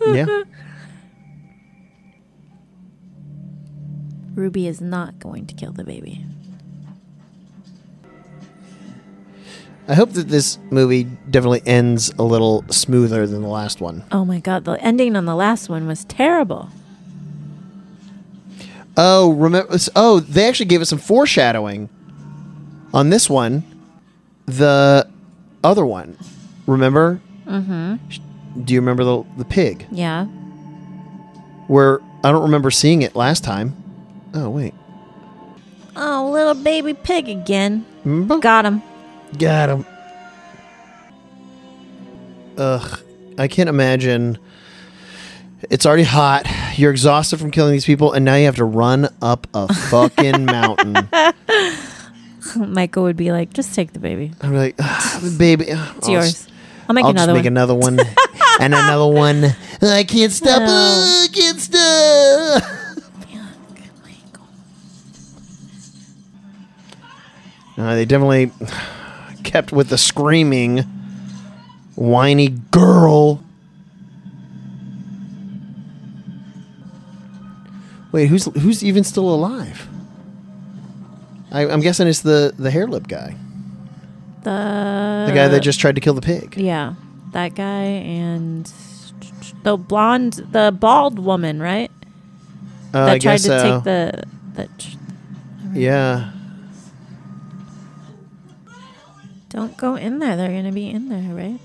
Speaker 2: Yeah.
Speaker 1: Ruby is not going to kill the baby.
Speaker 2: I hope that this movie definitely ends a little smoother than the last one.
Speaker 1: Oh my god, the ending on the last one was terrible.
Speaker 2: Oh, remember? Oh, they actually gave us some foreshadowing on this one. The other one, remember? Mm-hmm. Do you remember the the pig?
Speaker 1: Yeah.
Speaker 2: Where I don't remember seeing it last time. Oh wait,
Speaker 1: Oh, little baby pig again.
Speaker 2: Remember?
Speaker 1: Got him.
Speaker 2: Got him. Ugh, I can't imagine. It's already hot. You're exhausted from killing these people, and now you have to run up a fucking mountain.
Speaker 1: Michael would be like, just take the baby.
Speaker 2: I'm like, "Ah, baby,
Speaker 1: It's yours. I'll make
Speaker 2: I'll just
Speaker 1: another
Speaker 2: make
Speaker 1: one.
Speaker 2: another one and another one. I can't stop.
Speaker 1: No.
Speaker 2: I can't stop.
Speaker 1: Oh
Speaker 2: Uh, they definitely kept with the screaming, whiny girl. Wait, who's who's even still alive? I, I'm guessing it's the the hair lip guy,
Speaker 1: the
Speaker 2: the guy that just tried to kill the pig.
Speaker 1: Uh, yeah, that guy and the blonde, the bald woman, right?
Speaker 2: Uh,
Speaker 1: that
Speaker 2: I
Speaker 1: tried
Speaker 2: guess uh,
Speaker 1: to
Speaker 2: so.
Speaker 1: take the that. tr-
Speaker 2: yeah.
Speaker 1: Don't go in there. They're gonna be in there, right?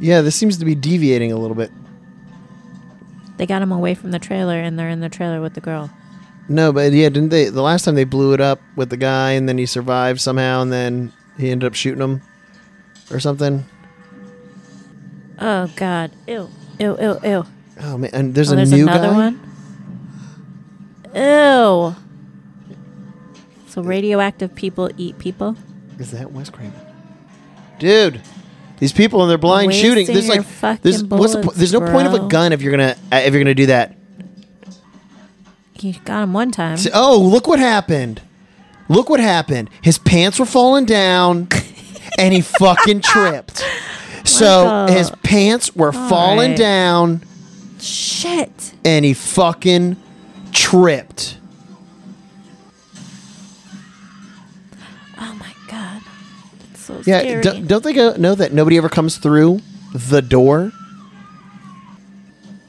Speaker 2: Yeah, this seems to be deviating a little bit.
Speaker 1: They got him away from the trailer, and they're in the trailer with the girl.
Speaker 2: No, but yeah, didn't they? The last time they blew it up with the guy, and then he survived somehow, and then he ended up shooting him or something.
Speaker 1: Oh God! Ew! Ew! Ew! Ew!
Speaker 2: Oh man, and there's
Speaker 1: Oh,
Speaker 2: a
Speaker 1: there's
Speaker 2: new
Speaker 1: another
Speaker 2: guy.
Speaker 1: one. Ew. So radioactive people eat people.
Speaker 2: Is that Wes Craven? Dude, these people and they're blind
Speaker 1: Wasting
Speaker 2: shooting. There's
Speaker 1: your
Speaker 2: like, there's
Speaker 1: fucking
Speaker 2: what's the po-
Speaker 1: bullets,
Speaker 2: there's no point of a
Speaker 1: bro.
Speaker 2: gun if you're gonna uh, if you're gonna do that.
Speaker 1: You got him one time.
Speaker 2: S- Oh, look what happened! Look what happened! His pants were falling down, and he fucking tripped. So
Speaker 1: Michael.
Speaker 2: his pants were falling
Speaker 1: right.
Speaker 2: down,
Speaker 1: Shit.
Speaker 2: and he fucking tripped.
Speaker 1: Oh my god. It's so
Speaker 2: Yeah,
Speaker 1: scary.
Speaker 2: d- don't they go, know that nobody ever comes through the door?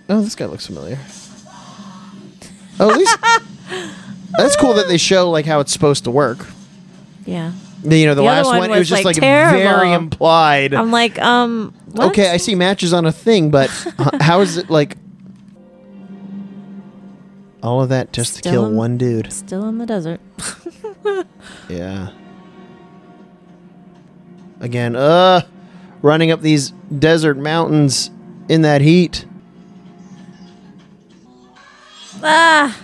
Speaker 2: Oh, this guy looks familiar. Oh, at least that's cool that they show like how it's supposed to work.
Speaker 1: yeah.
Speaker 2: The- You know, the,
Speaker 1: The other
Speaker 2: last
Speaker 1: one
Speaker 2: one, it was
Speaker 1: was,
Speaker 2: just
Speaker 1: like,
Speaker 2: like,
Speaker 1: terrible.
Speaker 2: very implied.
Speaker 1: I'm like, um. What?
Speaker 2: Okay, I see matches on a thing, but h- how is it like? All of that just
Speaker 1: Still
Speaker 2: to kill
Speaker 1: in-
Speaker 2: one dude.
Speaker 1: Still in the desert.
Speaker 2: Yeah. Again, uh running up these desert mountains in that heat.
Speaker 1: ah.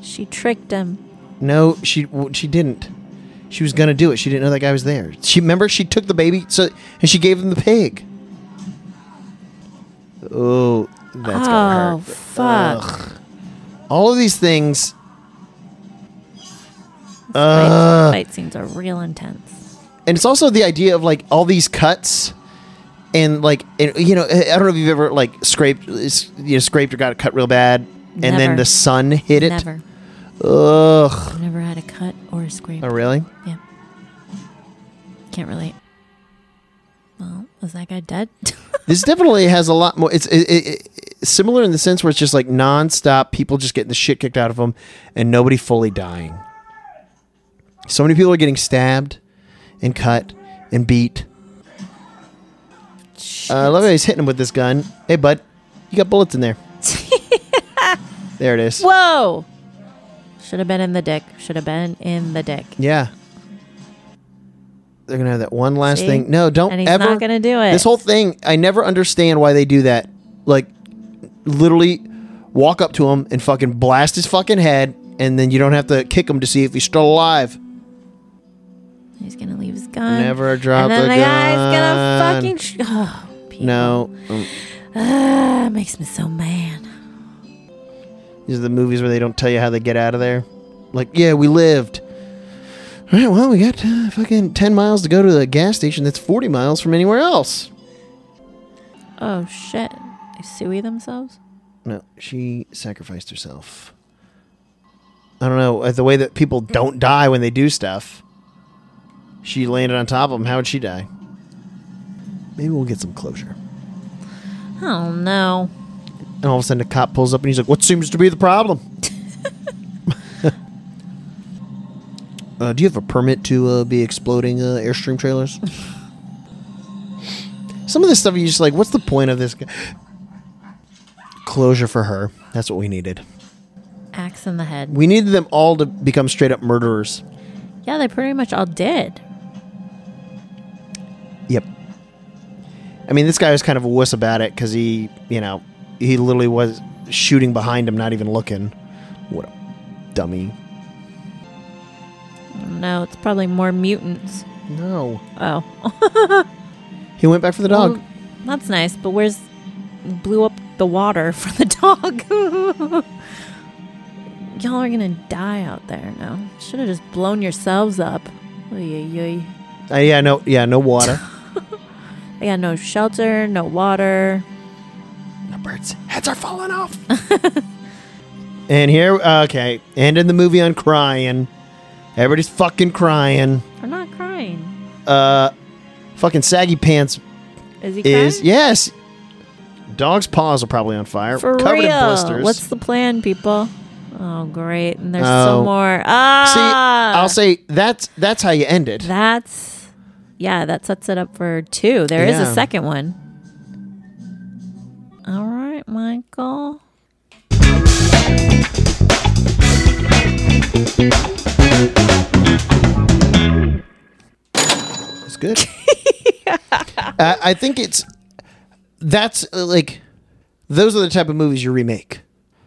Speaker 1: She tricked him.
Speaker 2: No, she w- she didn't. She was gonna do it. She didn't know that guy was there. She remember she took the baby so and she gave him the pig. Oh, that's gonna
Speaker 1: oh
Speaker 2: hurt.
Speaker 1: fuck.
Speaker 2: All of these things.
Speaker 1: Fight,
Speaker 2: Ugh.
Speaker 1: fight scenes are real intense.
Speaker 2: and it's also the idea of like all these cuts and like and, you know i I don't know if you've ever like scraped s- you know scraped or got it cut real bad and
Speaker 1: Never.
Speaker 2: then the sun hit it
Speaker 1: Never.
Speaker 2: ugh
Speaker 1: Never had a cut or a scrape.
Speaker 2: oh really
Speaker 1: Yeah. Can't relate. Well, is that guy dead?
Speaker 2: this definitely has a lot more it's it, it, it- similar in the sense where it's just like nonstop people just getting the shit kicked out of them and nobody fully dying so many people are getting stabbed and cut and beat uh, I love how he's hitting him with this gun hey bud you got bullets in there there it is
Speaker 1: Whoa! Should have been in the dick. Should have been in the dick.
Speaker 2: Yeah. They're gonna have that one last
Speaker 1: See?
Speaker 2: thing. No, don't
Speaker 1: And he's
Speaker 2: ever.
Speaker 1: not gonna do it.
Speaker 2: This whole thing, I never understand why they do that. Like, literally, walk up to him and fucking blast his fucking head, and then you don't have to kick him to see if he's still alive.
Speaker 1: He's gonna leave his gun.
Speaker 2: Never drop
Speaker 1: And then
Speaker 2: the
Speaker 1: the guy's
Speaker 2: gun.
Speaker 1: gonna fucking. Sh- oh, people.
Speaker 2: No, Mm.
Speaker 1: Ah, makes me so mad.
Speaker 2: these are the movies where they don't tell you how they get out of there. Like, yeah, we lived. All right, well, we got uh, fucking ten miles to go to the gas station. That's forty miles from anywhere else.
Speaker 1: Oh shit! They suey themselves.
Speaker 2: No, she sacrificed herself. I don't know uh, the way that people don't die when they do stuff. She landed on top of him. How would she die? Maybe we'll get some closure.
Speaker 1: Oh no!
Speaker 2: And all of a sudden, a cop pulls up and he's like, "What seems to be the problem?" uh, do you have a permit to uh, be exploding uh, airstream trailers? some of this stuff, you just like, what's the point of this? Guy? Closure for her. That's what we needed.
Speaker 1: Axe in the head.
Speaker 2: We needed them all to become straight up murderers.
Speaker 1: Yeah, they pretty much all did.
Speaker 2: Yep. I mean, this guy was kind of a wuss about it because he, you know, he literally was shooting behind him, not even looking. What a dummy.
Speaker 1: No, it's probably more mutants.
Speaker 2: No.
Speaker 1: Oh,
Speaker 2: He went back for the dog.
Speaker 1: Well, that's nice. But where's blew up the water for the dog? Y'all are gonna die out there now. Should have just blown yourselves up. Oy, oy, oy.
Speaker 2: Uh, yeah, no, yeah, no water.
Speaker 1: They got no shelter, no water.
Speaker 2: the birds' heads are falling off. and here, okay, ending the movie on crying. Everybody's fucking crying.
Speaker 1: We're not crying.
Speaker 2: Uh, fucking saggy pants
Speaker 1: Is he crying?
Speaker 2: is yes. Dog's paws are probably on fire,
Speaker 1: For
Speaker 2: covered
Speaker 1: real.
Speaker 2: in blisters.
Speaker 1: What's the plan, people? Oh, great. And there's
Speaker 2: Oh.
Speaker 1: some more.
Speaker 2: See,
Speaker 1: Ah!
Speaker 2: I'll say that's that's how you end it.
Speaker 1: That's. Yeah, that sets it up for two. There is
Speaker 2: Yeah.
Speaker 1: a second one. All right, Michael.
Speaker 2: It's good. I, I think it's that's uh, like those are the type of movies you remake.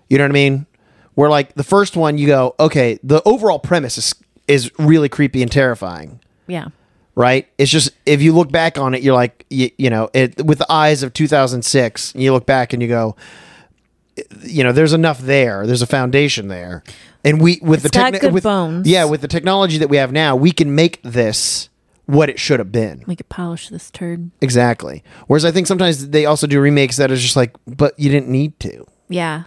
Speaker 2: You know what I mean? Where like the first one, you go, okay, the overall premise is is really creepy and terrifying,
Speaker 6: Yeah.
Speaker 2: right? It's just if you look back on it, you're like, you, you know, it with the eyes of 2006, you look back and you go, you know, there's enough there. There's a foundation there, and we with the
Speaker 1: got good
Speaker 2: with
Speaker 1: bones.
Speaker 2: yeah, with the technology that we have now, we can make this what it should have been.
Speaker 6: We could polish this turd.
Speaker 2: Exactly. Whereas I think sometimes they also do remakes that are just like, but you didn't need to.
Speaker 1: Yeah.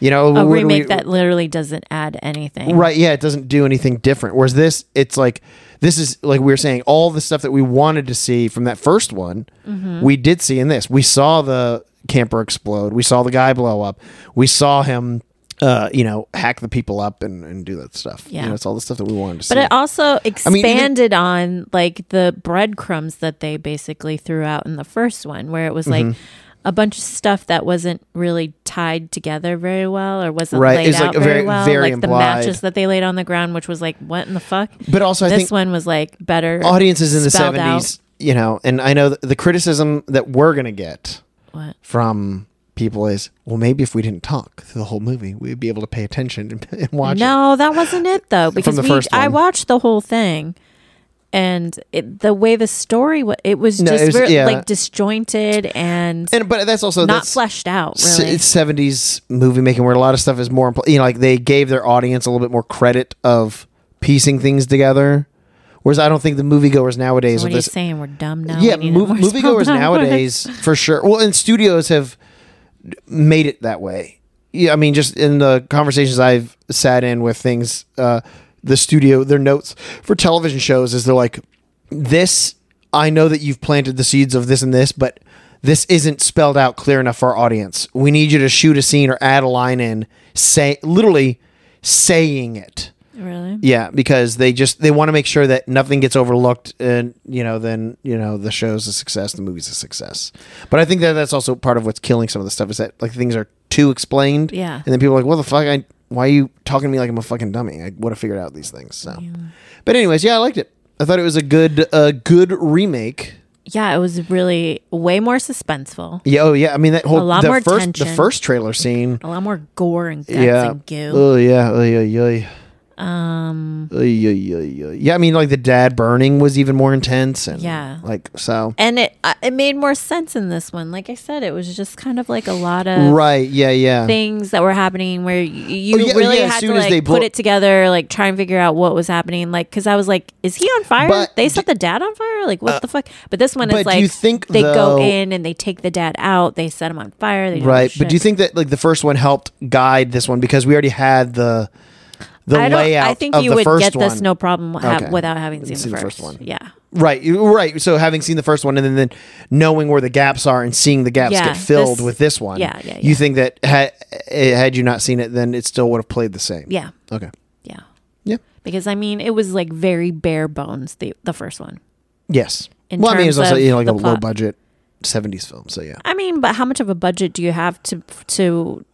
Speaker 2: You know,
Speaker 1: A
Speaker 2: what do
Speaker 1: Oh, remake
Speaker 2: we-
Speaker 1: that literally doesn't add anything.
Speaker 2: Right, yeah, it doesn't do anything different. Whereas this, it's like this is like we were saying, all the stuff that we wanted to see from that first one,
Speaker 1: Mm-hmm.
Speaker 2: we did see in this. We saw the camper explode. We saw the guy blow up. We saw him, uh, you know, hack the people up and, and do that stuff.
Speaker 1: Yeah.
Speaker 2: you know, it's all the stuff that we wanted to
Speaker 1: But
Speaker 2: see.
Speaker 1: it also
Speaker 2: mean, even-
Speaker 1: expanded on like the breadcrumbs that they basically threw out in the first one, where it was like
Speaker 2: Mm-hmm.
Speaker 1: a bunch of stuff that wasn't really tied together very well or wasn't
Speaker 2: Right,
Speaker 1: laid
Speaker 2: it's, like,
Speaker 1: out
Speaker 2: a
Speaker 1: very,
Speaker 2: very-
Speaker 1: well.
Speaker 2: very
Speaker 1: like the
Speaker 2: implied.
Speaker 1: matches that they laid on the ground, which was like, what in the fuck?
Speaker 2: But also, I
Speaker 1: this
Speaker 2: think-
Speaker 1: one was like better.
Speaker 2: Audiences in the
Speaker 1: spelled out.
Speaker 2: seventies, you know, and I know th- the criticism that we're gonna get
Speaker 1: What?
Speaker 2: from people is, well, maybe if we didn't talk through the whole movie, we'd be able to pay attention and, and watch. it.
Speaker 1: No, that wasn't it though. Because
Speaker 2: the
Speaker 1: we,
Speaker 2: first
Speaker 1: I
Speaker 2: one.
Speaker 1: watched the whole thing, and it, the way the story, wa- it was
Speaker 2: No,
Speaker 1: just
Speaker 2: it was-
Speaker 1: ver-
Speaker 2: yeah.
Speaker 1: like disjointed and,
Speaker 2: And but that's also
Speaker 1: not
Speaker 2: that's
Speaker 1: fleshed out.
Speaker 2: s-
Speaker 1: Really,
Speaker 2: it's seventies movie making where a lot of stuff is more impl- you know like they gave their audience a little bit more credit of piecing things together. Whereas I don't think the moviegoers nowadays
Speaker 1: what
Speaker 2: are
Speaker 1: are you
Speaker 2: this.
Speaker 1: saying? We're dumb now.
Speaker 2: yeah,
Speaker 1: We need
Speaker 2: mov-
Speaker 1: more
Speaker 2: moviegoers
Speaker 1: spelled out words.
Speaker 2: nowadays for sure. Well, and studios have made it that way. Yeah, I mean, just in the conversations I've sat in with things, uh, the studio, their notes for television shows is they're like, this, I know that you've planted the seeds of this and this, but this isn't spelled out clear enough for our audience. We need you to shoot a scene or add a line in, say, literally saying it.
Speaker 1: Really?
Speaker 2: Yeah, because they just they want to make sure that nothing gets overlooked, and you know, then you know the show's a success, the movie's a success. But I think that that's also part of what's killing some of the stuff is that like things are too explained.
Speaker 1: Yeah.
Speaker 2: and then people are like, "What the fuck? I why are you talking to me like I'm a fucking dummy? I would have figured out these things." So, but anyways, yeah, I liked it. I thought it was a good a good remake.
Speaker 1: Yeah, it was really way more suspenseful.
Speaker 2: Yeah, oh yeah, I mean that whole
Speaker 1: A lot
Speaker 2: the
Speaker 1: more
Speaker 2: first the
Speaker 1: tension.
Speaker 2: first trailer scene.
Speaker 1: A lot more gore and guts
Speaker 2: yeah.
Speaker 1: and goo.
Speaker 2: Oh yeah. Oh yeah. Yeah.
Speaker 1: Um,
Speaker 2: Ay, ay, ay, ay. Yeah, I mean, like the dad burning was even more intense, and
Speaker 1: Yeah.
Speaker 2: like so,
Speaker 1: and it uh, it made more sense in this one. Like I said, it was just kind of like a lot of
Speaker 2: right? Yeah, yeah.
Speaker 1: things that were happening where y- you
Speaker 2: Oh, yeah,
Speaker 1: really
Speaker 2: yeah, as
Speaker 1: had to
Speaker 2: soon as
Speaker 1: like
Speaker 2: they
Speaker 1: put
Speaker 2: blo-
Speaker 1: it together, like try and figure out what was happening. Like, because I was like, is he on fire?
Speaker 2: But
Speaker 1: they
Speaker 2: d- Uh,
Speaker 1: set the dad on fire. Like, what the fuck? But this one
Speaker 2: but
Speaker 1: is
Speaker 2: do
Speaker 1: like,
Speaker 2: you think,
Speaker 1: they go
Speaker 2: though-
Speaker 1: in and they take the dad out. They set him on fire. They do all
Speaker 2: right,
Speaker 1: this
Speaker 2: but do you
Speaker 1: shit.
Speaker 2: think that like the first one helped guide this one because we already had the the
Speaker 1: I don't,
Speaker 2: layout
Speaker 1: I think
Speaker 2: of
Speaker 1: you
Speaker 2: the
Speaker 1: would
Speaker 2: first
Speaker 1: get
Speaker 2: one?
Speaker 1: this no problem ha-
Speaker 2: Okay.
Speaker 1: without having seen,
Speaker 2: Seen
Speaker 1: the, first.
Speaker 2: one.
Speaker 1: Yeah,
Speaker 2: right, you- right. So having seen the first one and then, then knowing where the gaps are and seeing the gaps
Speaker 1: Yeah,
Speaker 2: get filled
Speaker 1: this-
Speaker 2: with this one,
Speaker 1: yeah, yeah,
Speaker 2: you
Speaker 1: yeah.
Speaker 2: think that ha- eh, had you not seen it, then it still would have played the same.
Speaker 1: yeah,
Speaker 2: Okay.
Speaker 1: yeah.
Speaker 2: Yeah.
Speaker 1: Because I mean, it was like very bare bones. The the first one.
Speaker 2: Yes.
Speaker 1: In
Speaker 2: well, I mean, it's
Speaker 1: terms
Speaker 2: also
Speaker 1: of
Speaker 2: you know, like
Speaker 1: the
Speaker 2: a
Speaker 1: plot.
Speaker 2: low budget '70s film, so yeah.
Speaker 1: I mean, but how much of a budget do you have to to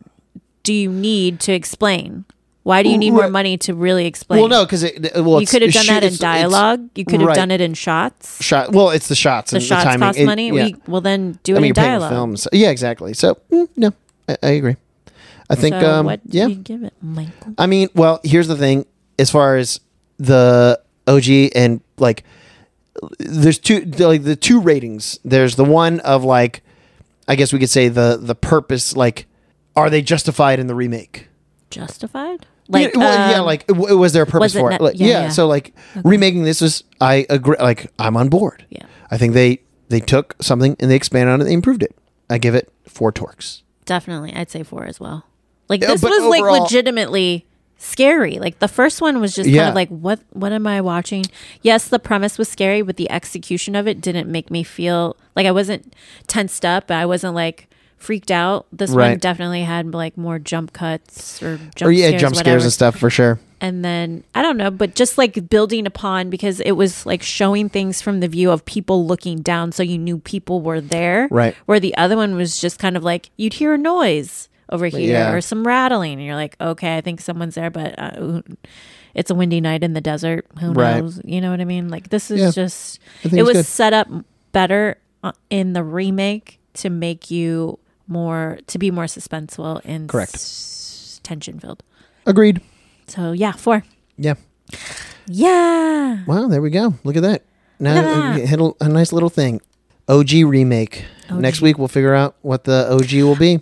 Speaker 1: do you need to explain? Why do you need more
Speaker 2: Right.
Speaker 1: money to really explain?
Speaker 2: Well, no, because it, well,
Speaker 1: you
Speaker 2: it's-
Speaker 1: could have
Speaker 2: it's
Speaker 1: done
Speaker 2: shoot-
Speaker 1: that in
Speaker 2: it's- it's-
Speaker 1: dialogue. You could have
Speaker 2: right.
Speaker 1: done it in shots.
Speaker 2: shot. Well, it's the shots.
Speaker 1: The
Speaker 2: and
Speaker 1: shots
Speaker 2: timing.
Speaker 1: cost
Speaker 2: It-
Speaker 1: money.
Speaker 2: yeah.
Speaker 1: We, well, then do
Speaker 2: I
Speaker 1: it
Speaker 2: mean,
Speaker 1: in
Speaker 2: you're paying
Speaker 1: dialogue.
Speaker 2: the film. so- yeah, exactly. So mm, no, I, I agree. I think.
Speaker 1: So
Speaker 2: um,
Speaker 1: what
Speaker 2: yeah.
Speaker 1: do you give it, Michael?
Speaker 2: I mean, well, here's the thing. As far as the OG and like, there's two the- like the two ratings. There's the one of like, I guess we could say the the purpose. Like, are they justified in the remake?
Speaker 1: Justified? Like,
Speaker 2: yeah, well, yeah,
Speaker 1: um,
Speaker 2: like w- was there a purpose
Speaker 1: it
Speaker 2: for it?
Speaker 1: not-
Speaker 2: Like,
Speaker 1: yeah,
Speaker 2: yeah,
Speaker 1: yeah.
Speaker 2: So like remaking this is I agree. Like I'm on board.
Speaker 1: Yeah.
Speaker 2: I think they they took something and they expanded on it. They improved it. I give it four torques.
Speaker 1: definitely, I'd say four as well. Like
Speaker 2: Yeah,
Speaker 1: this
Speaker 2: but
Speaker 1: was like
Speaker 2: overall-
Speaker 1: legitimately scary. Like the first one was just kind
Speaker 2: Yeah.
Speaker 1: of like, what? What am I watching? Yes, the premise was scary, but the execution of it didn't make me feel like I wasn't tensed up. I wasn't like freaked out. This one
Speaker 2: Right.
Speaker 1: definitely had like more jump cuts or jump
Speaker 2: Or yeah,
Speaker 1: scares,
Speaker 2: jump
Speaker 1: whatever.
Speaker 2: scares and stuff for sure.
Speaker 1: and then I don't know, but just like building upon because it was like showing things from the view of people looking down, so you knew people were there.
Speaker 2: Right.
Speaker 1: Where the other one was just kind of like you'd hear a noise over here
Speaker 2: Yeah.
Speaker 1: or some rattling, and you're like, okay, I think someone's there, but uh, ooh, it's a windy night in the desert. Who
Speaker 2: Right.
Speaker 1: knows? You know what I mean? Like this is
Speaker 2: Yeah.
Speaker 1: just
Speaker 2: I think
Speaker 1: it
Speaker 2: it's
Speaker 1: was
Speaker 2: good.
Speaker 1: set up better uh, in the remake to make you more to be more suspenseful and
Speaker 2: Correct.
Speaker 1: s- tension filled.
Speaker 2: Agreed.
Speaker 1: So yeah, four.
Speaker 2: Yeah.
Speaker 1: Yeah.
Speaker 2: Wow, there we go. Look at that. Now
Speaker 1: Yeah.
Speaker 2: we hit a, a nice little thing. OG remake. Next week we'll figure out what the OG will be.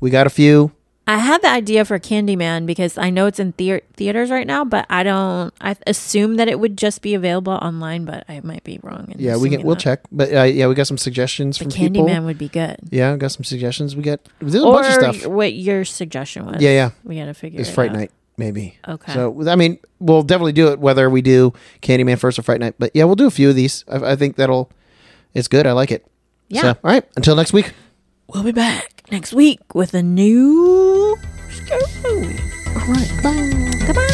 Speaker 2: We got a few.
Speaker 1: I had the idea for Candyman because I know it's in thea- theaters right now, but I don't. I assume that it would just be available online, but I might be wrong. in
Speaker 2: Yeah, we
Speaker 1: assuming
Speaker 2: can. We'll
Speaker 1: that.
Speaker 2: check. But uh, yeah, we got some suggestions
Speaker 1: But
Speaker 2: from
Speaker 1: Candyman
Speaker 2: people.
Speaker 1: would be good.
Speaker 2: Yeah, we got some suggestions. We got there's a
Speaker 1: Or
Speaker 2: bunch of stuff.
Speaker 1: what your suggestion was.
Speaker 2: Yeah, yeah.
Speaker 1: We gotta figure.
Speaker 2: It's
Speaker 1: it
Speaker 2: Fright
Speaker 1: out.
Speaker 2: Night, maybe.
Speaker 1: Okay.
Speaker 2: So I mean, we'll definitely do it whether we do Candyman first or Fright Night. But yeah, we'll do a few of these. I, I think that'll. It's good. I like it.
Speaker 1: Yeah.
Speaker 2: So, all right. Until next week.
Speaker 1: We'll be back next week with a new scary movie.
Speaker 2: All right. Bye.
Speaker 1: Goodbye.